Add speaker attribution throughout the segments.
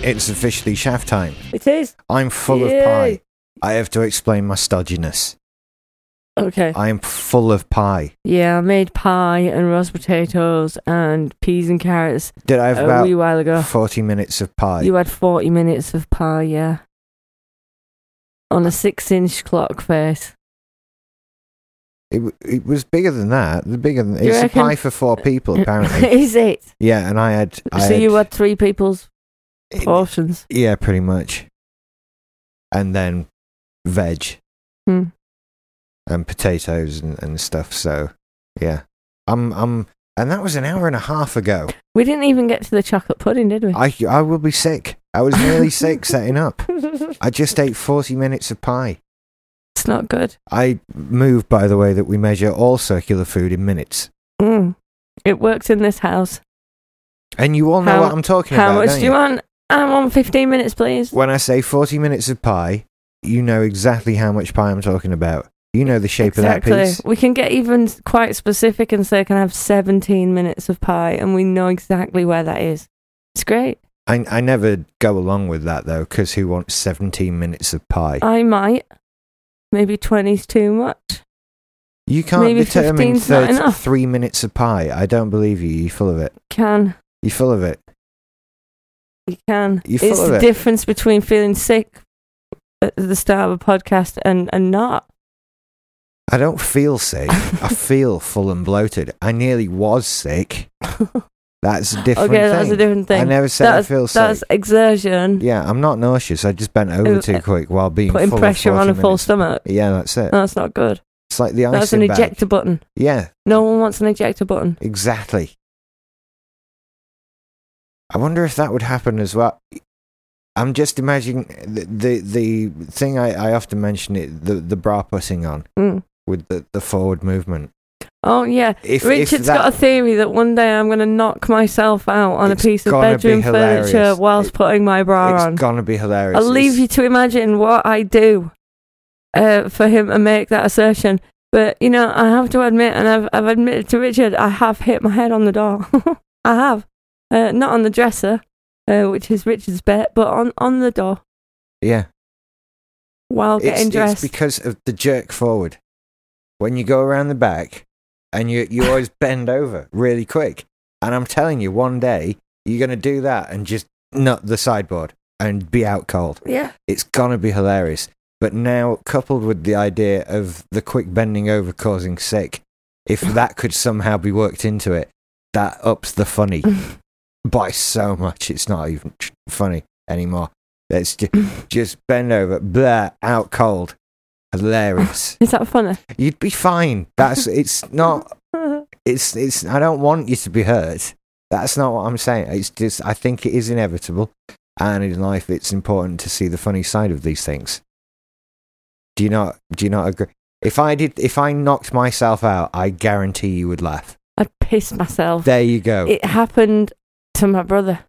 Speaker 1: It's officially shaft time.
Speaker 2: It is.
Speaker 1: I'm full of pie.
Speaker 2: Yay.
Speaker 1: I have to explain my stodginess.
Speaker 2: Okay.
Speaker 1: I am full of pie.
Speaker 2: Yeah, I made pie and roast potatoes and peas and carrots
Speaker 1: Did I have
Speaker 2: a wee
Speaker 1: about
Speaker 2: while ago.
Speaker 1: 40 minutes of pie?
Speaker 2: Uh, You had 40 minutes of pie, yeah. On a six inch clock face.
Speaker 1: It, w- it was bigger than that. The bigger than
Speaker 2: You
Speaker 1: it's
Speaker 2: reckon-
Speaker 1: a pie for four people apparently.
Speaker 2: is it?
Speaker 1: yeah, and I had. I
Speaker 2: so you
Speaker 1: had-
Speaker 2: had three people's
Speaker 1: it-
Speaker 2: portions.
Speaker 1: Yeah, pretty much. And then veg
Speaker 2: Hmm.
Speaker 1: and potatoes and, and stuff. So yeah, I'm I'm and that was an hour and a half ago.
Speaker 2: We didn't even get to the chocolate pudding, did we?
Speaker 1: I I will be sick. I was nearly sick setting up. I just ate forty minutes of pie.
Speaker 2: it's not good.
Speaker 1: I moved, by the way, that we measure all circular food in minutes.
Speaker 2: Mm. It works in this house.
Speaker 1: And you all know
Speaker 2: How-
Speaker 1: what I'm talking
Speaker 2: How
Speaker 1: about.
Speaker 2: much
Speaker 1: don't
Speaker 2: do you want? I'm on 15 minutes, please.
Speaker 1: When I say 40 minutes of pie, you know exactly how much pie I'm talking about. You know the shape
Speaker 2: exactly.
Speaker 1: of that piece.
Speaker 2: We can get even s- quite specific and say, can I have 17 minutes of pie? And we know exactly where that is. It's great.
Speaker 1: I, I never go along with that though, because who wants 17 minutes of pie?
Speaker 2: I might. Maybe 20's too much.
Speaker 1: You can't
Speaker 2: maybe
Speaker 1: determine
Speaker 2: 15's not
Speaker 1: thirty-
Speaker 2: enough.
Speaker 1: three minutes of pie. I don't believe you. You're full of it.
Speaker 2: Can.
Speaker 1: You're full of it.
Speaker 2: You can.
Speaker 1: You're
Speaker 2: it's
Speaker 1: full of
Speaker 2: the
Speaker 1: it.
Speaker 2: difference between feeling sick at the start of a podcast and, and not.
Speaker 1: I don't feel sick. I feel full and bloated. I nearly was sick. That's a different
Speaker 2: okay,
Speaker 1: thing.
Speaker 2: that's a different thing.
Speaker 1: I never said I
Speaker 2: that's,
Speaker 1: feel sick.
Speaker 2: that's exertion,
Speaker 1: Yeah, I'm not nauseous. I just bent over
Speaker 2: Uh,
Speaker 1: too quick while being
Speaker 2: putting
Speaker 1: full of
Speaker 2: pressure on
Speaker 1: 40
Speaker 2: a full
Speaker 1: minutes.
Speaker 2: stomach.
Speaker 1: Yeah, that's it.
Speaker 2: No, that's not good.
Speaker 1: It's like the icing
Speaker 2: That's an
Speaker 1: bag.
Speaker 2: ejector button.
Speaker 1: Yeah,
Speaker 2: No one wants an ejector button.
Speaker 1: exactly. I wonder if that would happen as well. I'm just imagining the the, the thing I, I often mention it the the bra putting on
Speaker 2: Mm.
Speaker 1: with the, the forward movement.
Speaker 2: Oh yeah,
Speaker 1: If
Speaker 2: Richard's
Speaker 1: if that,
Speaker 2: got a theory that one day I'm going to knock myself out on a
Speaker 1: It's
Speaker 2: piece of
Speaker 1: gonna be
Speaker 2: bedroom
Speaker 1: hilarious.
Speaker 2: furniture whilst
Speaker 1: It-
Speaker 2: putting my bra
Speaker 1: it's
Speaker 2: on.
Speaker 1: gonna be hilarious.
Speaker 2: I'll leave
Speaker 1: It's-
Speaker 2: you to imagine what I do uh, for him to make that assertion. But you know, I have to admit, and I've I've admitted to Richard, I have hit my head on the door. I have, uh, not on the dresser, uh, which is Richard's bet, but on on the door
Speaker 1: Yeah,
Speaker 2: while
Speaker 1: it's,
Speaker 2: getting
Speaker 1: it's
Speaker 2: dressed.
Speaker 1: because of the jerk forward. When you go around the back, and you you always bend over really quick. And I'm telling you, one day you're gonna do that and just nut the sideboard and be out cold.
Speaker 2: yeah,
Speaker 1: It's gonna be hilarious. But now, coupled with the idea of the quick bending over causing sick, if that could somehow be worked into it, that ups the funny by so much. It's not even tr- funny anymore. Let's just, just bend over, blah, out cold. Hilarious.
Speaker 2: is that funny?
Speaker 1: You'd be fine. That's it's not. It's it's. I don't want you to be hurt. That's not what I'm saying. It's just. I think it is inevitable, and in life, it's important to see the funny side of these things. Do you not? Do you not agree? If I did, if I knocked myself out, I guarantee you would laugh.
Speaker 2: I'd piss myself.
Speaker 1: There you go.
Speaker 2: It happened to my brother.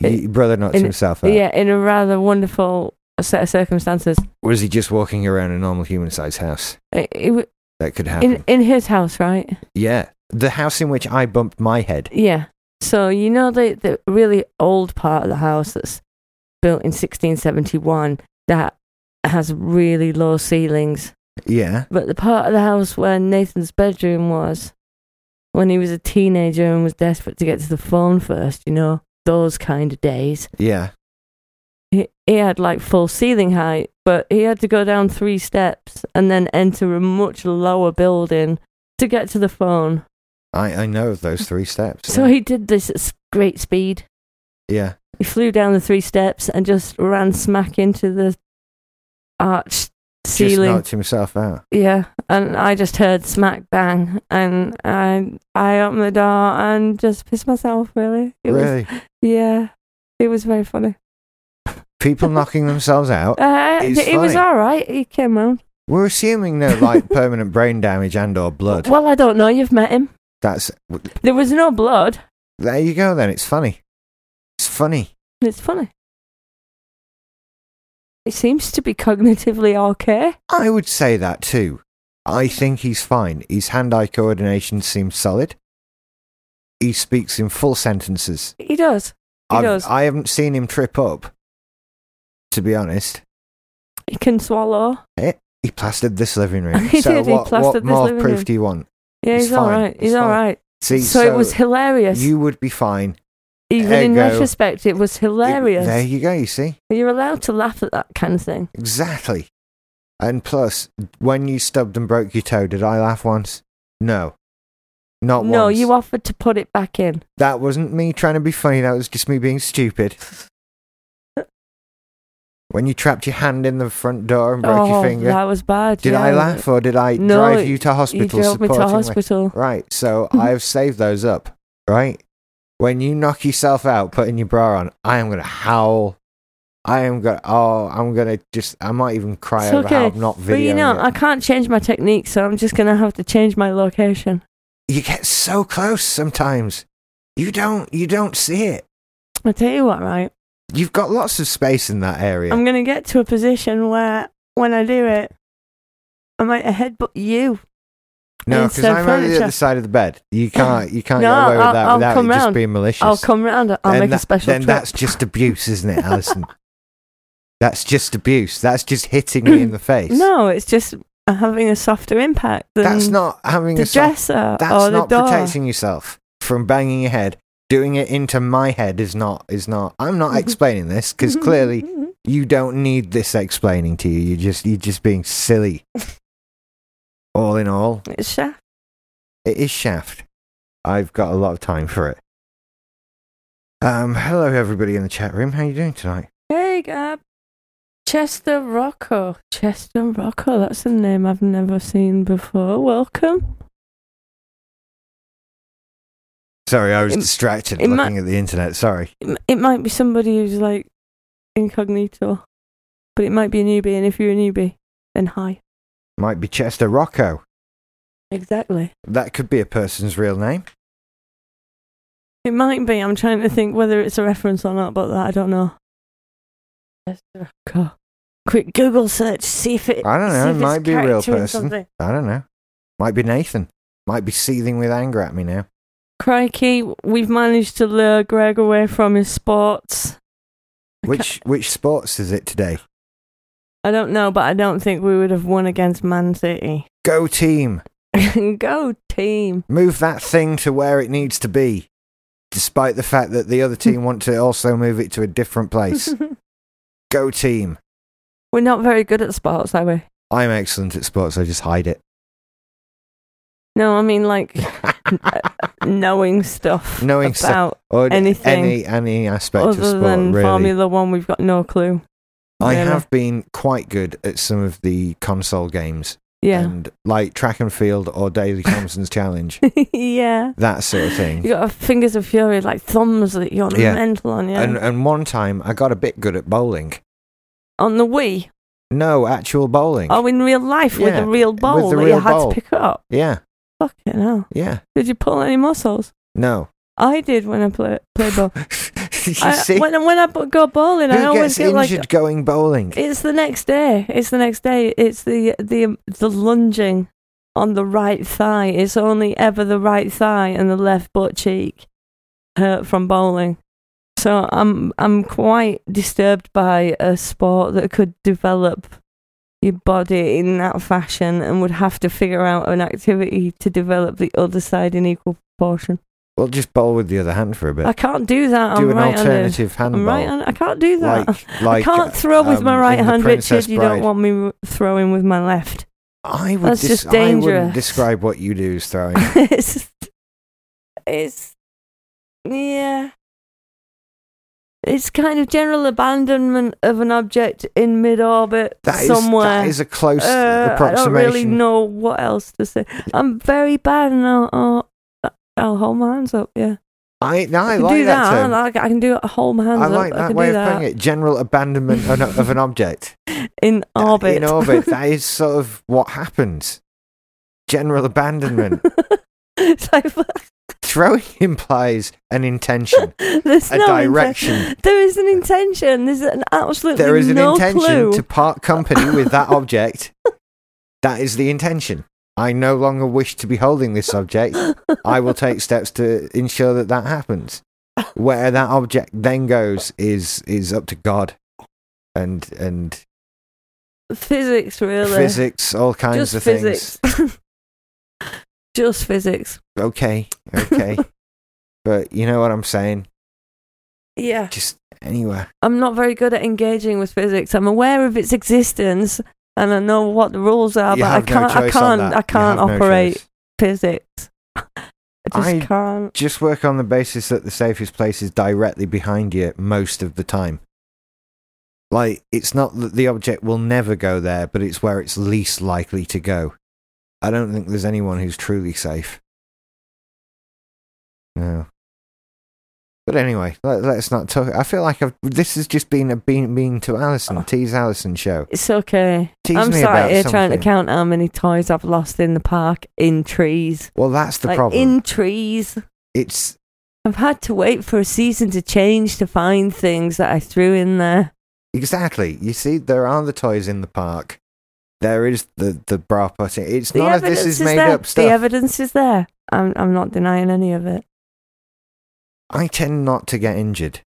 Speaker 1: Your brother knocked
Speaker 2: in-
Speaker 1: himself out.
Speaker 2: Yeah, in a rather wonderful set of circumstances.
Speaker 1: Was he just walking around a normal human sized house?
Speaker 2: It, it, w-
Speaker 1: That could happen.
Speaker 2: in in his house, right?
Speaker 1: yeah. The house in which I bumped my head.
Speaker 2: Yeah. So you know the the really old part of the house that's built in 1671 that has really low ceilings,
Speaker 1: Yeah.
Speaker 2: but the part of the house where Nathan's bedroom was when he was a teenager and was desperate to get to the phone first, you know, those kind of days.
Speaker 1: Yeah.
Speaker 2: He, he had like full ceiling height, but he had to go down three steps and then enter a much lower building to get to the phone.
Speaker 1: I, I know of those three steps.
Speaker 2: So
Speaker 1: yeah.
Speaker 2: he did this at s- great speed.
Speaker 1: yeah.
Speaker 2: He flew down the three steps and just ran smack into the arched
Speaker 1: Just
Speaker 2: ceiling.
Speaker 1: knocked himself out.
Speaker 2: yeah, and I just heard smack bang, and I I opened the door and just pissed myself. Really, it was
Speaker 1: really?
Speaker 2: yeah, it was very funny.
Speaker 1: People knocking themselves out.
Speaker 2: Uh,
Speaker 1: It's
Speaker 2: it was
Speaker 1: funny.
Speaker 2: all right. He came round.
Speaker 1: We're assuming no like permanent brain damage and or blood.
Speaker 2: Well, I don't know. You've met him.
Speaker 1: That's
Speaker 2: There was no blood.
Speaker 1: there you go then. It's funny. It's funny.
Speaker 2: It's funny. He seems to be cognitively okay.
Speaker 1: I would say that too. I think he's fine. His hand eye coordination seems solid. He speaks in full sentences.
Speaker 2: He does. He
Speaker 1: I've,
Speaker 2: does.
Speaker 1: I haven't seen him trip up. To be honest, Eh?
Speaker 2: He can swallow.
Speaker 1: he plastered this living room.
Speaker 2: He
Speaker 1: so
Speaker 2: did, he
Speaker 1: what, what
Speaker 2: plastered this
Speaker 1: more
Speaker 2: living
Speaker 1: proof
Speaker 2: room.
Speaker 1: do you want?
Speaker 2: Yeah,
Speaker 1: It's
Speaker 2: he's all
Speaker 1: fine,
Speaker 2: right.
Speaker 1: it's
Speaker 2: He's all
Speaker 1: fine.
Speaker 2: right.
Speaker 1: See,
Speaker 2: so, it was hilarious.
Speaker 1: You would be fine.
Speaker 2: Even in
Speaker 1: ergo-
Speaker 2: retrospect, it was
Speaker 1: It-
Speaker 2: hilarious.
Speaker 1: there you go. You see.
Speaker 2: You're allowed to laugh at that kind of thing.
Speaker 1: Exactly. And plus, when you stubbed and broke your toe, did I laugh once? No. Not
Speaker 2: no,
Speaker 1: once.
Speaker 2: you offered to put it back in.
Speaker 1: That wasn't me trying to be funny, that was just me being stupid. when you trapped your hand in the front door and broke
Speaker 2: oh,
Speaker 1: your finger,
Speaker 2: that was bad.
Speaker 1: did
Speaker 2: yeah.
Speaker 1: I laugh or did I
Speaker 2: No,
Speaker 1: drive you to hospital?
Speaker 2: You drove me to
Speaker 1: supporting
Speaker 2: hospital.
Speaker 1: Right, so I've saved those up, right? When you knock yourself out putting your bra on, I am gonna howl. I am gonna oh, I'm gonna just I might even cry
Speaker 2: It's
Speaker 1: over how
Speaker 2: okay,
Speaker 1: I'm not videoing.
Speaker 2: But you know,
Speaker 1: it.
Speaker 2: I can't change my technique, so I'm just gonna have to change my location.
Speaker 1: you get so close sometimes. You don't you don't see it.
Speaker 2: I tell you what, right?
Speaker 1: You've got lots of space in that area.
Speaker 2: I'm gonna get to a position where when I do it, I might headbutt you.
Speaker 1: no, because
Speaker 2: instead
Speaker 1: I'm only the
Speaker 2: furniture.
Speaker 1: other side of the bed. You can't you can't
Speaker 2: No,
Speaker 1: get away with
Speaker 2: I'll-
Speaker 1: that
Speaker 2: I'll
Speaker 1: without
Speaker 2: come
Speaker 1: it just
Speaker 2: round.
Speaker 1: being malicious.
Speaker 2: I'll come round. I'll
Speaker 1: Then
Speaker 2: make a
Speaker 1: that-
Speaker 2: special
Speaker 1: Then
Speaker 2: trip.
Speaker 1: that's just abuse, isn't it, Alison? that's just abuse. That's just hitting me in the face.
Speaker 2: no, it's just having a softer impact than
Speaker 1: that's not having
Speaker 2: the
Speaker 1: a soft
Speaker 2: dresser
Speaker 1: That's
Speaker 2: or the
Speaker 1: not
Speaker 2: door.
Speaker 1: protecting yourself from banging your head. Doing it into my head is not is not. I'm
Speaker 2: Mm-hmm.
Speaker 1: not explaining this because clearly you don't need this explaining to you. You just you're just being silly. all in all,
Speaker 2: it's shaft.
Speaker 1: it is shaft. I've got a lot of time for it. Um, hello everybody in the chat room. How you doing tonight?
Speaker 2: Hey, Gab. Chester Rocco. Chester Rocco. That's a name I've never seen before. Welcome.
Speaker 1: Sorry, I was
Speaker 2: It-
Speaker 1: distracted
Speaker 2: it
Speaker 1: looking
Speaker 2: might-
Speaker 1: at the internet. Sorry.
Speaker 2: It, m- it might be somebody who's like incognito, but it might be a newbie. And if you're a newbie, then hi.
Speaker 1: Might be Chester Rocco.
Speaker 2: Exactly.
Speaker 1: That could be a person's real name.
Speaker 2: It might be. I'm trying to think whether it's a reference or not, but that I don't know. Chester Rocco. Quick Google search. See if it.
Speaker 1: I don't know,
Speaker 2: see
Speaker 1: it
Speaker 2: if it's
Speaker 1: might be a real
Speaker 2: character in
Speaker 1: person.
Speaker 2: something.
Speaker 1: I don't know. Might be Nathan. Might be seething with anger at me now.
Speaker 2: Crikey, we've managed to lure Greg away from his sports. I ca-
Speaker 1: Which which sports is it today?
Speaker 2: I don't know, but I don't think we would have won against Man City.
Speaker 1: Go team.
Speaker 2: Go team.
Speaker 1: Move that thing to where it needs to be. Despite the fact that the other team want to also move it to a different place. Go team.
Speaker 2: We're not very good at sports, are we?
Speaker 1: I'm excellent at sports, I just hide it.
Speaker 2: No, I mean like knowing stuff
Speaker 1: Knowing stuff.
Speaker 2: about
Speaker 1: or
Speaker 2: anything
Speaker 1: any any aspect of
Speaker 2: other
Speaker 1: sport
Speaker 2: than
Speaker 1: really.
Speaker 2: Formula One. We've got no clue.
Speaker 1: I
Speaker 2: really.
Speaker 1: have been quite good at some of the console games.
Speaker 2: Yeah,
Speaker 1: And like track and field or Daily Thompson's challenge.
Speaker 2: yeah.
Speaker 1: That sort of thing.
Speaker 2: You got fingers of fury, like thumbs that you're
Speaker 1: Yeah.
Speaker 2: mental on. Yeah,
Speaker 1: And and one time I got a bit good at bowling.
Speaker 2: on the Wii.
Speaker 1: No, actual bowling.
Speaker 2: Oh, in real life with
Speaker 1: Yeah,
Speaker 2: a real
Speaker 1: with
Speaker 2: ball
Speaker 1: the
Speaker 2: that
Speaker 1: real
Speaker 2: you had
Speaker 1: ball.
Speaker 2: to pick up.
Speaker 1: Yeah,
Speaker 2: Fucking hell.
Speaker 1: yeah.
Speaker 2: Did you pull any muscles?
Speaker 1: No.
Speaker 2: I did when I play, play ball.
Speaker 1: you
Speaker 2: I,
Speaker 1: see,
Speaker 2: when, I- when I b- go bowling, I
Speaker 1: who
Speaker 2: always
Speaker 1: gets
Speaker 2: get
Speaker 1: injured
Speaker 2: like.
Speaker 1: going bowling?
Speaker 2: It's the next day. It's the next day. It's the the the lunging on the right thigh. It's only ever the right thigh and the left butt cheek hurt from bowling. So I'm I'm quite disturbed by a sport that could develop your body in that fashion and would have to figure out an activity to develop the other side in equal proportion.
Speaker 1: well, just bowl with the other hand for a bit.
Speaker 2: I can't do that.
Speaker 1: Do
Speaker 2: I'm
Speaker 1: an
Speaker 2: right-handed.
Speaker 1: alternative
Speaker 2: I'm
Speaker 1: handball.
Speaker 2: right-handed. I can't do that.
Speaker 1: like, like,
Speaker 2: I can't throw with my
Speaker 1: um,
Speaker 2: right
Speaker 1: in the
Speaker 2: hand,
Speaker 1: Princess
Speaker 2: Richard. You don't
Speaker 1: Bride.
Speaker 2: want me r- throwing with my left.
Speaker 1: I would
Speaker 2: That's just
Speaker 1: I wouldn't
Speaker 2: dangerous.
Speaker 1: describe what you do as throwing.
Speaker 2: it's, it's, yeah. It's kind of general abandonment of an object in mid orbit
Speaker 1: That is
Speaker 2: somewhere.
Speaker 1: that is a close
Speaker 2: Uh, I don't
Speaker 1: approximation.
Speaker 2: really know what else to say. I'm very bad, and I'll, I'll, I'll hold my hands up. Yeah,
Speaker 1: I, no, I,
Speaker 2: can
Speaker 1: like
Speaker 2: do
Speaker 1: that.
Speaker 2: that.
Speaker 1: term.
Speaker 2: I, like- I can do it. Hold my hands
Speaker 1: I
Speaker 2: up.
Speaker 1: like
Speaker 2: I
Speaker 1: that
Speaker 2: can
Speaker 1: way
Speaker 2: do
Speaker 1: of
Speaker 2: that
Speaker 1: putting it. General abandonment of an- of an object.
Speaker 2: in
Speaker 1: That-
Speaker 2: orbit.
Speaker 1: In orbit. That is sort of what happens. General abandonment.
Speaker 2: it's like
Speaker 1: Throwing implies an intention,
Speaker 2: there's
Speaker 1: a
Speaker 2: no inten-
Speaker 1: direction.
Speaker 2: There is an intention. There's an absolutely
Speaker 1: There is an
Speaker 2: no
Speaker 1: intention
Speaker 2: clue.
Speaker 1: to part company with that object. That is the intention. I no longer wish to be holding this object. I will take steps to ensure that that happens. Where that object then goes is is up to God, and and
Speaker 2: Physics, really.
Speaker 1: physics, all kinds
Speaker 2: Just
Speaker 1: of
Speaker 2: physics.
Speaker 1: things.
Speaker 2: Just physics.
Speaker 1: Okay, okay, but you know what I'm saying.
Speaker 2: Yeah.
Speaker 1: Just anywhere.
Speaker 2: I'm not very good at engaging with physics. I'm aware of its existence and I know what the rules are,
Speaker 1: You
Speaker 2: Ah, but I
Speaker 1: have no
Speaker 2: can't I
Speaker 1: choice on
Speaker 2: can't
Speaker 1: that.
Speaker 2: I
Speaker 1: You
Speaker 2: can't
Speaker 1: have no
Speaker 2: operate
Speaker 1: choice.
Speaker 2: physics. I just
Speaker 1: I-
Speaker 2: can't.
Speaker 1: Just work on the basis that the safest place is directly behind you most of the time. Like it's not that the object will never go there, but it's where it's least likely to go. I don't think there's anyone who's truly safe. No. But anyway, let, let's not talk. I feel like I've, this has just been a being mean to
Speaker 2: Ah.
Speaker 1: Alison, tease Alison show.
Speaker 2: It's okay.
Speaker 1: Tease
Speaker 2: I'm
Speaker 1: me
Speaker 2: sorry
Speaker 1: about
Speaker 2: here
Speaker 1: something.
Speaker 2: trying to count how many toys I've lost in the park in trees.
Speaker 1: Well, that's the
Speaker 2: like
Speaker 1: problem.
Speaker 2: in trees.
Speaker 1: it's
Speaker 2: I've had to wait for a season to change to find things that I threw in there.
Speaker 1: Exactly. You see, there are the toys in the park. There is the the bra putting. It's
Speaker 2: The
Speaker 1: not as
Speaker 2: evidence
Speaker 1: this is made
Speaker 2: there.
Speaker 1: up stuff.
Speaker 2: The evidence is there. I'm I'm not denying any of it.
Speaker 1: I tend not to get injured.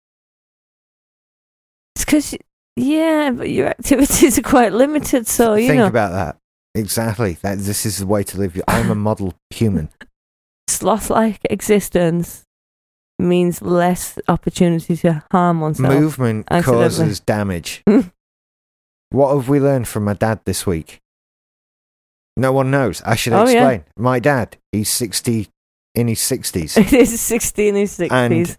Speaker 2: It's because yeah, but your activities are quite limited, so you
Speaker 1: Think
Speaker 2: know
Speaker 1: about that. Exactly. That this is the way to live. I'm a model human.
Speaker 2: sloth-like existence means less opportunity to harm oneself.
Speaker 1: Movement
Speaker 2: Accidentally.
Speaker 1: causes damage.
Speaker 2: Hmm.
Speaker 1: what have we learned from my dad this week? No one knows. I should
Speaker 2: Oh, yeah.
Speaker 1: explain. My dad. He's sixty. In his sixties.
Speaker 2: it is sixteen in sixties.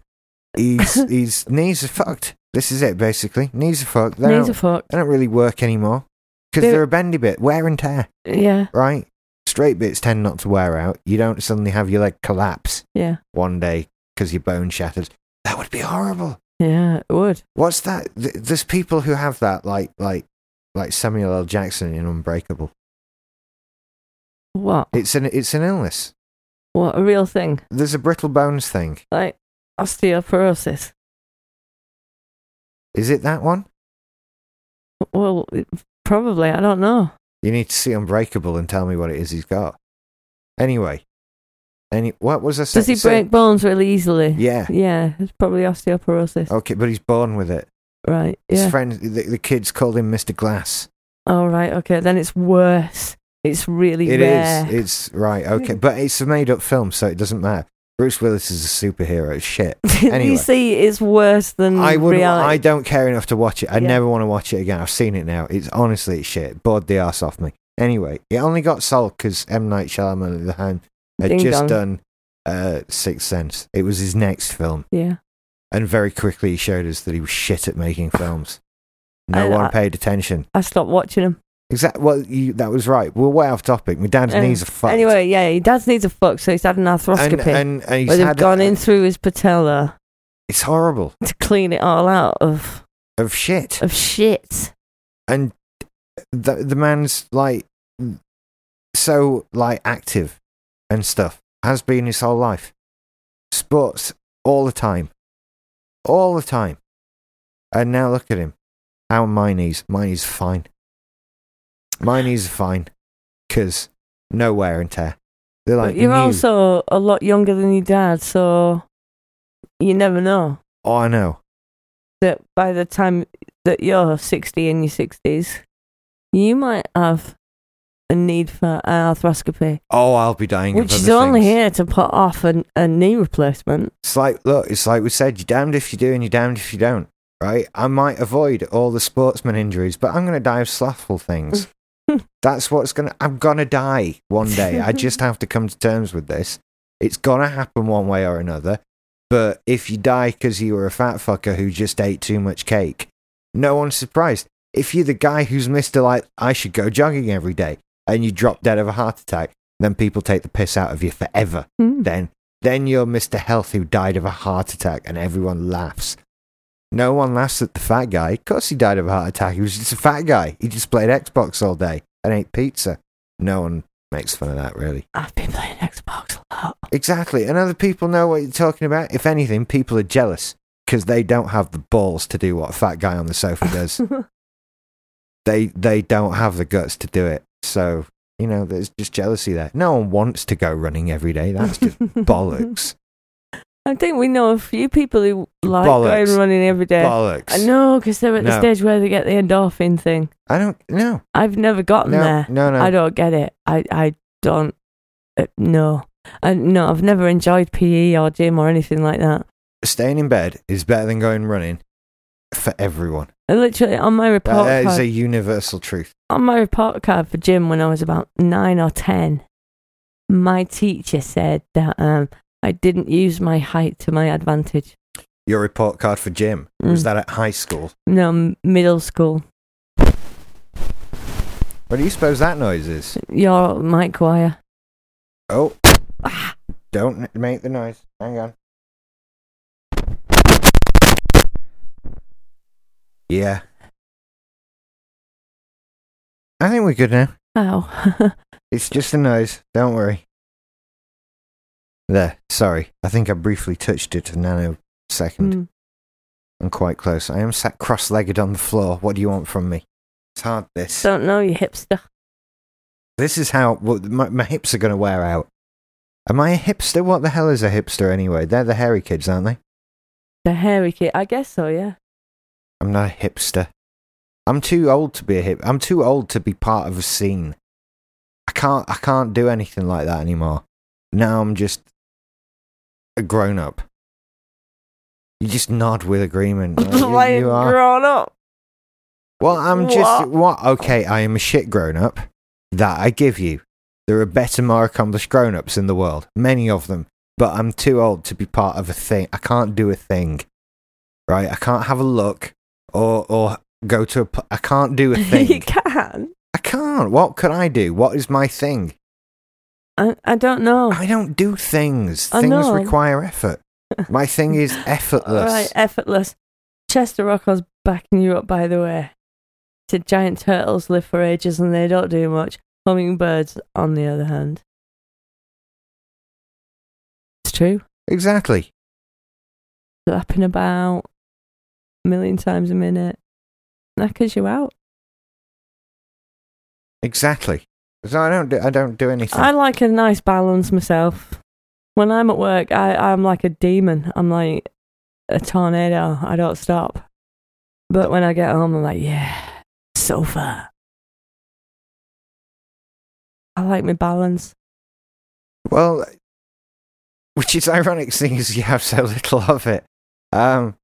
Speaker 1: He's his knees are fucked. This is it, basically. Knees are fucked. They're
Speaker 2: Knees are fucked.
Speaker 1: They don't really work anymore because
Speaker 2: They're-
Speaker 1: they're, a bendy bit, wear and tear,
Speaker 2: Yeah,
Speaker 1: right? Straight bits tend not to wear out. You don't suddenly have your leg collapse
Speaker 2: yeah,
Speaker 1: one day because your bone shatters. That would be horrible.
Speaker 2: yeah. It would.
Speaker 1: What's that? Th- There's people who have that, like like like Samuel L. Jackson in Unbreakable.
Speaker 2: What?
Speaker 1: It's an it's an illness.
Speaker 2: What a real thing
Speaker 1: There's a brittle bones thing.
Speaker 2: like osteoporosis.
Speaker 1: Is it that one?
Speaker 2: Well, it- probably. I don't know.
Speaker 1: You need to see Unbreakable and tell me what it is he's got. Anyway, any what was I saying?
Speaker 2: Does he
Speaker 1: So-
Speaker 2: break bones really easily?
Speaker 1: Yeah. Oh.
Speaker 2: Yeah, it's probably osteoporosis.
Speaker 1: Okay, but he's born with it.
Speaker 2: Right.
Speaker 1: His
Speaker 2: Yeah.
Speaker 1: friends, the, the kids called him Mr. Glass.
Speaker 2: All right. Okay. Then it's worse. It's really
Speaker 1: It is.
Speaker 2: rare.
Speaker 1: It's right. Okay, but it's a made-up film, so it doesn't matter. Bruce Willis is a superhero. Shit. Anyway.
Speaker 2: you see, it's worse than
Speaker 1: I would.
Speaker 2: Mm, reality.
Speaker 1: I don't care enough to watch it. I
Speaker 2: Yeah.
Speaker 1: never want to watch it again. I've seen it now. It's honestly it's shit. Bored the ass off me. Anyway, it only got sold because M Night Shyamalan had
Speaker 2: Ding
Speaker 1: just
Speaker 2: dong.
Speaker 1: done uh, Sixth Sense. It was his next film,
Speaker 2: yeah.
Speaker 1: and very quickly he showed us that he was shit at making films. No
Speaker 2: I-
Speaker 1: one
Speaker 2: Oh, I-
Speaker 1: paid attention.
Speaker 2: I stopped watching him.
Speaker 1: Exactly. Well, you, that was right. We're way off topic. My dad's
Speaker 2: Um,
Speaker 1: knees are fucked.
Speaker 2: Anyway, yeah, he does need a fuck, so he's had an
Speaker 1: and,
Speaker 2: arthroscopy.
Speaker 1: and, and he's
Speaker 2: where they've
Speaker 1: had-
Speaker 2: gone in through his patella
Speaker 1: It's horrible.
Speaker 2: to clean it all out of
Speaker 1: Of shit.
Speaker 2: of shit.
Speaker 1: And the the man's like so like active and stuff has been his whole life. Sports all the time, all the time. And now look at him. How are my knees? My knees are fine. My knees are fine because no wear and tear. They're like
Speaker 2: but you're
Speaker 1: new.
Speaker 2: also a lot younger than your dad, so you never know
Speaker 1: oh, I know.
Speaker 2: that by the time that you're 60 in your 60s, you might have a need for an arthroscopy,
Speaker 1: Oh, I'll be dying.
Speaker 2: which
Speaker 1: of
Speaker 2: is
Speaker 1: other
Speaker 2: only
Speaker 1: things.
Speaker 2: here to put off an, a knee replacement.
Speaker 1: It's like, look, it's like we said, you're damned if you do and you're damned if you don't, right? I might avoid all the sportsman injuries, but I'm going to die of slothful things. That's what's going to, I'm going to die one day. I just have to come to terms with this. It's going to happen one way or another. But if you die because you were a fat fucker who just ate too much cake, no one's surprised. If you're the guy who's Mr. Like, I should go jogging every day, and you drop dead of a heart attack, then people take the piss out of you forever
Speaker 2: Hmm.
Speaker 1: then then you're Mr. Health who died of a heart attack and everyone laughs. No one laughs at the fat guy. Of course he died of a heart attack. He was just a fat guy. He just played Xbox all day and ate pizza. No one makes fun of that really.
Speaker 2: I've been playing Xbox a lot.
Speaker 1: Exactly. And other people know what you're talking about. If anything, people are jealous because they don't have the balls to do what a fat guy on the sofa does. they they don't have the guts to do it. So, you know, there's just jealousy there. No one wants to go running every day. That's just bollocks.
Speaker 2: I think we know a few people who like
Speaker 1: Bollocks.
Speaker 2: going running every day.
Speaker 1: Bollocks.
Speaker 2: I know because they're at the
Speaker 1: No.
Speaker 2: stage where they get the endorphin thing.
Speaker 1: I don't. No.
Speaker 2: I've never gotten
Speaker 1: No.
Speaker 2: there.
Speaker 1: No. No.
Speaker 2: I don't get it. I I don't. Uh, no, I, no. I've never enjoyed PE or gym or anything like that.
Speaker 1: Staying in bed is better than going running for everyone.
Speaker 2: I literally on my
Speaker 1: That-
Speaker 2: report
Speaker 1: that is
Speaker 2: card,
Speaker 1: a universal truth.
Speaker 2: on my report card for gym when I was about nine or ten, my teacher said that um, I didn't use my height to my advantage.
Speaker 1: Your report card for gym was
Speaker 2: Mm.
Speaker 1: that at high school?
Speaker 2: No, m- middle school.
Speaker 1: What do you suppose that noise is?
Speaker 2: Your mic wire.
Speaker 1: Oh, don't n- make the noise. Hang on. Yeah. I think we're good now.
Speaker 2: Ow.
Speaker 1: It's just a noise. Don't worry. There. Sorry. I think I briefly touched it a nanosecond.
Speaker 2: Mm.
Speaker 1: I'm quite close. I am sat cross legged on the floor. What do you want from me? It's hard, this.
Speaker 2: Don't know, you hipster.
Speaker 1: this is how well, my, my hips are going to wear out. Am I a hipster? What the hell is a hipster anyway? They're the hairy kids, aren't they?
Speaker 2: The hairy kid. I guess so, yeah.
Speaker 1: I'm not a hipster. I'm too old to be a hip. I'm too old to be part of a scene. I can't. I can't do anything like that anymore. Now I'm just a grown up. You just nod with agreement.
Speaker 2: Why
Speaker 1: you, you are.
Speaker 2: grown up?
Speaker 1: Well, I'm just
Speaker 2: What?
Speaker 1: what? Okay, I am a shit grown up. That I give you. There are better, more accomplished grown ups in the world, many of them. But I'm too old to be part of a thing. I can't do a thing, right? I can't have a look or or go to a. P- I can't do a
Speaker 2: you
Speaker 1: thing.
Speaker 2: can.
Speaker 1: I can't. What could I do? What is my thing?
Speaker 2: I, I don't know.
Speaker 1: I don't do things.
Speaker 2: Oh. I
Speaker 1: things
Speaker 2: know.
Speaker 1: require effort. My thing is effortless.
Speaker 2: Right, effortless. Chester Rocco's backing you up, by the way. Said giant turtles live for ages and they don't do much. Hummingbirds, on the other hand. It's true.
Speaker 1: Exactly.
Speaker 2: Flapping about a million times a minute. Knackers you out.
Speaker 1: Exactly. So I don't. Do, I don't do anything.
Speaker 2: I like a nice balance myself. When I'm at work, I, I'm like a demon. I'm like a tornado. I don't stop. But when I get home, I'm like, yeah, sofa. I like my balance.
Speaker 1: Well, which is ironic, seeing as you have so little of it. Um,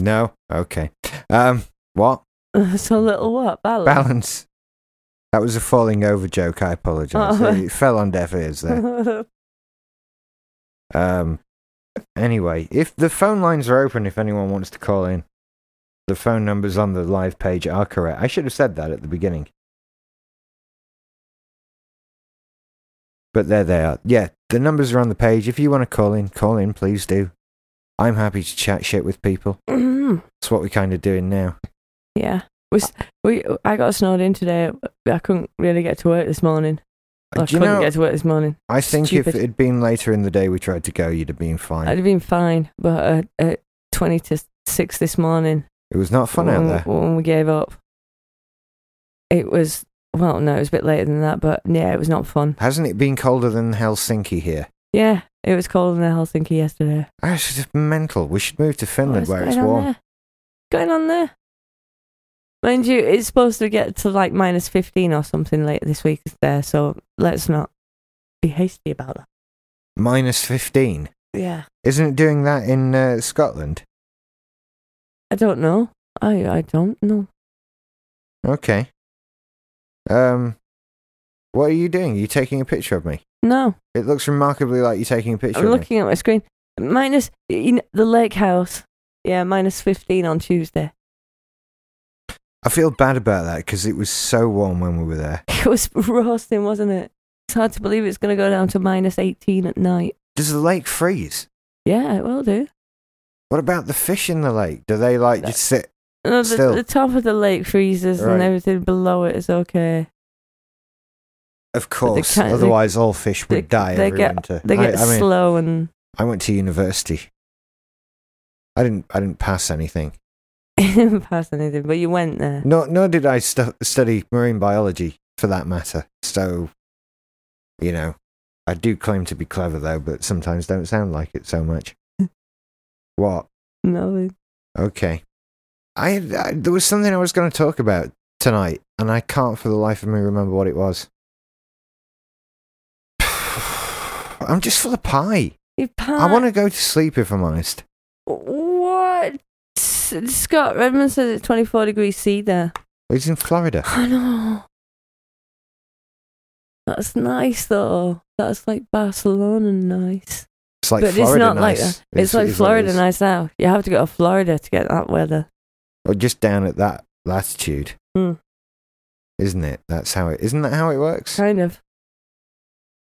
Speaker 1: no, okay. Um, what
Speaker 2: so little what? Balance.
Speaker 1: balance? That was a falling over joke. I apologise.
Speaker 2: Oh.
Speaker 1: It fell on deaf ears there. Um, anyway, if the phone lines are open, if anyone wants to call in, the phone numbers on the live page are correct. I should have said that at the beginning. But there they are. Yeah, the numbers are on the page. If you want to call in, call in, please do. I'm happy to chat shit with people.
Speaker 2: Mm.
Speaker 1: That's what we're kind of doing now.
Speaker 2: yeah. We, s- we, I got snowed in today. I couldn't really get to work this morning. I
Speaker 1: Uh, Do you
Speaker 2: couldn't
Speaker 1: know,
Speaker 2: get to work this morning.
Speaker 1: I think if
Speaker 2: stupid.
Speaker 1: it had been later in the day we tried to go, you'd have been fine.
Speaker 2: I'd have been fine, but uh, at 20 to 6 this morning,
Speaker 1: it was not fun out
Speaker 2: when,
Speaker 1: there.
Speaker 2: when we gave up. It was well, no, it was a bit later than that, but yeah, it was not fun.
Speaker 1: Hasn't it been colder than Helsinki here?
Speaker 2: Yeah, it was colder than Helsinki yesterday.
Speaker 1: Ah, It's just mental. We should move to Finland
Speaker 2: What's
Speaker 1: where it's
Speaker 2: going on
Speaker 1: warm.
Speaker 2: there? Going on there, mind you, it's supposed to get to like minus fifteen or something later this week there. So let's not be hasty about that.
Speaker 1: minus 15.
Speaker 2: Yeah,
Speaker 1: Isn't it doing that in uh, Scotland?
Speaker 2: I don't know. I I don't know.
Speaker 1: Okay. Um, what are you doing? Are you taking a picture of me?
Speaker 2: No,
Speaker 1: It looks remarkably like you're taking a picture
Speaker 2: I'm
Speaker 1: of me.
Speaker 2: looking at my screen. Minus you know, the lake house. Yeah, minus fifteen on Tuesday.
Speaker 1: I feel bad about that because it was so warm when we were there.
Speaker 2: It was roasting, wasn't it? It's hard to believe it's going to go down to minus 18 at night.
Speaker 1: Does the lake freeze?
Speaker 2: Yeah, it will do.
Speaker 1: What about the fish in the lake? Do they like just sit?
Speaker 2: No,
Speaker 1: Still.
Speaker 2: Uh, the, the top of the lake freezes
Speaker 1: Right.
Speaker 2: and everything below it is okay.
Speaker 1: Of course,
Speaker 2: can't- they-
Speaker 1: otherwise all fish would
Speaker 2: they-
Speaker 1: die
Speaker 2: they
Speaker 1: every
Speaker 2: get-
Speaker 1: winter.
Speaker 2: They get
Speaker 1: I, I mean,
Speaker 2: slow and
Speaker 1: I went to university. I didn't. I didn't pass anything.
Speaker 2: it didn't pass anything, but you went there.
Speaker 1: Nor, nor did I stu- study marine biology for that matter. So, you know, I do claim to be clever though, but sometimes don't sound like it so much. What?
Speaker 2: Nothing.
Speaker 1: Okay. I, I there was something I was going to talk about tonight, and I can't for the life of me remember what it was. I'm just full of pie.
Speaker 2: You
Speaker 1: I want
Speaker 2: want
Speaker 1: to go to sleep if I'm honest.
Speaker 2: What? S- Scott Redmond says it's 24 degrees C there.
Speaker 1: It's in Florida.
Speaker 2: I know. That's nice though. That's like Barcelona nice.
Speaker 1: It's like
Speaker 2: but
Speaker 1: Florida
Speaker 2: it's not like
Speaker 1: nice.
Speaker 2: that. It's, like
Speaker 1: it's what it
Speaker 2: Florida
Speaker 1: is.
Speaker 2: nice now. You have to go to Florida to get that weather.
Speaker 1: Or just down at that latitude.
Speaker 2: Hmm.
Speaker 1: Isn't it? That's how it. Isn't that how it works?
Speaker 2: Kind of.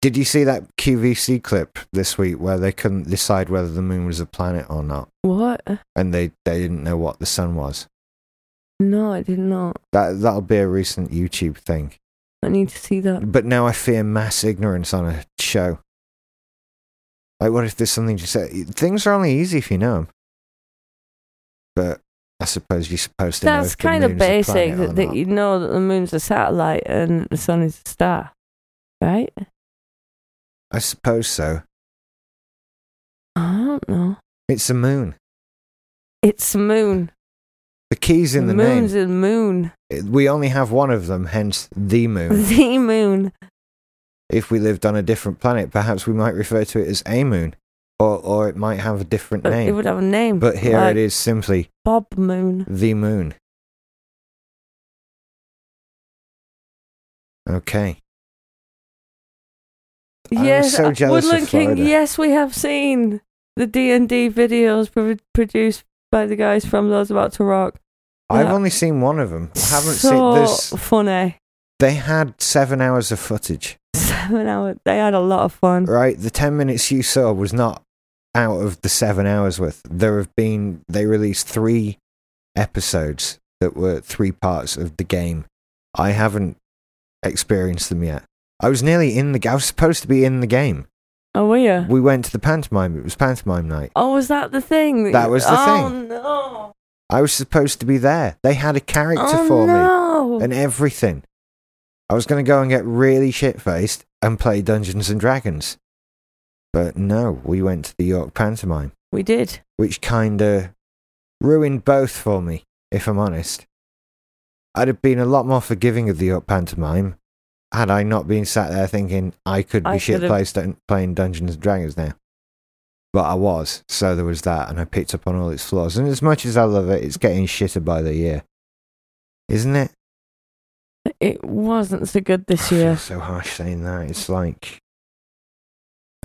Speaker 1: Did you see that QVC clip this week where they couldn't decide whether the moon was a planet or not,
Speaker 2: What? Uh,
Speaker 1: and they, they didn't know what the sun was?
Speaker 2: No, I did not.
Speaker 1: That that'll be a recent YouTube thing.
Speaker 2: I need to see that.
Speaker 1: But now I fear mass ignorance on a show. Like, what if there's something to say? Things are only easy if you know 'em. But I suppose you're supposed to know.
Speaker 2: That's
Speaker 1: if the
Speaker 2: kind of
Speaker 1: moon's a planet
Speaker 2: basic
Speaker 1: or
Speaker 2: that, that
Speaker 1: not.
Speaker 2: you know that the moon's a satellite and the sun is a star, right?
Speaker 1: I suppose so.
Speaker 2: I don't know.
Speaker 1: It's a moon.
Speaker 2: It's the moon.
Speaker 1: The key's in the,
Speaker 2: moon's the moon.
Speaker 1: name. We only have one of them, hence the moon.
Speaker 2: The moon.
Speaker 1: if we lived on a different planet, perhaps we might refer to it as a moon, or or it might have a different
Speaker 2: But It
Speaker 1: name.
Speaker 2: would have a name.
Speaker 1: But here
Speaker 2: like
Speaker 1: it is simply
Speaker 2: Bob Moon.
Speaker 1: the moon. Okay. I'm
Speaker 2: yes,
Speaker 1: so
Speaker 2: uh,
Speaker 1: jealous of
Speaker 2: Woodland King.
Speaker 1: Florida.
Speaker 2: Yes, we have seen the D and D videos pro- produced by the guys from Those About to Rock.
Speaker 1: I've
Speaker 2: Yeah.
Speaker 1: only seen one of them. I haven't seen
Speaker 2: so
Speaker 1: this.
Speaker 2: funny.
Speaker 1: They had seven hours of footage,
Speaker 2: Seven hours. They had a lot of fun.
Speaker 1: right? The 10 minutes you saw was not out of the seven hours worth. There have been, they released three episodes that were three parts of the game. I haven't experienced them yet. I was nearly in the, I was supposed to be in the game.
Speaker 2: Oh, were you?
Speaker 1: We went to the pantomime, it was pantomime night.
Speaker 2: Oh, was that the thing?
Speaker 1: That was the
Speaker 2: oh,
Speaker 1: thing.
Speaker 2: No.
Speaker 1: I was supposed to be there. They had a character
Speaker 2: Oh
Speaker 1: for me.
Speaker 2: no!
Speaker 1: and everything. I was going to go and get really shit faced and play Dungeons and Dragons. But no, we went to the York pantomime,
Speaker 2: we did.
Speaker 1: which kind of ruined both for me, if I'm honest. I'd have been a lot more forgiving of the York pantomime had I not been sat there thinking I could be
Speaker 2: I
Speaker 1: shit
Speaker 2: could've-
Speaker 1: faced and playing Dungeons and Dragons now. But I was, so there was that, and I picked up on all its flaws. And as much as I love it, it's getting shitter by the year. Isn't it?
Speaker 2: It wasn't so good this
Speaker 1: I feel
Speaker 2: year.
Speaker 1: so harsh saying that. It's like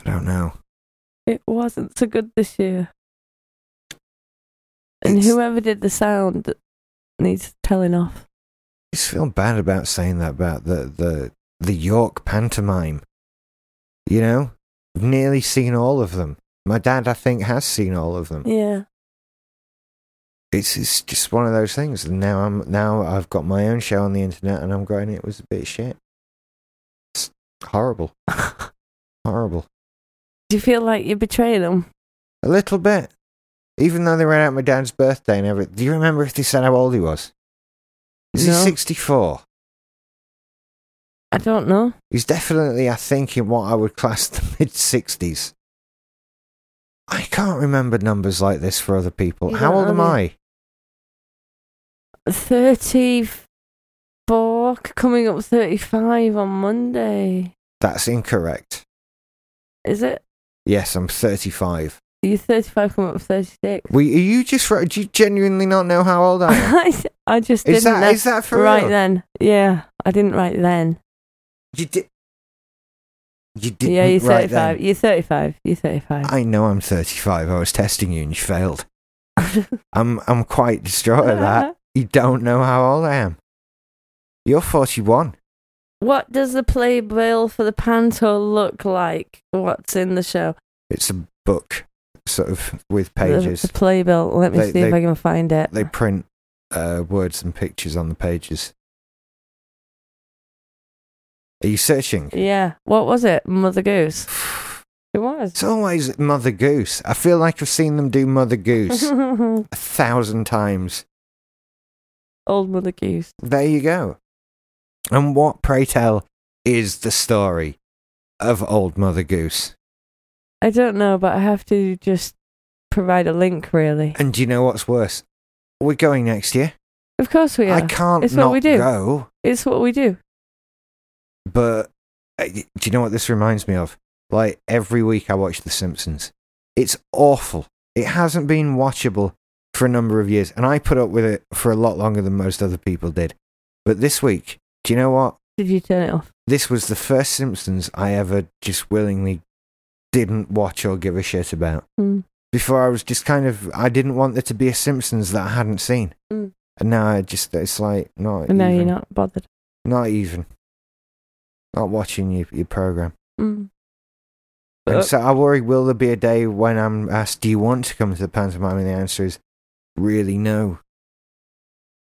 Speaker 1: I don't know.
Speaker 2: It wasn't so good this year. And
Speaker 1: It's-
Speaker 2: whoever did the sound needs telling off.
Speaker 1: I just feel bad about saying that about the the the York pantomime. You know, I've nearly seen all of them. My dad, I think, has seen all of them.
Speaker 2: Yeah.
Speaker 1: It's it's just one of those things. And now I'm now I've got my own show on the internet, and I'm going. It was a bit shit. It's horrible, horrible.
Speaker 2: Do you feel like you're betraying them?
Speaker 1: A little bit. Even though they ran out my dad's birthday and everything. Do you remember if they said how old he was? Is
Speaker 2: No.
Speaker 1: he 64?
Speaker 2: I don't know.
Speaker 1: He's definitely, I think, in what I would class the mid 60s. I can't remember numbers like this for other people.
Speaker 2: You
Speaker 1: how
Speaker 2: don't
Speaker 1: old am
Speaker 2: know,
Speaker 1: I?
Speaker 2: 34, c- coming up 35 on Monday.
Speaker 1: That's incorrect.
Speaker 2: Is it?
Speaker 1: Yes, I'm 35.
Speaker 2: You're 35, coming up 36.
Speaker 1: We, are you just, right- do you genuinely not know how old I am?
Speaker 2: I s- I just
Speaker 1: Oh, is,
Speaker 2: didn't.
Speaker 1: that,
Speaker 2: know.
Speaker 1: is that for
Speaker 2: right
Speaker 1: real?
Speaker 2: then. Yeah, I didn't write then.
Speaker 1: You did. You did.
Speaker 2: yeah, you're
Speaker 1: right
Speaker 2: 35.
Speaker 1: then.
Speaker 2: You're 35. You're 35.
Speaker 1: I know I'm 35. I was testing you and you failed. I'm I'm quite distraught at that. You don't know how old I am. You're 41.
Speaker 2: what does the playbill for the panto look like? What's in the show?
Speaker 1: It's a book, sort of with
Speaker 2: The-
Speaker 1: pages.
Speaker 2: The, playbill. Let me
Speaker 1: They-
Speaker 2: see if
Speaker 1: they-
Speaker 2: I can find it.
Speaker 1: They print uh, words and pictures on the pages. Are you searching?
Speaker 2: yeah. What was it? Mother Goose. It was.
Speaker 1: It's always Mother Goose. I feel like I've seen them do Mother Goose
Speaker 2: Old
Speaker 1: a thousand times.
Speaker 2: Mother Goose.
Speaker 1: There you go. And what, pray tell, is the story of Old Mother Goose?
Speaker 2: I don't know, but I have to just provide a link, really.
Speaker 1: And do you know what's worse? We're going next year.
Speaker 2: Of course we are.
Speaker 1: I can't
Speaker 2: Oh, It's what
Speaker 1: not
Speaker 2: we do.
Speaker 1: go.
Speaker 2: It's what we do.
Speaker 1: But uh, do you know what this reminds me of? Like every week I watch The Simpsons. It's awful. It hasn't been watchable for a number of years, and I put up with it for a lot longer than most other people did. But this week, do you know what?
Speaker 2: Did you turn it off?
Speaker 1: This was the first Simpsons I ever just willingly didn't watch or give a shit about.
Speaker 2: Hmm.
Speaker 1: Before I was just kind of I didn't want there to be a Simpsons that I hadn't seen,
Speaker 2: Mm.
Speaker 1: and now I just it's like not.
Speaker 2: No,
Speaker 1: even.
Speaker 2: you're not bothered.
Speaker 1: Not even. Not watching your, your program. And
Speaker 2: Mm. But-
Speaker 1: so I worry, will there be a day when I'm asked, do you want to come to the pantomime? And the answer is, really, no.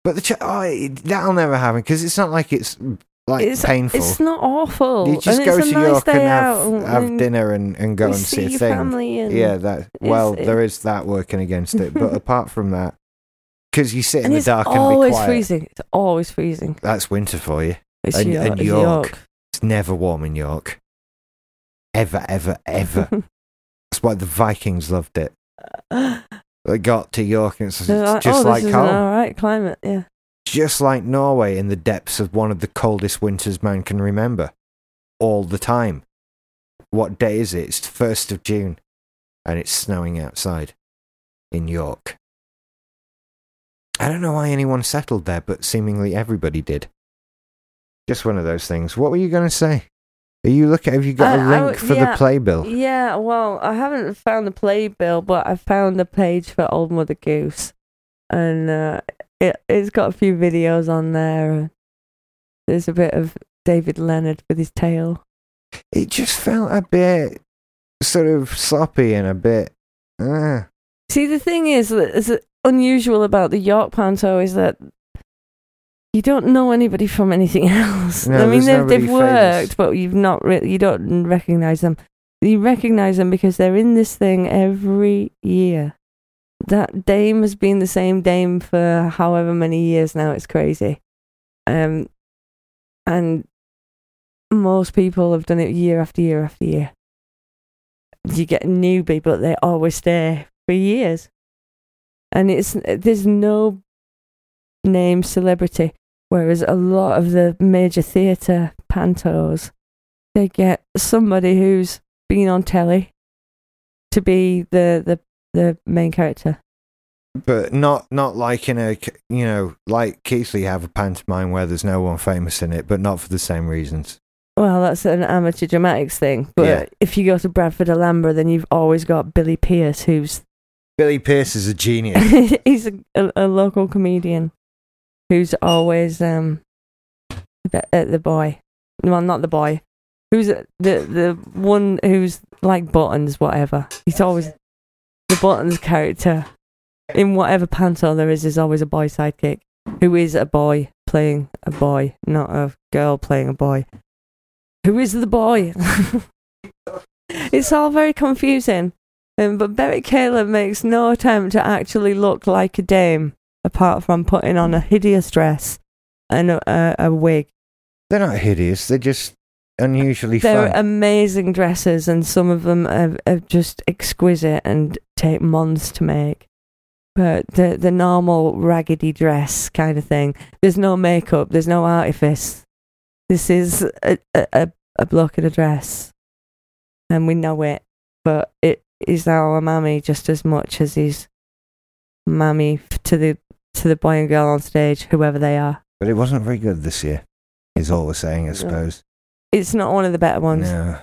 Speaker 1: But the ch- oh, it, that'll never happen because it's not like it's mm, like
Speaker 2: It's-
Speaker 1: painful.
Speaker 2: It's not awful.
Speaker 1: you just
Speaker 2: and
Speaker 1: go
Speaker 2: it's
Speaker 1: to
Speaker 2: a nice
Speaker 1: York
Speaker 2: day
Speaker 1: and
Speaker 2: out
Speaker 1: have, have
Speaker 2: and
Speaker 1: dinner and, and go
Speaker 2: you
Speaker 1: and see,
Speaker 2: your
Speaker 1: a thing.
Speaker 2: family and
Speaker 1: yeah, that. Well,
Speaker 2: it-
Speaker 1: there is that working against it. But apart from that, because you sit in
Speaker 2: and
Speaker 1: the
Speaker 2: it's
Speaker 1: dark and be
Speaker 2: always
Speaker 1: quiet,
Speaker 2: freezing. It's always freezing.
Speaker 1: that's winter for you.
Speaker 2: It's
Speaker 1: And-
Speaker 2: York.
Speaker 1: and
Speaker 2: it's
Speaker 1: York. It's never warm in York. Ever, ever, ever. That's why the Vikings loved it. They got to York and it's,
Speaker 2: They're
Speaker 1: it's
Speaker 2: like,
Speaker 1: just
Speaker 2: oh,
Speaker 1: like
Speaker 2: this is
Speaker 1: home.
Speaker 2: an all right climate. Yeah,
Speaker 1: Just like Norway in the depths of one of the coldest winters man can remember. All the time. What day is it? It's the 1st of June. And it's snowing outside in York. I don't know why anyone settled there, but seemingly everybody did. Just one of those things. What were you going to say? Are you looking? Have you got a
Speaker 2: Uh, I- I
Speaker 1: link
Speaker 2: w-
Speaker 1: for
Speaker 2: yeah.
Speaker 1: the playbill?
Speaker 2: yeah. Well, I haven't found the playbill, but I found a page for Old Mother Goose, and uh, it it's got a few videos on there. There's a bit of David Leonard with his tail.
Speaker 1: It just felt a bit sort of sloppy and a bit. Uh,
Speaker 2: See, the thing is that is unusual about the York Panto is that you don't know anybody from anything else.
Speaker 1: No,
Speaker 2: I mean,
Speaker 1: there's nobody
Speaker 2: they've, they've
Speaker 1: famous.
Speaker 2: worked, but you've not really, you don't recognize them. You recognize them because they're in this thing every year. That dame has been the same dame for however many years now. It's crazy. Um, and most people have done it year after year after year. You get a newbie, but they always stay for years. And it's there's no name celebrity, whereas a lot of the major theatre pantos, they get somebody who's been on telly to be the the, the main character.
Speaker 1: but not not like in a c- you know like Keithley have a pantomime where there's no one famous in it, but not for the same reasons.
Speaker 2: Well, that's an amateur dramatics thing. But
Speaker 1: Yeah.
Speaker 2: if you go to Bradford Alhambra, then you've always got Billy Pierce, who's
Speaker 1: Billy Pierce is a genius.
Speaker 2: he's a, a, a local comedian who's always um the, uh, the boy well not the boy who's uh, the the one who's like buttons whatever he's always the buttons character in whatever panto there is is always a boy sidekick who is a boy playing a boy not a girl playing a boy who is the boy it's all very confusing um, but Beric Caleb makes no attempt to actually look like a dame, apart from putting on a hideous dress and a, a, a wig.
Speaker 1: they're not hideous. They're just unusually
Speaker 2: They're
Speaker 1: fun.
Speaker 2: amazing dresses, and some of them are, are just exquisite and take months to make. But the the normal raggedy dress kind of thing. There's no makeup. There's no artifice. This is a a, a, a block in a dress, and we know it. But it is our mammy just as much as his mammy f- to the to the boy and girl on stage, whoever they are.
Speaker 1: but it wasn't very good this year. Is all we're saying, I suppose.
Speaker 2: It's not one of the better ones.
Speaker 1: No.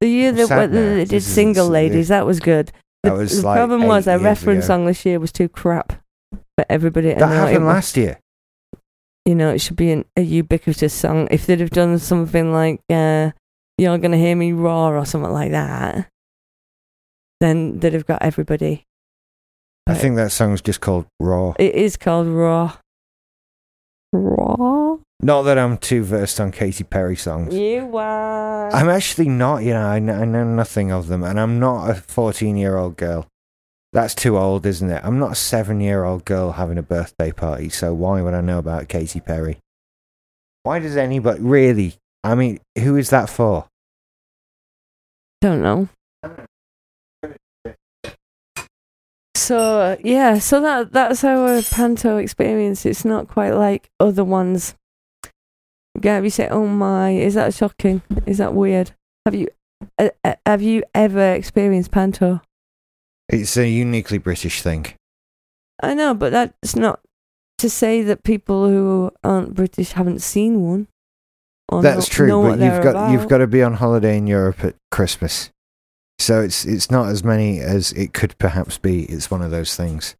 Speaker 2: The year
Speaker 1: I'm
Speaker 2: that
Speaker 1: sad
Speaker 2: w-
Speaker 1: now.
Speaker 2: they did
Speaker 1: This isn't
Speaker 2: single
Speaker 1: s-
Speaker 2: ladies, that was good. The,
Speaker 1: That was
Speaker 2: the
Speaker 1: like
Speaker 2: problem was
Speaker 1: eight
Speaker 2: our
Speaker 1: years
Speaker 2: reference
Speaker 1: ago.
Speaker 2: song this year was too crap for everybody. and
Speaker 1: That
Speaker 2: now it
Speaker 1: happened
Speaker 2: wa-
Speaker 1: last year.
Speaker 2: You know, it should be an, a ubiquitous song. If they'd have done something like uh, "You're Gonna Hear Me Roar" or something like that, then they'd have got everybody.
Speaker 1: I
Speaker 2: But
Speaker 1: think that song's just called Raw.
Speaker 2: it is called "Raw." Raw.
Speaker 1: Not that I'm too versed on Katy Perry songs.
Speaker 2: You are.
Speaker 1: I'm actually not, you know, I know, I know nothing of them, and I'm not a 14 year old girl. That's too old, isn't it? I'm not a seven year old girl having a birthday party, so why would I know about Katy Perry? Why does anybody really? I mean, who is that for?
Speaker 2: Don't know. So yeah, so that that's our panto experience. It's not quite like other ones. Gab, you say, "Oh my, is that shocking? Is that weird? Have you uh, uh, have you ever experienced panto?"
Speaker 1: It's a uniquely British thing.
Speaker 2: I know, but that's not to say that people who aren't British haven't seen one. or
Speaker 1: That's
Speaker 2: not
Speaker 1: true,
Speaker 2: know
Speaker 1: but
Speaker 2: what they're
Speaker 1: you've got you've
Speaker 2: about.
Speaker 1: got to be on holiday in Europe at Christmas, so it's it's not as many as it could perhaps be. It's one of those things.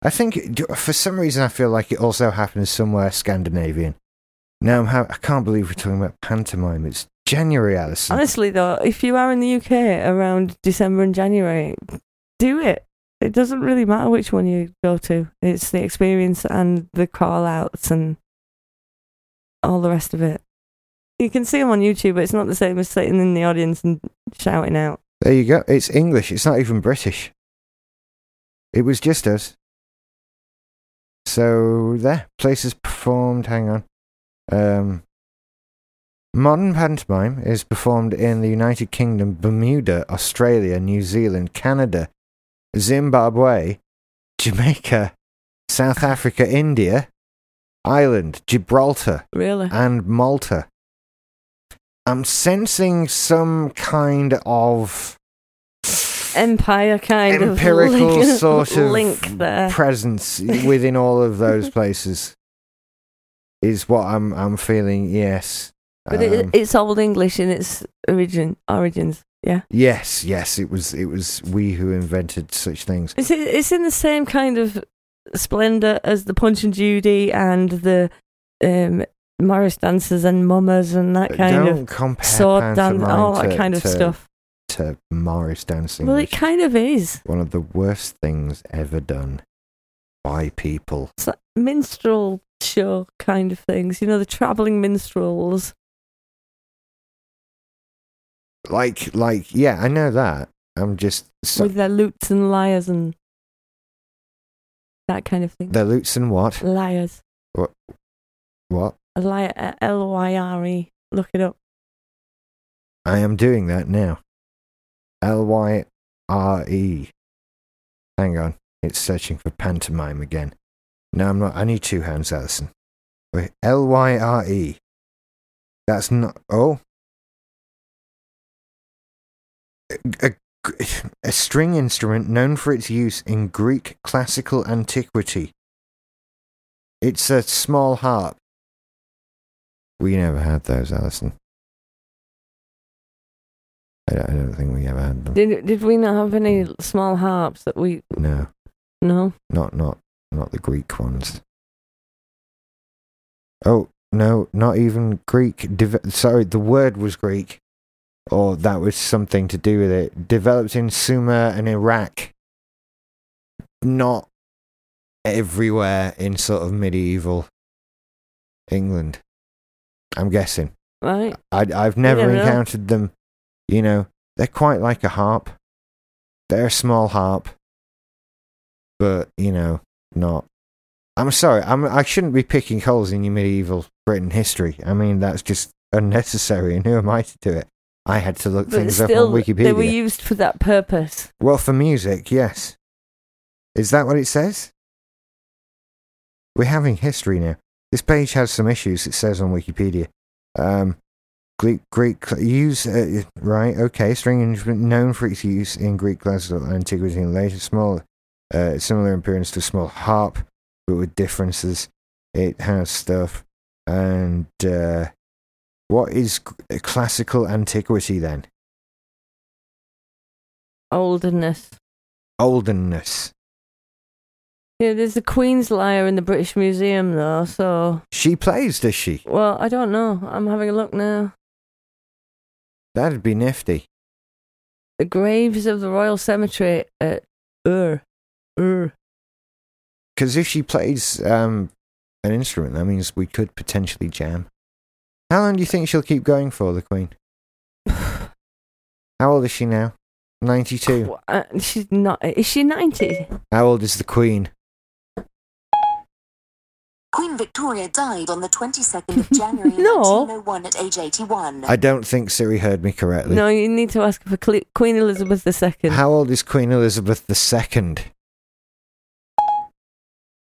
Speaker 1: I think d- for some reason I feel like it also happens somewhere Scandinavian. Now I'm ha- I can't believe we're talking about pantomime. It's January, Alison.
Speaker 2: Honestly, though, if you are in the UK around December and January, do it. It doesn't really matter which one you go to. It's the experience and the call outs and all the rest of it. You can see them on YouTube, but it's not the same as sitting in the audience and shouting out.
Speaker 1: There you go. It's English. It's not even British. It was just us. So there, places performed. Hang on. Um, modern pantomime is performed in the United Kingdom, Bermuda, Australia, New Zealand, Canada, Zimbabwe, Jamaica, South Africa, India, Ireland, Gibraltar,
Speaker 2: Really?
Speaker 1: and Malta. I'm sensing some kind of
Speaker 2: Empire kind
Speaker 1: empirical
Speaker 2: of link,
Speaker 1: sort of
Speaker 2: link there.
Speaker 1: presence within all of those places. Is what I'm I'm feeling. Yes.
Speaker 2: But it,
Speaker 1: Um,
Speaker 2: it's Old English in its origin origins. Yeah.
Speaker 1: yes, yes, it was it was we who invented such things.
Speaker 2: It's it's in the same kind of splendor as the Punch and Judy and the um, Morris dancers and mummers and that kind
Speaker 1: Don't
Speaker 2: of
Speaker 1: compare
Speaker 2: sword dance,
Speaker 1: pantomime
Speaker 2: all that
Speaker 1: to-
Speaker 2: kind of
Speaker 1: to-
Speaker 2: stuff.
Speaker 1: to Morris dancing.
Speaker 2: Well, it
Speaker 1: which is
Speaker 2: kind of is.
Speaker 1: one of the worst things ever done by people.
Speaker 2: It's that minstrel show kind of things. You know, the traveling minstrels.
Speaker 1: like like yeah i know that i'm just so
Speaker 2: with their lutes and lyres and that kind of thing.
Speaker 1: the loots and what
Speaker 2: Lyres,
Speaker 1: what
Speaker 2: a lyre, L Y R E. Look it up.
Speaker 1: i am doing that now l-y-r-e E. hang on it's searching for pantomime again no i'm not i need two hands alison Wait, l-y-r-e E. that's not oh a, a- a string instrument known for its use in greek classical antiquity it's a small harp We never had those, Alison. I don't, I don't think we ever had them.
Speaker 2: Did did we not have any small harps that we
Speaker 1: No,
Speaker 2: no?
Speaker 1: not not not the Greek ones. Oh no, not even Greek. Deve- Sorry, the word was Greek, or that was something to do with it. Developed in Sumer and Iraq. Not everywhere in sort of medieval England. I'm guessing.
Speaker 2: Right?
Speaker 1: I, I've never
Speaker 2: never know.
Speaker 1: encountered them. You know, they're quite like a harp. They're a small harp, but you know, not. I'm sorry. I'm. I shouldn't be picking holes in your medieval Britain history. I mean, that's just unnecessary. And who am I to do it? I had to look
Speaker 2: But
Speaker 1: things
Speaker 2: still,
Speaker 1: up on Wikipedia.
Speaker 2: they were used for that purpose.
Speaker 1: well, for music, yes. Is that what it says? We're having history now. This page has some issues. It says on Wikipedia. Um, Greek, Greek use uh, right? Okay, string instrument known for its use in Greek classical antiquity and later small, uh, similar in appearance to a small harp, but with differences. It has stuff, and uh, what is g- classical antiquity then?
Speaker 2: Oldness.
Speaker 1: Oldenness.
Speaker 2: Yeah, there's the Queen's lyre in the British Museum though. So,
Speaker 1: She plays, does she?
Speaker 2: well, I don't know. I'm having a look now.
Speaker 1: That'd be nifty.
Speaker 2: The graves of the Royal Cemetery at Ur, Ur.
Speaker 1: Because if she plays um, an instrument, that means we could potentially jam. How long do you think she'll keep going for, the Queen? How old is she now? 92.
Speaker 2: Wha- uh, She's not. Is she ninety?
Speaker 1: How old is the Queen?
Speaker 3: Queen Victoria died on the 22nd of January
Speaker 2: No.
Speaker 3: 1901 at age 81.
Speaker 1: I don't think Siri heard me correctly.
Speaker 2: No, you need to ask for Cle- Queen Elizabeth II.
Speaker 1: How old is Queen Elizabeth II?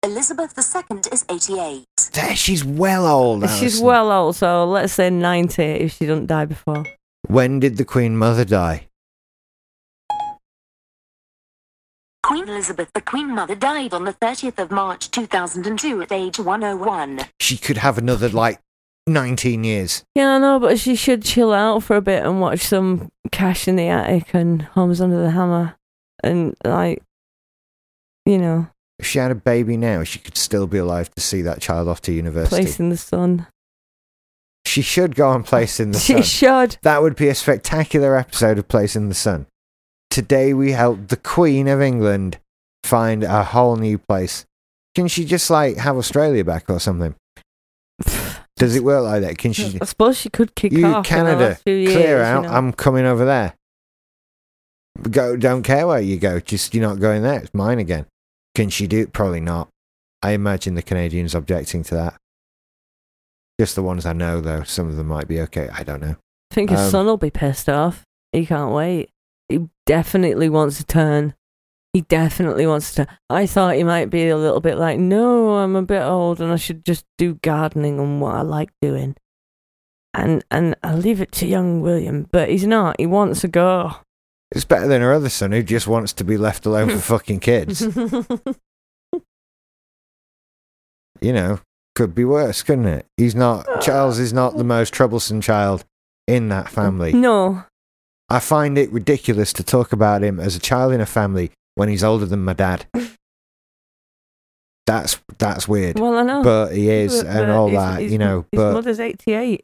Speaker 3: Elizabeth II is 88.
Speaker 1: There, she's well old.
Speaker 2: She's
Speaker 1: Alison.
Speaker 2: well old, so let's say 90 if she doesn't die before.
Speaker 1: When did the Queen Mother die?
Speaker 3: Queen Elizabeth, the Queen Mother, died on the 30th of March 2002 at age 101.
Speaker 1: She could have another like 19 years.
Speaker 2: Yeah, I know, but she should chill out for a bit and watch some Cash in the Attic and Homes Under the Hammer and, like, you know,
Speaker 1: If she had a baby now, she could still be alive to see that child off to university.
Speaker 2: Place in the Sun.
Speaker 1: She should go on Place in the
Speaker 2: she
Speaker 1: Sun.
Speaker 2: should.
Speaker 1: That would be a spectacular episode of Place in the Sun. Today we helped the Queen of England find a whole new place. Can she just like have Australia back or something? Does it work like that? Can she?
Speaker 2: I suppose she could kick
Speaker 1: You
Speaker 2: off. in the
Speaker 1: Canada,
Speaker 2: last few years,
Speaker 1: clear
Speaker 2: you
Speaker 1: out.
Speaker 2: know.
Speaker 1: I'm coming over there. Go. Don't care where you go. Just you're not going there. It's mine again. Can she do? it? Probably not. I imagine the Canadians objecting to that. Just the ones I know, though. Some of them might be okay. I don't know.
Speaker 2: I think his
Speaker 1: Um,
Speaker 2: son will be pissed off. He can't wait. He definitely wants to turn. He definitely wants to. I thought he might be a little bit like, no, I'm a bit old and I should just do gardening and what I like doing. And and I leave it to young William, but he's not. He wants to go.
Speaker 1: It's better than her other son who just wants to be left alone for fucking kids. You know, could be worse, couldn't it? He's
Speaker 2: Ah.
Speaker 1: not, Charles is not the most troublesome child in that family.
Speaker 2: no,
Speaker 1: I find it ridiculous to talk about him as a child in a family when he's older than my dad. That's, that's weird.
Speaker 2: well I know.
Speaker 1: But he is and all
Speaker 2: his-
Speaker 1: that,
Speaker 2: his-
Speaker 1: you know.
Speaker 2: his
Speaker 1: But,
Speaker 2: mother's eighty-eight.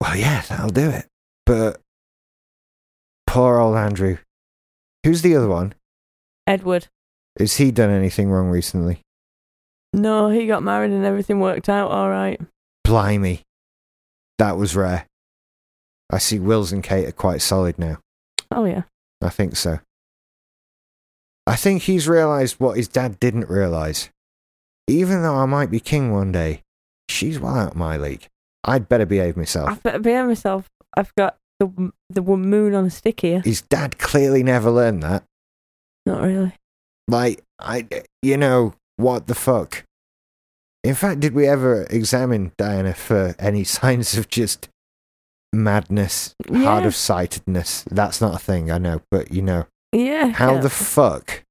Speaker 1: well, yeah, that'll do it. But poor old Andrew. Who's the other one?
Speaker 2: Edward.
Speaker 1: Has he done anything wrong recently?
Speaker 2: No, he got married and everything worked out all right.
Speaker 1: Blimey. That was rare. I see Wills and Kate are quite solid now.
Speaker 2: Oh yeah.
Speaker 1: I think so. I think he's realised what his dad didn't realise. Even though I might be king one day, she's well out of my league. I'd better behave myself.
Speaker 2: I've better behave myself. I've got the the wo- moon on a stick here.
Speaker 1: His dad clearly never learned that.
Speaker 2: Not really.
Speaker 1: Like, I, you know, what the fuck? In fact, did we ever examine Diana for any signs of just madness, hard
Speaker 2: Yeah.
Speaker 1: of sightedness? That's not a thing, I know, but you know,
Speaker 2: Yeah.
Speaker 1: how
Speaker 2: yeah.
Speaker 1: the fuck?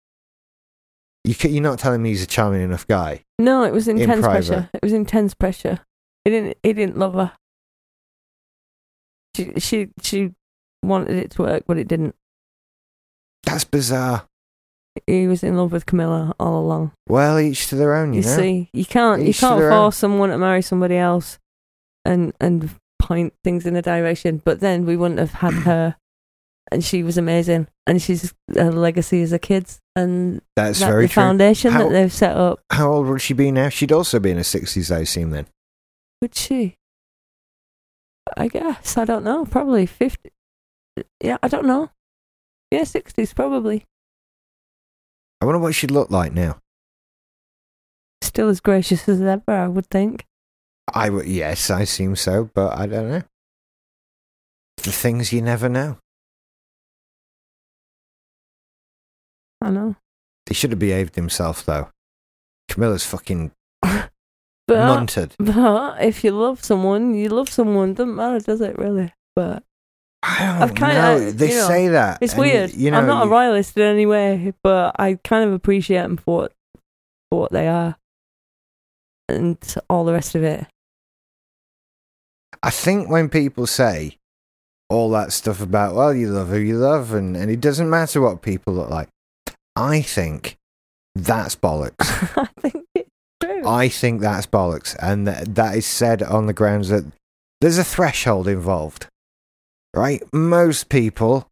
Speaker 1: You ca you're not telling me he's a charming enough guy.
Speaker 2: no, it was intense
Speaker 1: private.
Speaker 2: pressure. It was intense pressure. He didn't. He didn't love her. She she she wanted it to work, but it didn't.
Speaker 1: That's bizarre.
Speaker 2: He was in love with Camilla all along.
Speaker 1: Well, each to their own,
Speaker 2: You,
Speaker 1: you, know.
Speaker 2: see, you can't you
Speaker 1: Each to
Speaker 2: can't
Speaker 1: their
Speaker 2: force
Speaker 1: own.
Speaker 2: someone to marry somebody else, and and point things in a direction. But then we wouldn't have had her, and she was amazing, and she's her legacy is her kids, and
Speaker 1: That's
Speaker 2: that
Speaker 1: very
Speaker 2: the
Speaker 1: true.
Speaker 2: foundation
Speaker 1: How-
Speaker 2: that they've set up.
Speaker 1: How old would she be now? She'd also be in her sixties, I assume. Then
Speaker 2: Would she? I guess I don't know. Probably fifty. Yeah, I don't know. Yeah, sixties probably.
Speaker 1: I wonder what she'd look like now.
Speaker 2: Still as gracious as ever, I would think.
Speaker 1: I would, yes, I assume so, but I don't know. The things you never know.
Speaker 2: I know.
Speaker 1: He should have behaved himself though. Camilla's fucking
Speaker 2: But
Speaker 1: munted.
Speaker 2: but if you love someone, you love someone. Doesn't matter, does it really? But
Speaker 1: I don't
Speaker 2: I've kinda-
Speaker 1: know. They
Speaker 2: you know,
Speaker 1: say that.
Speaker 2: it's
Speaker 1: and,
Speaker 2: weird.
Speaker 1: You know,
Speaker 2: I'm not a
Speaker 1: you-
Speaker 2: royalist in any way, but I kind of appreciate them for what, for what they are, and all the rest of it.
Speaker 1: I think when people say all that stuff about, well, you love who you love, and, and it doesn't matter what people look like, I think that's bollocks.
Speaker 2: I think it's true.
Speaker 1: I think that's bollocks. And th- that is said on the grounds that there's a threshold involved, right? Most people,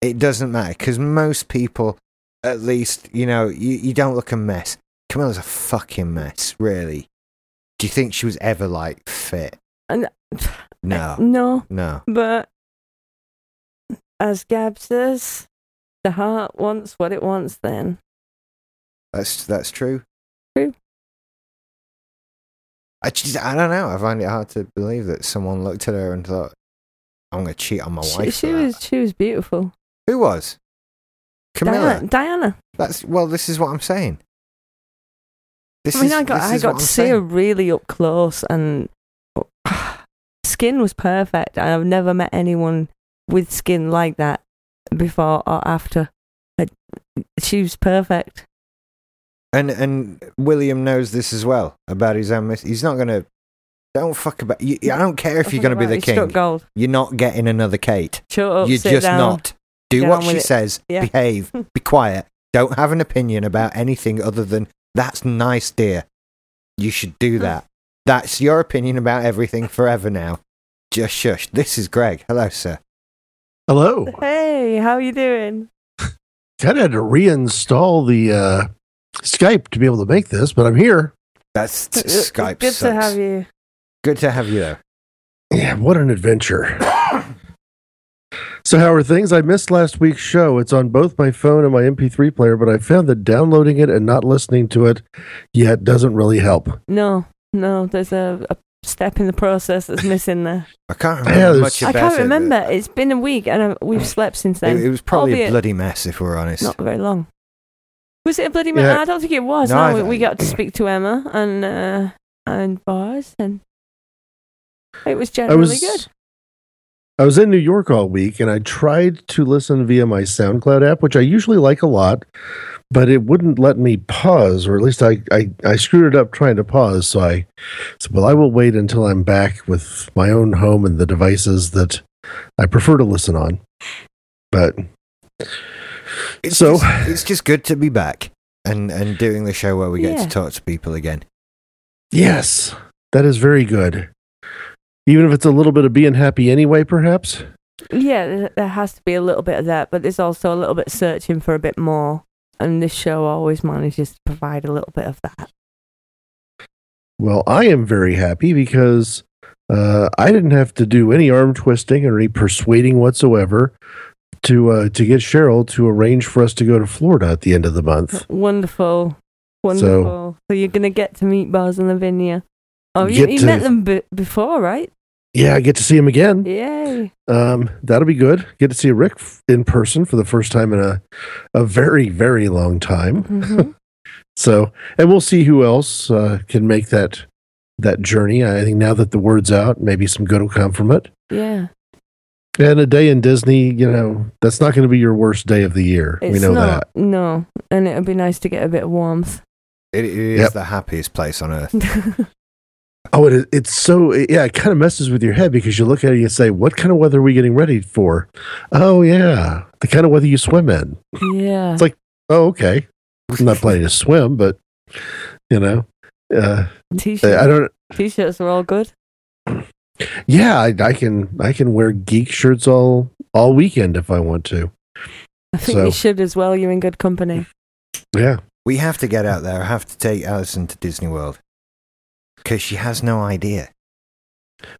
Speaker 1: it doesn't matter because most people, at least, you know, you, you don't look a mess. Camilla's a fucking mess, really. Do you think she was ever like fit?
Speaker 2: And-
Speaker 1: No,
Speaker 2: No.
Speaker 1: no.
Speaker 2: But as Gab says, the heart wants what it wants then.
Speaker 1: That's that's true.
Speaker 2: True.
Speaker 1: I just I don't know. I find it hard to believe that someone looked at her and thought, "I'm going to cheat on my
Speaker 2: She,
Speaker 1: wife."
Speaker 2: she
Speaker 1: for that."
Speaker 2: was she was beautiful.
Speaker 1: Who was? Camilla.
Speaker 2: Diana, Diana.
Speaker 1: That's well. This is what I'm saying. This
Speaker 2: I mean,
Speaker 1: is,
Speaker 2: I got
Speaker 1: this
Speaker 2: I
Speaker 1: is
Speaker 2: got
Speaker 1: what
Speaker 2: to
Speaker 1: I'm
Speaker 2: see
Speaker 1: saying.
Speaker 2: her really up close, and skin was perfect. And I've never met anyone with skin like that before or after. Like, She was perfect.
Speaker 1: and and William knows this as well about his own. mis- He's not gonna. Don't fuck about. You, I don't care if you're gonna be the
Speaker 2: He struck
Speaker 1: king.
Speaker 2: gold.
Speaker 1: You're not getting another Kate.
Speaker 2: Shut up.
Speaker 1: you're
Speaker 2: sit
Speaker 1: just
Speaker 2: down.
Speaker 1: not. Do
Speaker 2: Get
Speaker 1: what
Speaker 2: on
Speaker 1: she
Speaker 2: with it.
Speaker 1: says.
Speaker 2: Yeah.
Speaker 1: Behave. be quiet. Don't have an opinion about anything other than that's nice, dear. You should
Speaker 2: Hmm.
Speaker 1: do that. That's your opinion about everything forever now. Just shush. This is Greg. Hello, sir.
Speaker 4: Hello.
Speaker 2: Hey, how you doing?
Speaker 4: Kind of had to reinstall the uh, Skype to be able to make this, but I'm here.
Speaker 1: That's
Speaker 2: It- it's
Speaker 1: Skype.
Speaker 2: Good to
Speaker 1: sucks.
Speaker 2: have you.
Speaker 1: Good to have you though.
Speaker 4: Yeah, what an adventure. so, how are things? I missed last week's show. It's on both my phone and my MP3 player, but I found that downloading it and not listening to it yet doesn't really help.
Speaker 2: No, no, there's a, a step in the process that's missing there.
Speaker 1: I can't
Speaker 4: Yeah,
Speaker 1: remember
Speaker 4: there's-
Speaker 1: much
Speaker 2: I
Speaker 1: about
Speaker 2: can't
Speaker 1: it, but
Speaker 2: remember. It's been a week, and I, we've slept since then.
Speaker 1: It, it was probably a
Speaker 2: Albeit-
Speaker 1: bloody mess, if we're honest.
Speaker 2: Not very long. Was it a bloody mess?
Speaker 4: Yeah.
Speaker 2: I don't think it was.
Speaker 1: No,
Speaker 2: No,
Speaker 1: I-
Speaker 2: we, we got to speak to Emma and uh, and Bars, and it was generally good.
Speaker 4: I was in New York all week and I tried to listen via my SoundCloud app, which I usually like a lot, but it wouldn't let me pause, or at least I, I, I screwed it up trying to pause. So I said, Well, I will wait until I'm back with my own home and the devices that I prefer to listen on. But
Speaker 1: It's
Speaker 4: So-
Speaker 1: just, it's just good to be back and and doing the show where we get
Speaker 2: Yeah.
Speaker 1: to talk to people again.
Speaker 4: yes, that is very good. Even if it's a little bit of being happy anyway, perhaps.
Speaker 2: Yeah, there- there has to be a little bit of that, but there's also a little bit searching for a bit more, and this show always manages to provide a little bit of that.
Speaker 4: Well, I am very happy because uh, I didn't have to do any arm twisting or any persuading whatsoever to uh, to get Cheryl to arrange for us to go to Florida at the end of the month.
Speaker 2: Wonderful, wonderful. So, you're gonna get to meet Bars and Lavinia. Oh, you,
Speaker 4: Get
Speaker 2: you
Speaker 4: to-
Speaker 2: met them b- before, right?
Speaker 4: Yeah, I get to see him again.
Speaker 2: Yay!
Speaker 4: Um, that'll be good. Get to see Rick f- in person for the first time in a a very very long time.
Speaker 2: Mhm.
Speaker 4: So, and we'll see who else uh, can make that that journey. I think now that the word's out, maybe some good will come from it.
Speaker 2: yeah,
Speaker 4: And a day in Disney, you know, that's not going to be your worst day of the year.
Speaker 2: it's
Speaker 4: we know that.
Speaker 2: not. No, and it would be nice to get a bit of warmth.
Speaker 1: It, it is
Speaker 4: Yep.
Speaker 1: the happiest place on earth.
Speaker 4: Oh, it, it's so yeah. It kind of messes with your head because you look at it and you say, "What kind of weather are we getting ready for?" Oh yeah, the kind of weather you swim in.
Speaker 2: Yeah.
Speaker 4: It's like- Oh okay, I'm not planning to swim, but you know, uh,
Speaker 2: T-shirts.
Speaker 4: I don't.
Speaker 2: T-shirts are all good.
Speaker 4: Yeah, I, I can I can wear geek shirts all all weekend if I want to.
Speaker 2: I think
Speaker 4: So-
Speaker 2: you should as well. You're in good company.
Speaker 4: Yeah,
Speaker 1: We have to get out there. I have to take Alison to Disney World because she has no idea.